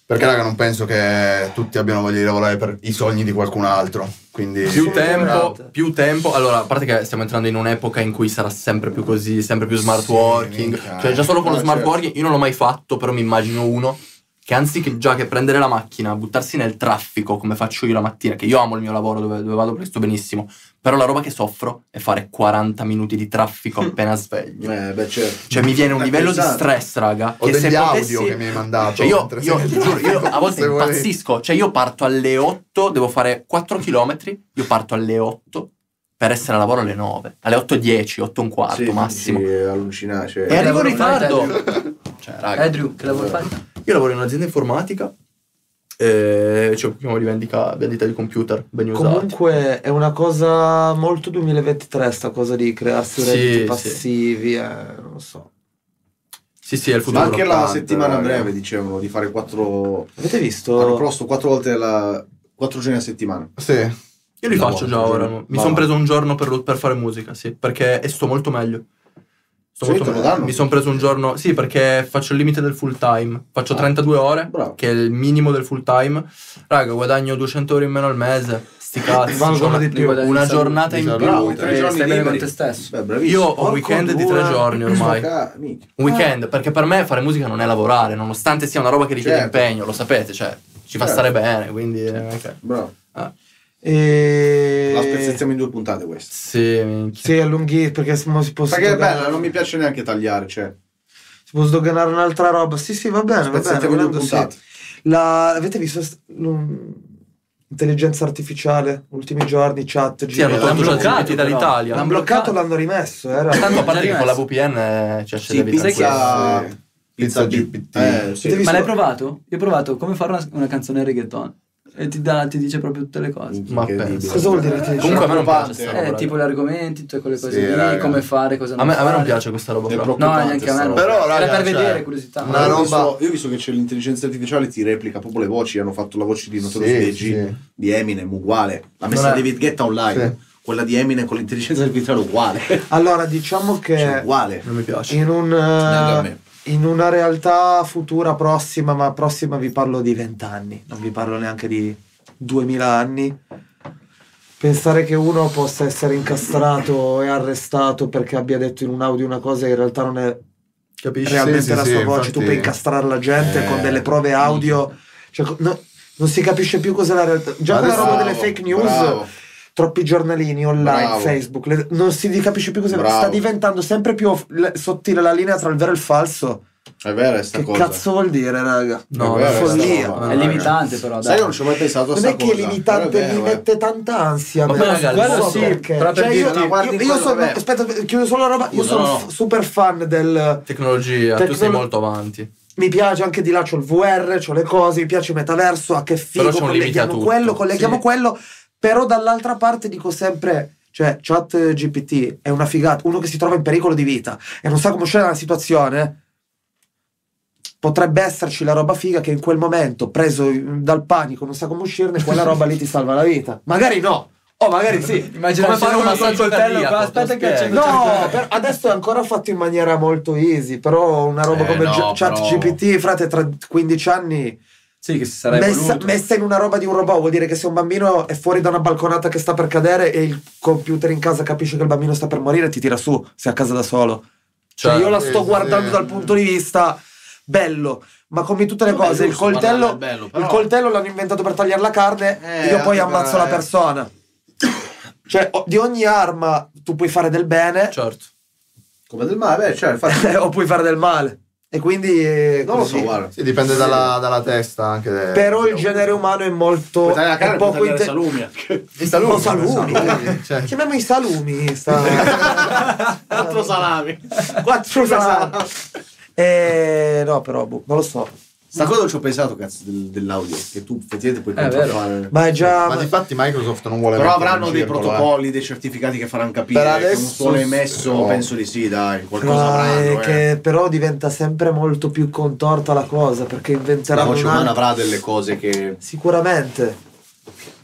Speaker 4: perché raga non penso che tutti abbiano voglia di lavorare per i sogni di qualcun altro, quindi...
Speaker 5: Più tempo,
Speaker 4: esatto.
Speaker 2: Assolutamente.
Speaker 5: più tempo. Allora, a parte che stiamo entrando in un'epoca in cui sarà sempre più così, sempre più smart
Speaker 4: Sì,
Speaker 5: working.
Speaker 4: minchia.
Speaker 5: Cioè, già solo con
Speaker 4: No,
Speaker 5: lo smart
Speaker 4: certo.
Speaker 5: working, io non l'ho mai fatto, però mi immagino uno che anziché già che prendere la macchina, buttarsi nel traffico come faccio io la mattina, che io amo il mio lavoro dove, dove vado presto benissimo, però la roba che soffro è fare 40 minuti di traffico appena sveglio.
Speaker 1: Eh, beh, certo.
Speaker 5: Cioè mi viene un
Speaker 1: Eh,
Speaker 5: livello
Speaker 1: esatto.
Speaker 5: di stress, raga.
Speaker 4: Ho
Speaker 5: che se
Speaker 4: degli
Speaker 5: potessi-
Speaker 4: audio che mi hai mandato.
Speaker 5: Cioè io,
Speaker 4: mentre
Speaker 5: io,
Speaker 4: sei-
Speaker 5: giuro, io a volte
Speaker 4: Se vuoi.
Speaker 5: impazzisco. Cioè io parto alle 8, devo fare 4 km, io parto alle 8 per essere a lavoro alle 9, alle 8.10, 8 e un quarto massimo.
Speaker 1: Sì, allucinante. cioè.
Speaker 5: E arrivo in
Speaker 6: Lavorare
Speaker 5: ritardo.
Speaker 6: online,
Speaker 5: cioè,
Speaker 1: Ah,
Speaker 5: raga,
Speaker 6: Andrew, che
Speaker 1: eh.
Speaker 6: lavoro fai?
Speaker 5: io lavoro in un'azienda informatica, eh, ci occupiamo di vendica- vendita di computer ben
Speaker 2: Esatto.
Speaker 5: usati.
Speaker 2: Comunque è una cosa molto 2023 sta cosa di crearsi
Speaker 5: Sì,
Speaker 2: redditi
Speaker 5: sì.
Speaker 2: passivi, eh, non lo so.
Speaker 5: Sì, sì, è il
Speaker 1: Ma
Speaker 5: futuro.
Speaker 1: anche la
Speaker 4: tanto,
Speaker 1: settimana
Speaker 4: raga.
Speaker 1: breve dicevano di fare quattro.
Speaker 2: Avete
Speaker 1: Hanno
Speaker 2: visto?
Speaker 1: proposto quattro volte la. quattro giorni a settimana.
Speaker 4: Sì.
Speaker 5: Io li
Speaker 1: No,
Speaker 5: faccio già
Speaker 1: no,
Speaker 5: ora.
Speaker 1: no.
Speaker 5: Mi
Speaker 1: No,
Speaker 5: sono
Speaker 1: no.
Speaker 5: preso un giorno per, per fare musica, sì, perché e sto molto meglio. Sto
Speaker 1: Sì,
Speaker 5: molto
Speaker 1: te lo
Speaker 5: meglio.
Speaker 1: danno.
Speaker 5: Mi sono preso un giorno, sì, perché faccio il limite del full time. Faccio
Speaker 1: Ah.
Speaker 5: 32 ore,
Speaker 1: Bravo.
Speaker 5: che è il minimo del full time. Raga, guadagno 200 ore in meno al mese. Sti cazzi.
Speaker 2: Valgono
Speaker 5: cioè,
Speaker 2: di
Speaker 5: una-
Speaker 2: più.
Speaker 5: Una
Speaker 6: Guadagni
Speaker 5: giornata in
Speaker 4: salute,
Speaker 5: più.
Speaker 1: Bravo, i tre
Speaker 6: eh,
Speaker 1: giorni
Speaker 6: stai bene
Speaker 1: liberi.
Speaker 6: con te stesso.
Speaker 1: Beh, bravissimo.
Speaker 5: Io ho un weekend di tre giorni ormai.
Speaker 1: Porca minchia.
Speaker 5: Un weekend, perché per me fare musica non è lavorare, nonostante sia una roba che richiede
Speaker 1: Certo.
Speaker 5: impegno, lo sapete, cioè, ci fa
Speaker 1: Certo.
Speaker 5: stare bene, quindi... eh, ok.
Speaker 1: Bravo.
Speaker 2: E... Eh.
Speaker 1: La spezzettiamo in due puntate questa.
Speaker 5: Sì, minchia.
Speaker 2: Sì, allunghi perché se mo si può
Speaker 1: Perché è
Speaker 2: sdoganare-
Speaker 1: bella, non mi piace neanche tagliare, cioè.
Speaker 2: Si può sdoganare un'altra roba. Sì, sì, va bene, va bene.
Speaker 1: Spezzettiamo in due
Speaker 2: volendo sì.
Speaker 1: puntate.
Speaker 2: La- avete visto st- l'intelligenza artificiale? Ultimi giorni, chat,
Speaker 5: Sì, hanno
Speaker 2: GPT.
Speaker 5: tolto
Speaker 6: bloccato,
Speaker 5: ChatGPT
Speaker 6: però.
Speaker 5: dall'Italia.
Speaker 2: L'hanno bloccato, l'hanno rimesso. Era.
Speaker 5: Tanto a parte che con la
Speaker 6: Rimesso.
Speaker 5: VPN eh, cioè, c'è
Speaker 1: Sì,
Speaker 5: da vita
Speaker 1: pizza,
Speaker 5: tranquilla.
Speaker 1: pizza,
Speaker 4: Pizza
Speaker 1: GPT.
Speaker 4: GPT.
Speaker 1: Eh, sì.
Speaker 2: Avete visto-
Speaker 6: Ma l'hai provato? Io ho provato come fare una, una canzone reggaeton e ti, dà- ti dice proprio tutte le cose.
Speaker 5: Ma
Speaker 1: Incredibile.
Speaker 5: pensa.
Speaker 2: Cosa vuol dire intelligenza?
Speaker 5: Comunque a me non piace
Speaker 1: Preoccupante.
Speaker 5: sta roba,
Speaker 6: Eh,
Speaker 5: raga.
Speaker 6: tipo gli argomenti, tutte quelle cose
Speaker 4: Sì,
Speaker 6: lì,
Speaker 4: raga.
Speaker 6: come fare, cosa
Speaker 5: A
Speaker 6: non
Speaker 5: me, a
Speaker 6: fare.
Speaker 5: me non piace questa roba
Speaker 1: È
Speaker 5: però.
Speaker 1: proprio-
Speaker 6: No, neanche a me. non
Speaker 1: Però,
Speaker 6: piace.
Speaker 4: raga,
Speaker 6: Era per
Speaker 4: cioè,
Speaker 6: vedere, curiosità.
Speaker 4: una
Speaker 1: Io ho
Speaker 4: roba-
Speaker 1: visto- Io ho visto che c'è l'intelligenza artificiale ti replica proprio le voci, hanno fatto la voce di Notorious
Speaker 4: Sì,
Speaker 1: B.I.G.
Speaker 4: sì.
Speaker 1: di Eminem uguale, l'ha messa
Speaker 5: Non è-
Speaker 1: David Guetta online, quella di Eminem con l'intelligenza artificiale uguale,
Speaker 2: Allora, diciamo
Speaker 1: Cioè,
Speaker 2: che
Speaker 1: uguale.
Speaker 5: Non mi piace.
Speaker 2: in un, eh,
Speaker 1: Neanche a me.
Speaker 2: in una realtà futura prossima, ma prossima vi parlo di vent'anni, non vi parlo neanche di duemila anni. Pensare che uno possa essere incastrato e arrestato perché abbia detto in un audio una cosa che in realtà non è
Speaker 5: Capisci?
Speaker 2: realmente
Speaker 4: sì,
Speaker 2: la
Speaker 4: sì,
Speaker 2: sua voce, tu
Speaker 4: infatti-
Speaker 2: puoi incastrare la gente
Speaker 4: Eh.
Speaker 2: con delle prove audio, cioè, co- no, non si capisce più cos'è la realtà. Già con la
Speaker 1: Bravo,
Speaker 2: roba delle fake news,
Speaker 1: bravo.
Speaker 2: troppi giornalini online,
Speaker 1: Bravo.
Speaker 2: Facebook, le- non si capisce più cos'è.
Speaker 1: Bravo.
Speaker 2: Sta diventando sempre più off- le- sottile la linea tra il vero e il falso.
Speaker 1: È vero è sta
Speaker 2: Che
Speaker 1: cosa.
Speaker 2: cazzo vuol dire, raga?
Speaker 5: No,
Speaker 1: è
Speaker 5: no,
Speaker 1: vero,
Speaker 2: follia.
Speaker 1: questa roba,
Speaker 6: È
Speaker 1: raga.
Speaker 6: limitante
Speaker 2: cioè,
Speaker 6: però, dai.
Speaker 1: Sai, io non ci ho mai pensato a
Speaker 2: Non
Speaker 1: sta
Speaker 2: è che
Speaker 1: cosa,
Speaker 2: limitante,
Speaker 1: però è
Speaker 2: mi
Speaker 1: vero, eh.
Speaker 2: mette tanta ansia.
Speaker 5: Ma
Speaker 2: me.
Speaker 5: poi, raga,
Speaker 2: Non
Speaker 5: quello
Speaker 2: so
Speaker 5: sì,
Speaker 2: perché.
Speaker 6: però per
Speaker 2: Cioè, io,
Speaker 6: dirti-
Speaker 2: io-
Speaker 1: guardi
Speaker 2: io
Speaker 1: quello,
Speaker 2: sono.
Speaker 1: vabbè.
Speaker 2: Aspetta, chiudo solo la roba. Io
Speaker 1: Io
Speaker 2: sono
Speaker 1: no.
Speaker 2: f- super fan del.
Speaker 5: Tecnologia, tu
Speaker 2: Tecno-
Speaker 5: sei molto avanti.
Speaker 2: mi piace anche di là c'ho il VR, c'ho le cose, mi piace il metaverso, ah che figo,
Speaker 5: Però c'è un limite a
Speaker 2: colleghiamo
Speaker 5: tutto.
Speaker 2: quello, colleghiamo
Speaker 5: Sì.
Speaker 2: quello, però dall'altra parte dico sempre, cioè chat GPT è una figata, uno che si trova in pericolo di vita e non sa come uscire dalla situazione, potrebbe esserci la roba figa che in quel momento, preso dal panico, non sa come uscirne, quella roba lì ti salva la vita. Magari no, o magari sì.
Speaker 5: Immagina
Speaker 2: Come
Speaker 5: se
Speaker 2: fare
Speaker 5: uno
Speaker 2: una
Speaker 5: sta col
Speaker 6: coltello
Speaker 5: cardiaco,
Speaker 6: qua,
Speaker 5: te lo
Speaker 6: aspetta che
Speaker 5: spiego.
Speaker 6: accendo-
Speaker 2: No, per- adesso è ancora fatto in maniera molto easy, però una roba
Speaker 5: Eh,
Speaker 2: come
Speaker 5: no,
Speaker 2: G- chat
Speaker 5: però-
Speaker 2: GPT, frate, tra 15 anni
Speaker 6: Sì, che si sarebbe
Speaker 2: messa, messa in una roba di un robot vuol dire che se un bambino è fuori da una balconata che sta per cadere e il computer in casa capisce che il bambino sta per morire ti tira su, sei a casa da solo. Cioè, io la
Speaker 4: sì,
Speaker 2: sto
Speaker 4: sì.
Speaker 2: guardando dal punto di vista bello, ma come in tutte le
Speaker 1: Vabbè,
Speaker 2: cose, il
Speaker 1: giusto, guarda,
Speaker 2: coltello,
Speaker 1: è bello, però-
Speaker 2: il coltello l'hanno inventato per tagliare la carne,
Speaker 1: Eh,
Speaker 2: io poi
Speaker 1: anche
Speaker 2: ammazzo
Speaker 1: per-
Speaker 2: la persona. Cioè, o- di ogni arma tu puoi fare del bene
Speaker 1: Cioè
Speaker 2: eh,
Speaker 5: Certo.
Speaker 1: Come del male, beh, cioè, infatti,
Speaker 2: o puoi fare del male. E quindi... eh,
Speaker 1: non lo
Speaker 2: così.
Speaker 1: so, guarda. Eh,
Speaker 4: Sì, dipende dalla, dalla testa anche. de-
Speaker 2: Però il
Speaker 4: de-
Speaker 2: genere umano è molto...
Speaker 1: Puoi tagliare la carne,
Speaker 2: è
Speaker 1: puoi
Speaker 2: poco
Speaker 1: tagliare
Speaker 2: inte-
Speaker 1: salumi anche.
Speaker 4: I salumi.
Speaker 2: Oh, salumi. Eh.
Speaker 4: salumi,
Speaker 1: certo.
Speaker 4: cioè.
Speaker 2: Chiamiamo i salumi. Sta...
Speaker 1: Quattro salami.
Speaker 2: Quattro salami. Eh, no, però, boh, non lo so.
Speaker 1: Sta cosa non ci ho pensato, cazzo, del- dell'audio, che tu effettivamente puoi
Speaker 6: È vero.
Speaker 1: controllare.
Speaker 2: Ma è già...
Speaker 4: Ma difatti Microsoft non vuole.
Speaker 1: Però
Speaker 4: mettere
Speaker 1: avranno
Speaker 4: in
Speaker 1: dei
Speaker 4: circolo, eh.
Speaker 1: protocolli, dei certificati che faranno capire
Speaker 4: Per
Speaker 1: che un
Speaker 4: adesso
Speaker 1: suono
Speaker 4: sì.
Speaker 1: emesso,
Speaker 4: No.
Speaker 1: penso di sì, dai, qualcosa
Speaker 2: Ma è
Speaker 1: avranno. eh.
Speaker 2: che però diventa sempre molto più contorta la cosa perché
Speaker 1: La
Speaker 2: inventeranno
Speaker 1: voce
Speaker 2: una-
Speaker 1: umana avrà delle cose che
Speaker 2: sicuramente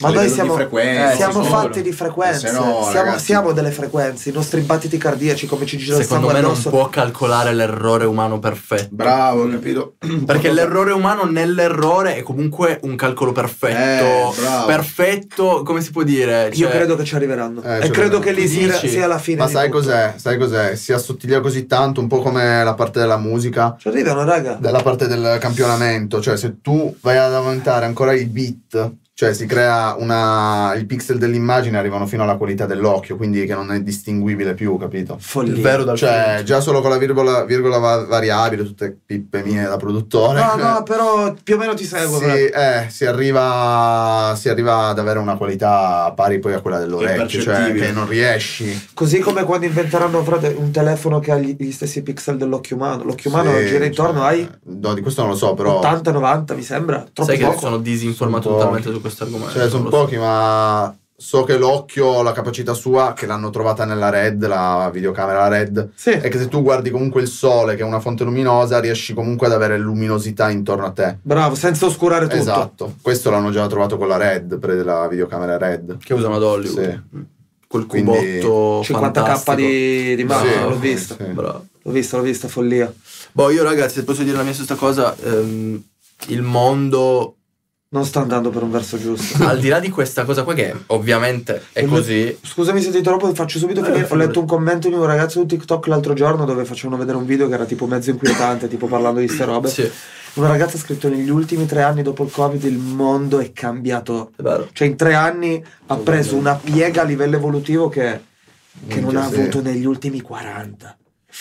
Speaker 2: ma
Speaker 1: A
Speaker 2: noi
Speaker 1: livello
Speaker 2: siamo,
Speaker 1: di frequenze,
Speaker 2: eh, siamo
Speaker 1: sicuro.
Speaker 2: fatti di frequenze
Speaker 1: Eh, se no,
Speaker 2: siamo,
Speaker 1: ragazzi-
Speaker 2: siamo delle frequenze i nostri battiti cardiaci come ci gira il
Speaker 5: Secondo
Speaker 2: sangue
Speaker 5: me non
Speaker 2: addosso.
Speaker 5: può calcolare l'errore umano perfetto.
Speaker 1: Bravo, capito?
Speaker 5: Perché l'errore umano nell'errore è comunque un calcolo perfetto.
Speaker 1: Eh, bravo.
Speaker 5: perfetto, come si può dire?
Speaker 2: io
Speaker 5: Cioè,
Speaker 2: credo che ci arriveranno
Speaker 4: Eh,
Speaker 2: e
Speaker 4: ci
Speaker 2: credo
Speaker 4: arriveranno.
Speaker 2: che lì
Speaker 5: Tu
Speaker 2: sia,
Speaker 5: dici?
Speaker 2: sia la fine
Speaker 4: Ma
Speaker 2: di
Speaker 4: sai
Speaker 2: tutto.
Speaker 4: cos'è? Sai cos'è? Si assottiglia così tanto, un po' come la parte della musica.
Speaker 2: ci arrivano raga
Speaker 4: dalla parte del campionamento, cioè se tu vai ad aumentare ancora i bit Cioè si crea una... il pixel dell'immagine arrivano fino alla qualità dell'occhio, quindi che non è distinguibile più, capito?
Speaker 5: Il vero dal
Speaker 4: Cioè già solo con la virgola, virgola va- variabile, tutte pippe mie da produttore. Cioè,
Speaker 2: No, no, però più o meno ti seguo. però.
Speaker 4: si, eh, si arriva, si arriva ad avere una qualità pari poi a quella dell'orecchio, cioè
Speaker 1: Impercettibile.
Speaker 4: che non riesci.
Speaker 2: Così come quando inventeranno frate, un telefono che ha gli, gli stessi pixel dell'occhio umano. L'occhio umano
Speaker 4: Sì,
Speaker 2: gira intorno
Speaker 4: cioè,
Speaker 2: ai
Speaker 4: no, di questo non lo so, però
Speaker 2: 80-90, mi sembra. Troppo
Speaker 5: Sai che
Speaker 2: poco.
Speaker 5: sono
Speaker 4: Sono
Speaker 5: disinformato
Speaker 4: pochi.
Speaker 5: totalmente su questo argomento.
Speaker 4: Cioè, sono pochi, ma so che l'occhio, la capacità sua, che l'hanno trovata nella RED, la videocamera RED,
Speaker 2: Sì.
Speaker 4: è che se tu guardi comunque il sole, che è una fonte luminosa, riesci comunque ad avere luminosità intorno a te.
Speaker 2: Bravo, senza oscurare tutto.
Speaker 4: Esatto. Questo l'hanno già trovato con la RED, pre- la videocamera RED.
Speaker 5: Che usano ad Hollywood. Quel
Speaker 4: Quindi-
Speaker 5: cubotto
Speaker 2: 50k
Speaker 5: fantastico.
Speaker 2: di, di
Speaker 5: Bravo,
Speaker 2: macchina,
Speaker 5: sì,
Speaker 2: l'ho visto.
Speaker 4: sì.
Speaker 5: Bravo.
Speaker 2: L'ho visto, l'ho vista, follia.
Speaker 5: Boh, io ragazzi, se posso dire la mia su sta cosa, ehm, il mondo
Speaker 2: Non sta andando per un verso giusto.
Speaker 5: al di là di questa cosa qua che ovviamente è
Speaker 2: Il mio-
Speaker 5: così
Speaker 2: Scusami se ti interrompo, faccio subito
Speaker 5: Eh,
Speaker 2: finire. Ho
Speaker 5: figurati.
Speaker 2: letto un commento di un ragazzo su TikTok l'altro giorno dove facevano vedere un video che era tipo mezzo inquietante, tipo parlando di ste robe.
Speaker 5: sì,
Speaker 2: Una ragazza ha scritto negli ultimi tre anni dopo il Covid il mondo è cambiato.
Speaker 5: è vero
Speaker 2: Cioè in tre anni ha preso una piega a livello evolutivo che, che non
Speaker 4: Minchia,
Speaker 2: ha
Speaker 4: sì.
Speaker 2: avuto negli ultimi 40.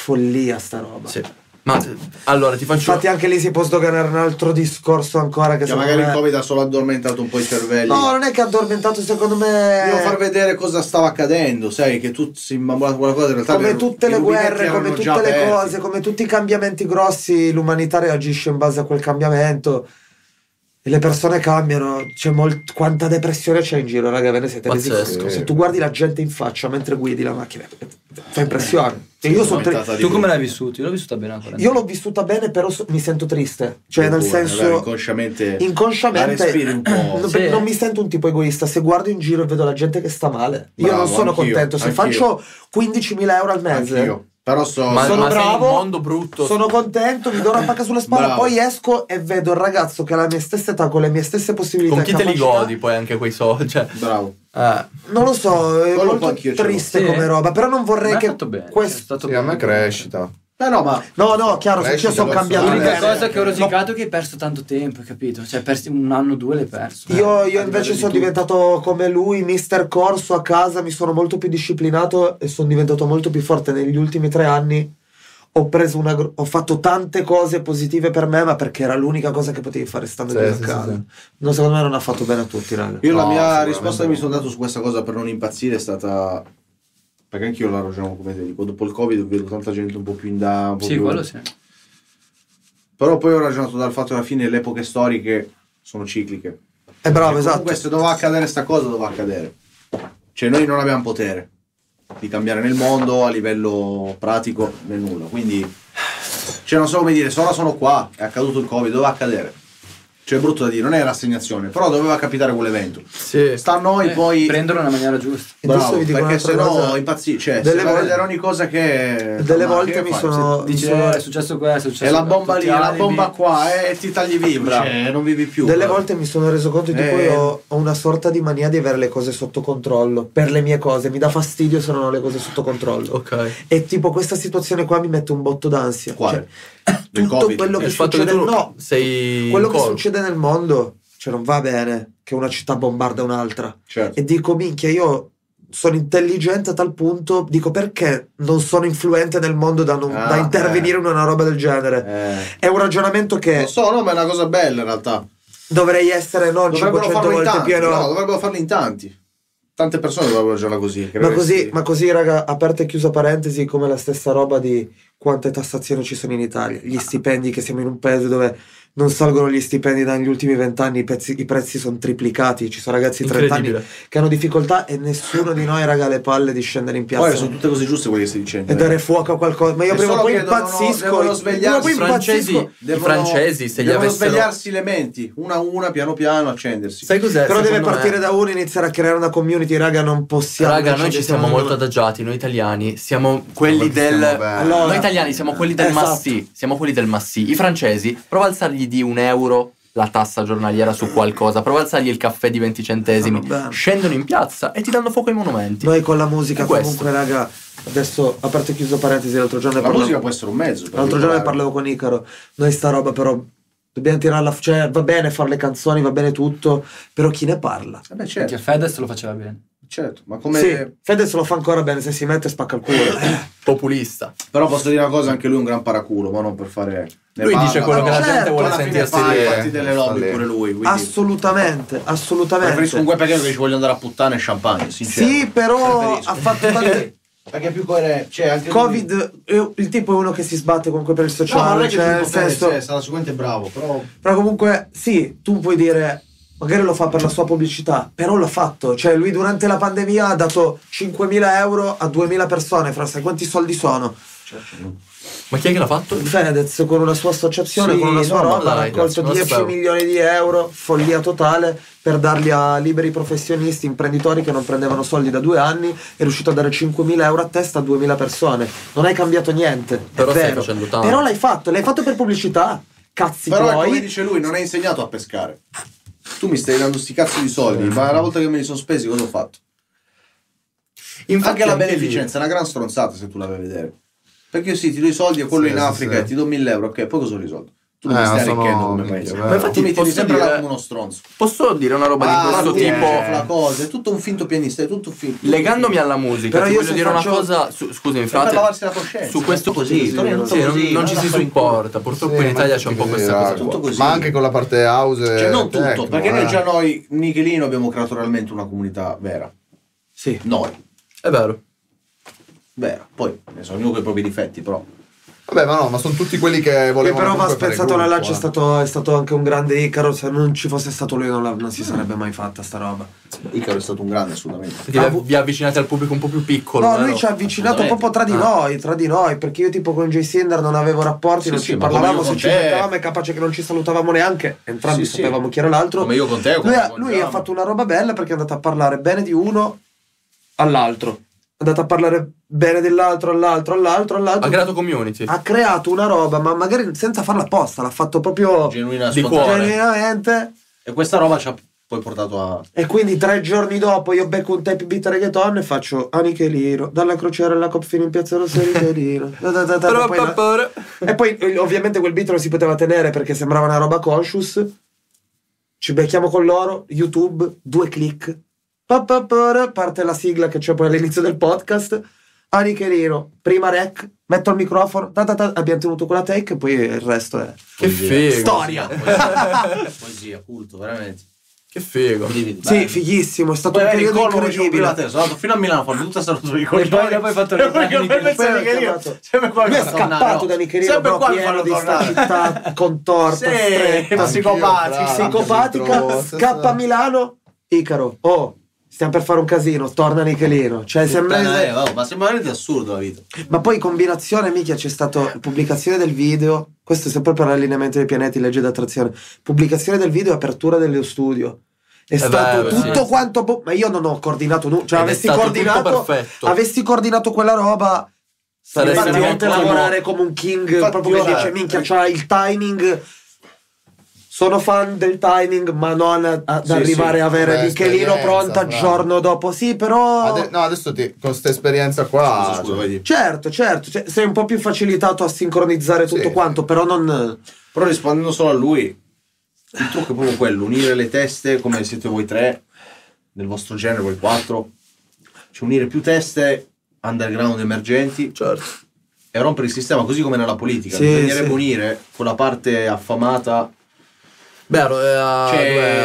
Speaker 2: Follia sta roba.
Speaker 5: sì. ma eh, allora ti faccio
Speaker 2: Infatti anche lì si può sdoganare un altro discorso ancora che
Speaker 1: Che
Speaker 2: secondo
Speaker 1: magari
Speaker 2: me-
Speaker 1: il Covid ha solo addormentato un po' i cervelli.
Speaker 2: No, eh. non è che ha addormentato secondo me...
Speaker 1: Devo far vedere cosa stava accadendo, sai, che tu si imbambolava con quella cosa, in realtà
Speaker 2: come
Speaker 1: erano-
Speaker 2: tutte le
Speaker 1: i rubinetti
Speaker 2: guerre,
Speaker 1: erano
Speaker 2: come
Speaker 1: già
Speaker 2: tutte le
Speaker 1: aperti.
Speaker 2: cose, come tutti i cambiamenti grossi, l'umanità reagisce in base a quel cambiamento. E le persone cambiano, c'è molt- quanta depressione c'è in giro, raga, ve ne siete resi
Speaker 5: Pazzesco.
Speaker 2: conto? Se tu guardi la gente in faccia mentre guidi la macchina, fa impressione.
Speaker 1: Eh,
Speaker 2: E io, sono tri-
Speaker 1: aumentata di
Speaker 6: Tu come
Speaker 1: brutto.
Speaker 6: l'hai vissuto? Io l'ho vissuta bene ancora.
Speaker 2: io l'ho vissuta bene, però so- mi sento triste. Cioè,
Speaker 1: Io
Speaker 2: nel
Speaker 1: pure,
Speaker 2: senso,
Speaker 1: magari inconsciamente la
Speaker 2: inconsciamente,
Speaker 1: respiri un po'.
Speaker 2: non,
Speaker 6: Sì.
Speaker 2: non mi sento un tipo egoista. Se guardo in giro e vedo la gente che sta male, io
Speaker 1: Bravo,
Speaker 2: non sono
Speaker 1: anch'io,
Speaker 2: contento. Se
Speaker 1: anch'io.
Speaker 2: faccio 15.000 euro al mese,
Speaker 1: Anch'io. Però so,
Speaker 5: ma,
Speaker 2: sono
Speaker 5: ma sei
Speaker 2: bravo,
Speaker 5: un mondo brutto
Speaker 2: sono contento, mi do una pacca sulla spalla,
Speaker 1: Bravo.
Speaker 2: poi esco e vedo il ragazzo che ha la mia stessa età, con le mie stesse possibilità.
Speaker 5: con chi
Speaker 2: e
Speaker 5: te li
Speaker 2: capacità.
Speaker 5: godi poi anche quei soldi cioè,
Speaker 1: bravo.
Speaker 5: eh.
Speaker 2: Non lo so, è
Speaker 1: Quello
Speaker 2: molto
Speaker 1: poi anch'io ce l'ho.
Speaker 2: triste
Speaker 6: Sì.
Speaker 2: come roba, però non
Speaker 6: Ma
Speaker 2: vorrei
Speaker 6: è
Speaker 2: che
Speaker 6: fatto bene. cioè, certo. è
Speaker 2: questo...
Speaker 6: stato
Speaker 4: Sì, a me
Speaker 6: bene.
Speaker 4: crescita.
Speaker 1: Eh no, ma
Speaker 2: No, no, chiaro, se
Speaker 4: Crescita
Speaker 2: io sono
Speaker 4: personale.
Speaker 1: Ah,
Speaker 2: cambiato
Speaker 6: L'unica
Speaker 2: idea-
Speaker 6: cosa che ho rosicato è che hai perso tanto tempo, hai capito? Cioè, persi un anno o due l'hai perso.
Speaker 2: Io,
Speaker 6: Eh, a
Speaker 2: io
Speaker 6: livello
Speaker 2: invece
Speaker 6: di
Speaker 2: sono
Speaker 6: tutto.
Speaker 2: diventato come lui, mister corso a casa, mi sono molto più disciplinato e sono diventato molto più forte negli ultimi tre anni. Ho, preso una gro- ho fatto tante cose positive per me, ma perché era l'unica cosa che potevi fare stando
Speaker 4: Sì,
Speaker 2: chiuso
Speaker 4: sì,
Speaker 2: a
Speaker 4: sì,
Speaker 2: casa.
Speaker 4: sì.
Speaker 2: No, secondo me non ha fatto bene a tutti, raga.
Speaker 1: Io la
Speaker 4: No,
Speaker 1: mia
Speaker 4: sicuramente
Speaker 1: risposta che
Speaker 4: no.
Speaker 1: mi sono dato su questa cosa per non impazzire è stata. Perché anch'io la ragionavo come te dico. Dopo il Covid vedo tanta gente un po' più in là. un po'
Speaker 6: Eh. Sì,
Speaker 1: più-
Speaker 6: quello sì.
Speaker 1: Però poi ho ragionato dal fatto che alla fine le epoche storiche sono cicliche.
Speaker 2: È bravo,
Speaker 1: E
Speaker 2: esatto.
Speaker 1: Comunque, se doveva accadere sta cosa, doveva accadere. Cioè, noi non abbiamo potere di cambiare nel mondo a livello pratico né nulla. Quindi, cioè, non so come dire, se ora sono qua, è accaduto il Covid, doveva accadere. Cioè, è brutto da dire, non è rassegnazione, però doveva capitare quell'evento.
Speaker 5: Sì.
Speaker 1: Sta a noi
Speaker 6: Eh,
Speaker 1: poi
Speaker 6: Prenderlo nella maniera giusta.
Speaker 2: E adesso
Speaker 1: Bravo,
Speaker 2: vi dico
Speaker 1: perché
Speaker 2: un'altra
Speaker 1: se no
Speaker 2: cosa.
Speaker 1: impazzi, cioè,
Speaker 2: Delle
Speaker 1: se va a
Speaker 2: volte-
Speaker 1: vedere ogni cosa che
Speaker 2: Delle
Speaker 1: ma
Speaker 2: volte
Speaker 1: che
Speaker 2: mi
Speaker 1: fai?
Speaker 2: sono... mi
Speaker 6: Dici,
Speaker 2: sono-
Speaker 6: "Eh, è successo questo, è
Speaker 1: Se- è
Speaker 6: successo
Speaker 1: la
Speaker 6: quello",
Speaker 1: bomba lì,
Speaker 6: tutti
Speaker 1: è la
Speaker 6: alibi.
Speaker 1: bomba qua e ti tagli vivo,
Speaker 6: Bravo.
Speaker 1: cioè, non vivi più.
Speaker 2: Delle
Speaker 1: bravo.
Speaker 2: volte mi sono reso conto di
Speaker 1: Eh.
Speaker 2: cui ho, ho una sorta di mania di avere le cose sotto controllo. Per le mie cose, mi dà fastidio se non ho le cose sotto controllo.
Speaker 5: ok
Speaker 2: E tipo questa situazione qua mi mette un botto d'ansia.
Speaker 1: Quale?
Speaker 2: Cioè,
Speaker 1: Del
Speaker 2: tutto
Speaker 1: Covid?
Speaker 2: quello che
Speaker 5: il fatto
Speaker 2: succede
Speaker 5: che tu
Speaker 2: no,
Speaker 5: sei
Speaker 2: quello
Speaker 5: in
Speaker 2: che
Speaker 5: colpo.
Speaker 2: succede nel mondo, cioè non va bene che una città bombarda un'altra.
Speaker 1: Certo.
Speaker 2: E dico minchia, io sono intelligente a tal punto, dico perché non sono influente nel mondo da, non-
Speaker 1: Ah,
Speaker 2: da intervenire in una roba del genere.
Speaker 1: Eh,
Speaker 2: È eh, un ragionamento che
Speaker 1: Lo so, no, ma è una cosa bella in realtà.
Speaker 2: dovrei essere non
Speaker 1: Dovrebbero
Speaker 2: 500
Speaker 1: farlo in
Speaker 2: volte
Speaker 1: tanti.
Speaker 2: più
Speaker 1: no,
Speaker 2: eno-
Speaker 1: dovrebbero farlo in tanti. Tante persone dovrebbero ragionare così.
Speaker 2: Ma
Speaker 1: credo che
Speaker 2: così,
Speaker 1: sì.
Speaker 2: ma così, raga, aperta e chiusa parentesi, come la stessa roba di quante tassazioni ci sono in Italia, gli stipendi che siamo in un paese dove non salgono gli stipendi dagli ultimi vent'anni, i, pezzi- i prezzi sono triplicati, ci sono ragazzi di 30 anni
Speaker 5: incredibile
Speaker 2: che hanno difficoltà e nessuno di noi, raga, ha le palle di scendere in
Speaker 1: Poi
Speaker 2: piazza
Speaker 1: sono tutte cose giuste quelle che stai dicendo.
Speaker 2: e
Speaker 1: eh.
Speaker 2: dare fuoco a qualcosa. Ma io
Speaker 1: È
Speaker 2: prima o
Speaker 1: solo
Speaker 2: poi
Speaker 1: che devono-
Speaker 2: impazzisco.
Speaker 1: devono svegliarsi.
Speaker 2: prima o poi
Speaker 5: i francesi
Speaker 2: impazzisco.
Speaker 5: i francesi se li
Speaker 1: devono
Speaker 5: avessero
Speaker 1: svegliarsi le menti, una a una, piano piano, accendersi.
Speaker 5: sai cos'è
Speaker 2: Però deve
Speaker 5: cioè, secondo me?
Speaker 2: partire da uno e iniziare a creare una community, raga, non possiamo. Cioè,
Speaker 5: Raga,
Speaker 2: non
Speaker 5: noi ci siamo
Speaker 2: abbiamo-
Speaker 5: molto adagiati, noi italiani siamo quelli
Speaker 4: perché
Speaker 5: del...
Speaker 4: siamo belli.
Speaker 2: Allora-
Speaker 5: noi italiani siamo quelli del
Speaker 2: Esatto.
Speaker 5: massì, siamo quelli del massì. I francesi, prova a alzargli di un euro la tassa giornaliera su qualcosa, prova a alzargli il caffè di 20 centesimi,
Speaker 2: Ah, vabbè.
Speaker 5: scendono in piazza e ti danno fuoco ai monumenti.
Speaker 2: Noi con la musica,
Speaker 5: È questo.
Speaker 2: comunque, raga, adesso aperto e chiuso parentesi, l'altro giorno ne
Speaker 1: La
Speaker 2: parlavo-
Speaker 1: musica può essere un mezzo. per
Speaker 2: L'altro giorno ne
Speaker 1: imparare.
Speaker 2: parlavo con Icaro. Noi sta roba, però, Dobbiamo tirarla, cioè va bene fare le canzoni, va bene tutto, però chi ne parla?
Speaker 1: Vabbè,
Speaker 6: Perché
Speaker 1: certo,
Speaker 6: Fedez lo faceva bene.
Speaker 1: certo, ma come...
Speaker 2: Sì, Fedez lo fa ancora bene, se si mette spacca il
Speaker 5: Eh,
Speaker 2: culo.
Speaker 5: populista.
Speaker 1: Però posso dire una cosa, anche lui è un gran paraculo, ma non per fare... ne
Speaker 5: Lui
Speaker 1: parla,
Speaker 5: dice quello
Speaker 1: no,
Speaker 5: che la
Speaker 2: certo,
Speaker 5: gente vuole
Speaker 1: alla fine
Speaker 5: sentirsi
Speaker 1: fa i
Speaker 5: dire.
Speaker 1: fatti delle lobby
Speaker 4: Sta lì.
Speaker 1: pure lui, quindi...
Speaker 2: assolutamente, assolutamente.
Speaker 1: Preferisco un guepaghetto che ci voglio andare a puttane e champagne, sincero.
Speaker 2: Sì, però
Speaker 1: Preferisco.
Speaker 2: ha fatto tante...
Speaker 1: Perché è più coerente, cioè anche lui-
Speaker 2: Covid, eh, il tipo è uno che si sbatte comunque per il
Speaker 1: No, ma non
Speaker 2: sociale,
Speaker 1: è che
Speaker 2: cioè
Speaker 1: cioè,
Speaker 2: nel senso...
Speaker 1: cioè, sarà sicuramente bravo, però
Speaker 2: Però comunque sì, tu puoi dire, magari lo fa per la sua pubblicità, però l'ha fatto. Cioè lui durante la pandemia ha dato 5.000 euro a 2.000 persone, fra sai quanti soldi sono?
Speaker 5: Ma chi è che l'ha fatto?
Speaker 2: Fedez con una sua associazione,
Speaker 5: Sì,
Speaker 2: con una sua
Speaker 5: no, ma
Speaker 2: roba, ha
Speaker 5: dai,
Speaker 2: raccolto
Speaker 5: cazzo, non lo
Speaker 2: 10
Speaker 5: sapevo.
Speaker 2: milioni di euro, follia totale, per darli a liberi professionisti, imprenditori che non prendevano soldi da due anni, è riuscito a dare 5.000 euro a testa a 2.000 persone. Non hai cambiato niente,
Speaker 5: Però
Speaker 2: è
Speaker 5: stai
Speaker 2: vero.
Speaker 5: facendo tanto.
Speaker 2: Però l'hai fatto, l'hai fatto per pubblicità. Cazzi
Speaker 1: Però è
Speaker 2: tuoi.
Speaker 1: come dice lui, non hai insegnato a pescare. Tu mi stai dando sti cazzo di soldi, ma la volta che me li sono spesi cosa ho fatto? anche la
Speaker 5: lì-
Speaker 1: beneficenza è una gran stronzata se tu la vai a vedere. Perché io sì, ti do i soldi e quello
Speaker 4: Sì,
Speaker 1: in
Speaker 4: sì,
Speaker 1: Africa
Speaker 4: sì.
Speaker 1: e ti do 1000 euro, ok, poi cosa ho risolto? Tu non
Speaker 4: Eh,
Speaker 1: mi stai
Speaker 4: sono-
Speaker 1: arricchendo come
Speaker 4: minchia,
Speaker 1: paese.
Speaker 4: eh.
Speaker 5: Ma infatti
Speaker 1: tu mi tieni
Speaker 5: posso
Speaker 1: sempre là
Speaker 5: dire-
Speaker 1: come uno stronzo.
Speaker 5: Posso dire una roba
Speaker 1: Ah,
Speaker 5: di questo
Speaker 1: lui è
Speaker 4: eh.
Speaker 1: la
Speaker 5: tipo?
Speaker 1: cosa, è tutto un finto pianista, è tutto un finto.
Speaker 5: Legandomi alla musica,
Speaker 2: Però
Speaker 5: ti
Speaker 2: io
Speaker 5: voglio
Speaker 2: se
Speaker 5: dire
Speaker 2: faccio-
Speaker 5: una cosa. su- scusami,
Speaker 1: per lavarsi
Speaker 5: frate.
Speaker 1: la coscienza.
Speaker 5: Su questo
Speaker 1: È
Speaker 2: cioè,
Speaker 1: tutto così,
Speaker 5: sì,
Speaker 1: torna tutto
Speaker 5: non,
Speaker 1: così,
Speaker 5: non ci
Speaker 1: guarda
Speaker 5: si
Speaker 1: qua in
Speaker 5: supporta. Purtroppo
Speaker 4: Sì,
Speaker 5: in
Speaker 4: ma
Speaker 5: Italia
Speaker 4: tutto
Speaker 5: c'è un po'
Speaker 4: così,
Speaker 5: questa
Speaker 4: raga.
Speaker 5: cosa.
Speaker 1: Tutto
Speaker 5: qua.
Speaker 1: così.
Speaker 4: Ma anche con la parte house.
Speaker 1: Cioè, non tutto,
Speaker 4: techno,
Speaker 1: perché
Speaker 4: eh.
Speaker 1: noi già noi, Nichelino, abbiamo creato realmente una comunità vera.
Speaker 2: Sì.
Speaker 1: Noi,
Speaker 5: È vero.
Speaker 1: vera. Poi, ne so, ognuno con i propri difetti, però.
Speaker 4: Vabbè, ma no, ma sono tutti quelli che
Speaker 2: Che
Speaker 4: volevano.
Speaker 2: però va
Speaker 4: comunque fare
Speaker 2: spezzato la
Speaker 4: gruppo,
Speaker 2: lancia, è
Speaker 4: eh.
Speaker 2: stato, è stato anche un grande Icaro. Se non ci fosse stato lui, non, la- non si sarebbe mai fatta sta roba.
Speaker 1: Icaro è stato un grande, assolutamente.
Speaker 5: Perché
Speaker 2: Ah,
Speaker 5: vi-
Speaker 2: bu-
Speaker 5: vi avvicinate al pubblico un po' più piccolo.
Speaker 2: No,
Speaker 5: vero?
Speaker 2: lui ci ha avvicinato proprio tra di
Speaker 1: Eh.
Speaker 2: noi, tra di noi, perché io tipo con Jay Sinder non avevo rapporti,
Speaker 1: Sì,
Speaker 2: non
Speaker 1: sì,
Speaker 2: ci
Speaker 1: ma come
Speaker 2: parlavamo,
Speaker 1: io
Speaker 2: se
Speaker 1: con
Speaker 2: ci
Speaker 1: te.
Speaker 2: vedevamo è capace che non ci salutavamo neanche, entrambi
Speaker 1: Sì, sì.
Speaker 2: sapevamo chi era l'altro.
Speaker 1: Come io con te,
Speaker 2: Lui,
Speaker 1: come
Speaker 2: ha,
Speaker 1: con
Speaker 2: lui
Speaker 1: Giacomo.
Speaker 2: ha fatto una roba bella perché è andato a parlare bene di uno all'altro, è andato a parlare bene dell'altro all'altro, all'altro, all'altro.
Speaker 5: Ha creato community.
Speaker 2: Ha creato una roba, ma magari senza farla apposta, l'ha fatto proprio
Speaker 1: Genuina
Speaker 5: Di
Speaker 1: spontanea.
Speaker 5: cuore.
Speaker 2: genuinamente.
Speaker 1: E questa roba ci ha poi portato a.
Speaker 2: E quindi tre giorni dopo io becco un tape beat reggaeton e faccio Anichelino, dalla crociera alla cop fino in piazza Rosso Anichelino. Da, da, da, da,
Speaker 5: Però-
Speaker 2: poi la-
Speaker 5: però-
Speaker 2: E poi eh, ovviamente quel beat non si poteva tenere perché sembrava una roba conscious. Ci becchiamo con loro, YouTube, due click. Pa, pa, pa, Parte la sigla che c'è poi all'inizio del podcast. Anichelino, prima rec, metto il microfono, da, da, da, abbiamo tenuto quella take e poi il resto è...
Speaker 5: Che
Speaker 1: Poesia.
Speaker 5: figo.
Speaker 2: Storia.
Speaker 1: Poesia, poesia, culto, veramente.
Speaker 5: Che figo.
Speaker 1: Condividi,
Speaker 2: Sì,
Speaker 1: bello.
Speaker 2: fighissimo, è stato
Speaker 1: Poi
Speaker 2: un
Speaker 1: eri
Speaker 2: periodo
Speaker 1: collo, come dicevo prima
Speaker 2: incredibile.
Speaker 1: te, sono andato fino a Milano a farmi tutta sta rottura di coglioni.
Speaker 6: poi- e poi hai fatto
Speaker 1: E poi
Speaker 6: ritornare
Speaker 1: che
Speaker 6: Michelino.
Speaker 1: pensa di
Speaker 2: Poi ho
Speaker 1: Michelino,
Speaker 2: chiamato-
Speaker 1: Sempre qua
Speaker 2: Lui è
Speaker 1: mi fa tornare,
Speaker 2: scappato
Speaker 1: no?
Speaker 2: da Nichelino
Speaker 1: Sempre
Speaker 2: però
Speaker 1: qua mi
Speaker 2: pieno
Speaker 1: fanno
Speaker 2: di sta
Speaker 1: tornare.
Speaker 2: città contorta,
Speaker 1: Sì,
Speaker 2: stretta,
Speaker 1: ma
Speaker 4: Anch'io,
Speaker 1: psicopatici,
Speaker 5: Ah,
Speaker 4: bravo.
Speaker 2: psicopatica,
Speaker 4: Anch'io,
Speaker 2: scappa a
Speaker 4: sì.
Speaker 2: Milano, Icaro, oh, stiamo per fare un casino, torna Nichelino. Cioè, sembra...
Speaker 1: Puttana, eh, vabbè, ma sembra veramente assurdo la vita.
Speaker 2: Ma poi combinazione, mica c'è stata pubblicazione del video, questo è sempre per l'allineamento dei pianeti, legge d'attrazione, pubblicazione del video e apertura dello studio. È stato
Speaker 5: Eh beh,
Speaker 2: tutto
Speaker 5: sì.
Speaker 2: quanto... bo- ma io non ho coordinato nulla, cioè
Speaker 5: Ed è
Speaker 2: avessi
Speaker 5: stato tutto
Speaker 2: coordinato...
Speaker 5: perfetto.
Speaker 2: Avessi coordinato quella roba...
Speaker 5: Saresti
Speaker 2: Infatti,
Speaker 5: diventato
Speaker 2: a lavorare come un king,
Speaker 1: Infatti,
Speaker 2: proprio che
Speaker 1: ora-
Speaker 2: dice minchia, c'ha il timing. Sono fan del timing, ma non a- ad
Speaker 1: Sì,
Speaker 2: arrivare
Speaker 1: sì.
Speaker 2: a avere
Speaker 4: Beh,
Speaker 2: l'ichelino
Speaker 4: esperienza,
Speaker 2: pronta
Speaker 4: bravo.
Speaker 2: giorno dopo. Sì, però.
Speaker 4: Ade- no, adesso ti, con questa esperienza qua.
Speaker 1: Scusa, scusa,
Speaker 4: cioè,
Speaker 1: vai di-
Speaker 2: Certo, certo, cioè, sei un po' più facilitato a sincronizzare tutto
Speaker 4: Sì.
Speaker 2: quanto, però non.
Speaker 1: Però rispondendo solo a lui, il trucco è proprio quello, unire le teste come siete voi tre, nel vostro genere voi quattro, cioè unire più teste underground emergenti
Speaker 5: Certo.
Speaker 1: e rompere il sistema, così come nella politica,
Speaker 2: Sì,
Speaker 1: bisognerebbe
Speaker 2: sì.
Speaker 1: unire quella parte affamata,
Speaker 5: Beh, a Ro- eh, a,
Speaker 1: Cioè,
Speaker 5: due-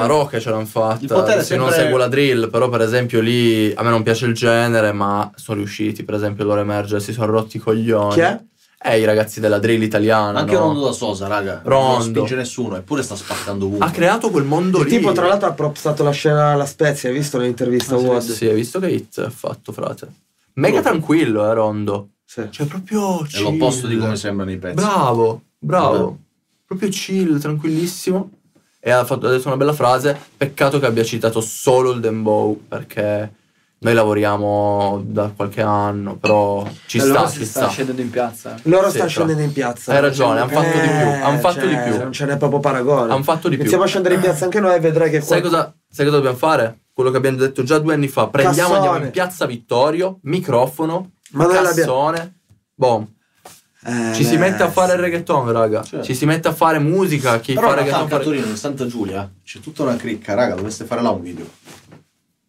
Speaker 5: a Rocca ce l'hanno
Speaker 1: il potere
Speaker 5: fatta.
Speaker 1: è
Speaker 5: Se non
Speaker 1: sempre-
Speaker 5: seguo la drill, però, per esempio, lì a me non piace il genere, ma sono riusciti, per esempio, loro a emergere, si sono rotti i coglioni.
Speaker 2: Chi è?
Speaker 5: Eh, i ragazzi della drill italiana.
Speaker 1: anche
Speaker 5: no?
Speaker 1: Rondo da Sosa, raga, non
Speaker 5: Rondo.
Speaker 1: spinge nessuno, eppure sta spaccando ovunque.
Speaker 5: Ha creato quel mondo
Speaker 2: Il
Speaker 5: lì.
Speaker 2: tipo, tra l'altro, ha propstato la scena alla Spezia, hai visto l'intervista a
Speaker 5: Ah,
Speaker 2: Wood?
Speaker 5: Sì, sì, hai visto che hit ha fatto, frate? Mega tranquillo, eh, Rondo.
Speaker 2: Sì.
Speaker 5: Cioè, proprio
Speaker 1: è
Speaker 5: chill.
Speaker 1: l'opposto di come sembrano i pezzi.
Speaker 5: Bravo, bravo.
Speaker 1: Vabbè.
Speaker 5: Proprio chill, tranquillissimo. E ha, fatto- ha detto una bella frase. Peccato che abbia citato solo il Dembow perché noi lavoriamo da qualche anno, però ci
Speaker 6: E
Speaker 5: sta,
Speaker 6: allora
Speaker 5: ci
Speaker 6: si
Speaker 5: sta. Eh.
Speaker 6: sta scendendo in piazza.
Speaker 2: Loro
Speaker 5: Sì,
Speaker 2: stanno
Speaker 5: tra-
Speaker 2: scendendo in piazza.
Speaker 5: Hai ragione, han fatto di più, han fatto
Speaker 2: cioè,
Speaker 5: di più.
Speaker 2: Non ce n'è proprio paragone.
Speaker 5: Han fatto di più.
Speaker 2: Iniziamo a scendere in piazza anche noi e vedrai che
Speaker 5: Sai
Speaker 2: qua-
Speaker 5: cosa, sai cosa dobbiamo fare? Quello che abbiamo detto già due anni fa. Prendiamo,
Speaker 2: Cassone.
Speaker 5: andiamo in piazza Vittorio, microfono,
Speaker 2: Ma noi l'abbiamo-
Speaker 5: cassone, boom.
Speaker 2: Eh,
Speaker 5: Ci si
Speaker 2: beh,
Speaker 5: mette a fare
Speaker 2: sì.
Speaker 5: il reggaeton, raga.
Speaker 1: Certo.
Speaker 5: Ci si mette a fare musica. Chi
Speaker 1: Però
Speaker 5: fa
Speaker 1: raga,
Speaker 5: reggaeton
Speaker 1: anche
Speaker 5: fa
Speaker 1: a Torino, in Santa Giulia, c'è tutta una cricca, raga, dovreste fare là un video.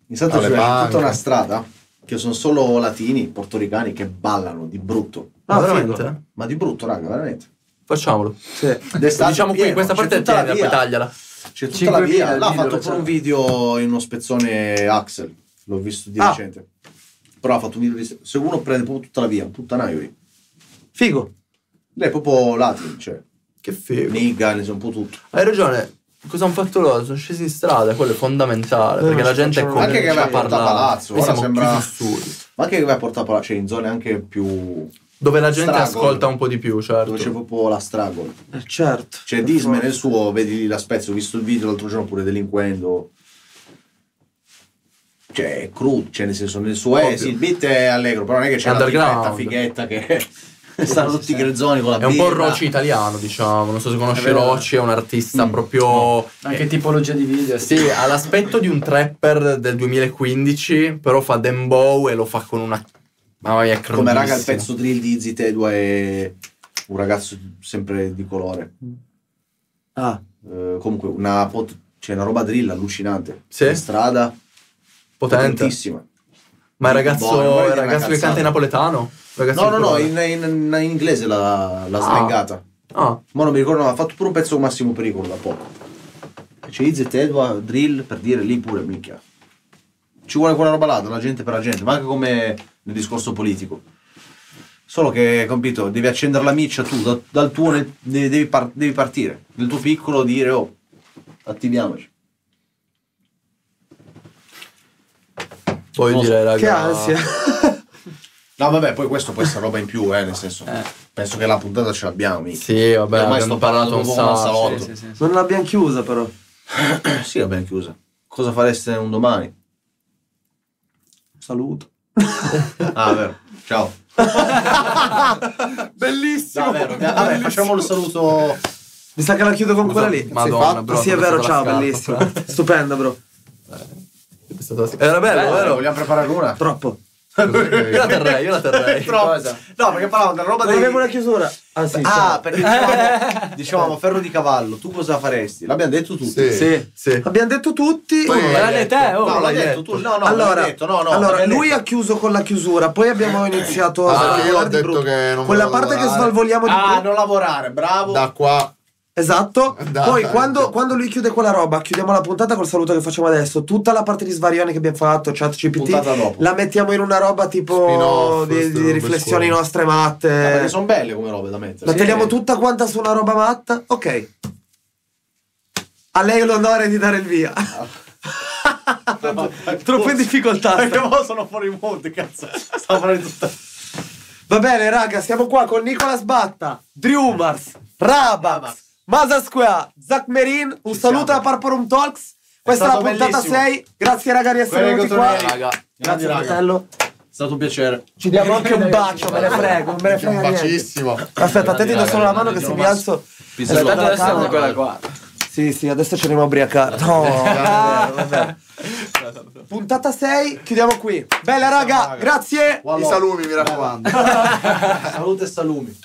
Speaker 1: In Santa
Speaker 4: Alle
Speaker 1: Giulia c'è
Speaker 4: banche.
Speaker 1: tutta una strada che sono solo latini, portoricani che ballano di brutto.
Speaker 5: Ma
Speaker 1: Ah,
Speaker 5: veramente?
Speaker 1: figo. Ma di brutto, raga, veramente.
Speaker 5: Facciamolo.
Speaker 2: Sì.
Speaker 1: D'estate
Speaker 5: diciamo qui,
Speaker 1: pieno,
Speaker 5: questa
Speaker 1: c'è
Speaker 5: parte è
Speaker 1: tutta la
Speaker 5: tenera,
Speaker 1: via.
Speaker 5: poi tagliala.
Speaker 1: C'è tutta la
Speaker 6: 5.000
Speaker 1: via. Là ha
Speaker 6: lì dove
Speaker 1: fatto pure
Speaker 4: diciamo.
Speaker 6: c'è.
Speaker 1: un video in uno spezzone Axel. L'ho visto di
Speaker 2: Ah.
Speaker 1: recente. Però ha fatto un video di... Se uno prende proprio tutta la via, un puttanaio lì.
Speaker 2: Figo.
Speaker 1: Lei è proprio latin, cioè.
Speaker 5: Che figo.
Speaker 1: Nigga, ne sono un po' tutto.
Speaker 5: Hai ragione. Cosa hanno fatto loro? Sono scesi in strada, quello è fondamentale.
Speaker 2: Eh,
Speaker 5: perché la
Speaker 2: ci
Speaker 5: gente è
Speaker 2: facciamo-
Speaker 5: come
Speaker 1: Anche che
Speaker 5: non
Speaker 1: aveva
Speaker 5: c'è
Speaker 1: portato
Speaker 5: parlare.
Speaker 1: Palazzo,
Speaker 5: Noi
Speaker 1: ora
Speaker 5: siamo
Speaker 1: sembra-
Speaker 5: chiusi studi.
Speaker 1: Ma anche che vai a Portapalazzo, cioè in zone anche più...
Speaker 5: Dove la gente
Speaker 1: Stragol.
Speaker 5: ascolta un po' di più, certo.
Speaker 1: dove c'è proprio la stragol.
Speaker 2: Eh, certo.
Speaker 1: C'è Disney nel suo, vedi lì la spezia, ho visto il video l'altro giorno pure delinquendo. Cioè, è crudo, cioè nel senso nel suo eh,
Speaker 5: Ovvio.
Speaker 1: sì, il beat è allegro, però non è che c'è la
Speaker 5: Underground.
Speaker 1: fighetta, fighetta che stanno tutti grezzoni con la
Speaker 5: È un po'
Speaker 1: birra.
Speaker 5: Rocci italiano, diciamo. Non so se conosci
Speaker 6: È vero.
Speaker 5: Rocci, è un artista
Speaker 1: Mm.
Speaker 5: proprio.
Speaker 6: Anche tipologia di video.
Speaker 5: Sì, ha l'aspetto di un trapper del 2015, però fa dembow e lo fa con una. Mamma mia, è
Speaker 1: Come raga il
Speaker 5: crudissimo.
Speaker 1: pezzo drill di Zitedua è un ragazzo sempre di colore.
Speaker 2: Ah,
Speaker 1: Eh, comunque una pot- cioè, una roba drill allucinante.
Speaker 5: Sì.
Speaker 1: In strada
Speaker 5: potente.
Speaker 1: potentissima.
Speaker 5: Ma il ragazzo,
Speaker 1: Boh, non
Speaker 5: il
Speaker 1: voglio dire una
Speaker 5: ragazzo che canta in
Speaker 1: cazzata.
Speaker 5: napoletano? Il ragazzo
Speaker 1: No,
Speaker 5: di
Speaker 1: no, no,
Speaker 5: colore.
Speaker 1: in, in- in inglese l'ha, l'ha
Speaker 5: Ah.
Speaker 1: svengata.
Speaker 5: Ah,
Speaker 1: Ma non mi ricordo, no, ha fatto pure un pezzo con Massimo Pericolo da poco. C'è Izzy e Tedua, Drill, per dire lì pure, minchia. Ci vuole quella roba là, dalla gente per la gente, ma anche come nel discorso politico. Solo che, capito, devi accendere la miccia tu, da- dal tuo ne- ne- devi, par- devi partire. Nel tuo piccolo dire, oh, attiviamoci.
Speaker 5: voglio
Speaker 1: Non so.
Speaker 5: dire, raga.
Speaker 2: che ansia.
Speaker 1: No, vabbè, poi questo può essere roba in più, eh, nel senso, penso che la puntata ce l'abbiamo, minchia.
Speaker 5: Sì, vabbè,
Speaker 1: Ormai sto
Speaker 5: abbiamo
Speaker 1: parlando
Speaker 5: parlato un
Speaker 1: proprio come
Speaker 5: sacco.
Speaker 1: un
Speaker 6: Sì, sì, sì, sì.
Speaker 2: non l'abbiamo chiusa però.
Speaker 1: sì, l'abbiamo chiusa. Cosa fareste un domani?
Speaker 2: Saluto.
Speaker 1: Ah, vero. Ciao.
Speaker 5: Bellissimo.
Speaker 1: No, vero. Vabbè, facciamo il saluto.
Speaker 5: Eh,
Speaker 2: Mi sa che la chiudo con quella lì.
Speaker 5: Madonna, bro.
Speaker 2: sì, è
Speaker 5: come
Speaker 2: vero,
Speaker 5: stata
Speaker 2: ciao,
Speaker 5: la scarpa,
Speaker 2: bellissimo.
Speaker 1: eh?
Speaker 5: fra-
Speaker 2: Stupenda, bro.
Speaker 5: È stata la scarpa. Era bello,
Speaker 1: Allora,
Speaker 5: vero?
Speaker 1: vogliamo preparare una?
Speaker 2: Troppo.
Speaker 5: Io la terrei, io la terrei.
Speaker 1: Eh. Troppo. No, perché parlavamo della roba
Speaker 2: Non
Speaker 1: dei...
Speaker 2: avevo una chiusura. Ah, sì.
Speaker 1: Ah,
Speaker 2: ciao.
Speaker 1: perché dicevamo, dicevamo ferro di cavallo, tu cosa faresti? L'abbiamo detto tutti.
Speaker 4: Sì.
Speaker 5: Sì, sì.
Speaker 2: Abbiamo detto tutti.
Speaker 5: Tu non l'hai detto.
Speaker 1: No,
Speaker 5: Oh,
Speaker 1: l'hai
Speaker 5: l'hai
Speaker 1: detto tu. No, no,
Speaker 2: allora,
Speaker 1: l'hai detto. No, no,
Speaker 2: allora,
Speaker 1: l'hai
Speaker 2: lui
Speaker 1: detto.
Speaker 2: ha chiuso con la chiusura, poi abbiamo iniziato
Speaker 5: Ah,
Speaker 2: a
Speaker 4: io ho
Speaker 2: svalvolare di
Speaker 4: detto
Speaker 2: brutto.
Speaker 4: che non
Speaker 2: Quella
Speaker 4: volevo
Speaker 2: parte che
Speaker 4: lavorare.
Speaker 2: svalvoliamo Diciamo di
Speaker 1: Ah,
Speaker 2: brutto.
Speaker 1: non lavorare, bravo. Ah,
Speaker 4: Da qua
Speaker 2: Esatto.
Speaker 4: Da-
Speaker 2: Poi
Speaker 1: ecco.
Speaker 4: da-
Speaker 2: quando, quando lui chiude quella roba, chiudiamo la puntata col saluto che facciamo adesso. Tutta la parte di svarione che abbiamo fatto, chat
Speaker 1: Puntata
Speaker 2: CPT,
Speaker 1: dopo.
Speaker 2: la mettiamo in una roba tipo
Speaker 4: Spin-off,
Speaker 2: di,
Speaker 4: queste
Speaker 2: di
Speaker 4: robe
Speaker 2: riflessioni
Speaker 4: scuole.
Speaker 2: nostre
Speaker 1: Ah, perché
Speaker 2: matte.
Speaker 1: sono belle come robe da mettere.
Speaker 2: La teniamo tutta quanta su una roba matta? Ok. A lei l'onore di dare il via. Troppo in difficoltà.
Speaker 1: Ah, Perché mo sono fuori monte, cazzo. Stavo parlando di tutta.
Speaker 2: Va bene, raga, siamo qua con Nicolas Batta, Dreumars, Rabax, Masasqua, Zach Merin. Un
Speaker 1: Ci
Speaker 2: saluto
Speaker 1: siamo.
Speaker 2: da Parporum Talks. Questa è la
Speaker 1: stato
Speaker 2: puntata
Speaker 1: bellissimo.
Speaker 2: 6. Grazie, raga, di essere
Speaker 1: Prego,
Speaker 2: venuti qua.
Speaker 1: tornare.
Speaker 5: Raga,
Speaker 1: Grandi,
Speaker 2: Grazie,
Speaker 1: raga.
Speaker 2: fratello.
Speaker 1: È stato un piacere.
Speaker 2: Ci diamo anche un bacio, me ne frego, non me ne frega niente.
Speaker 4: bacissimo.
Speaker 2: Aspetta, a te ti do
Speaker 1: Raga,
Speaker 2: solo la
Speaker 1: raga,
Speaker 2: mano che se mi
Speaker 1: Dreumars.
Speaker 2: alzo...
Speaker 1: Pisello.
Speaker 2: Aspetta,
Speaker 6: Tanto adesso
Speaker 2: la
Speaker 6: siamo
Speaker 2: tavola.
Speaker 6: ancora qua.
Speaker 2: Sì, sì, adesso ci andiamo a ubriacare. No, vabbè, vabbè. Puntata 6, chiudiamo qui. Bella raga, grazie.
Speaker 4: I salumi, mi raccomando.
Speaker 1: Salute e salumi.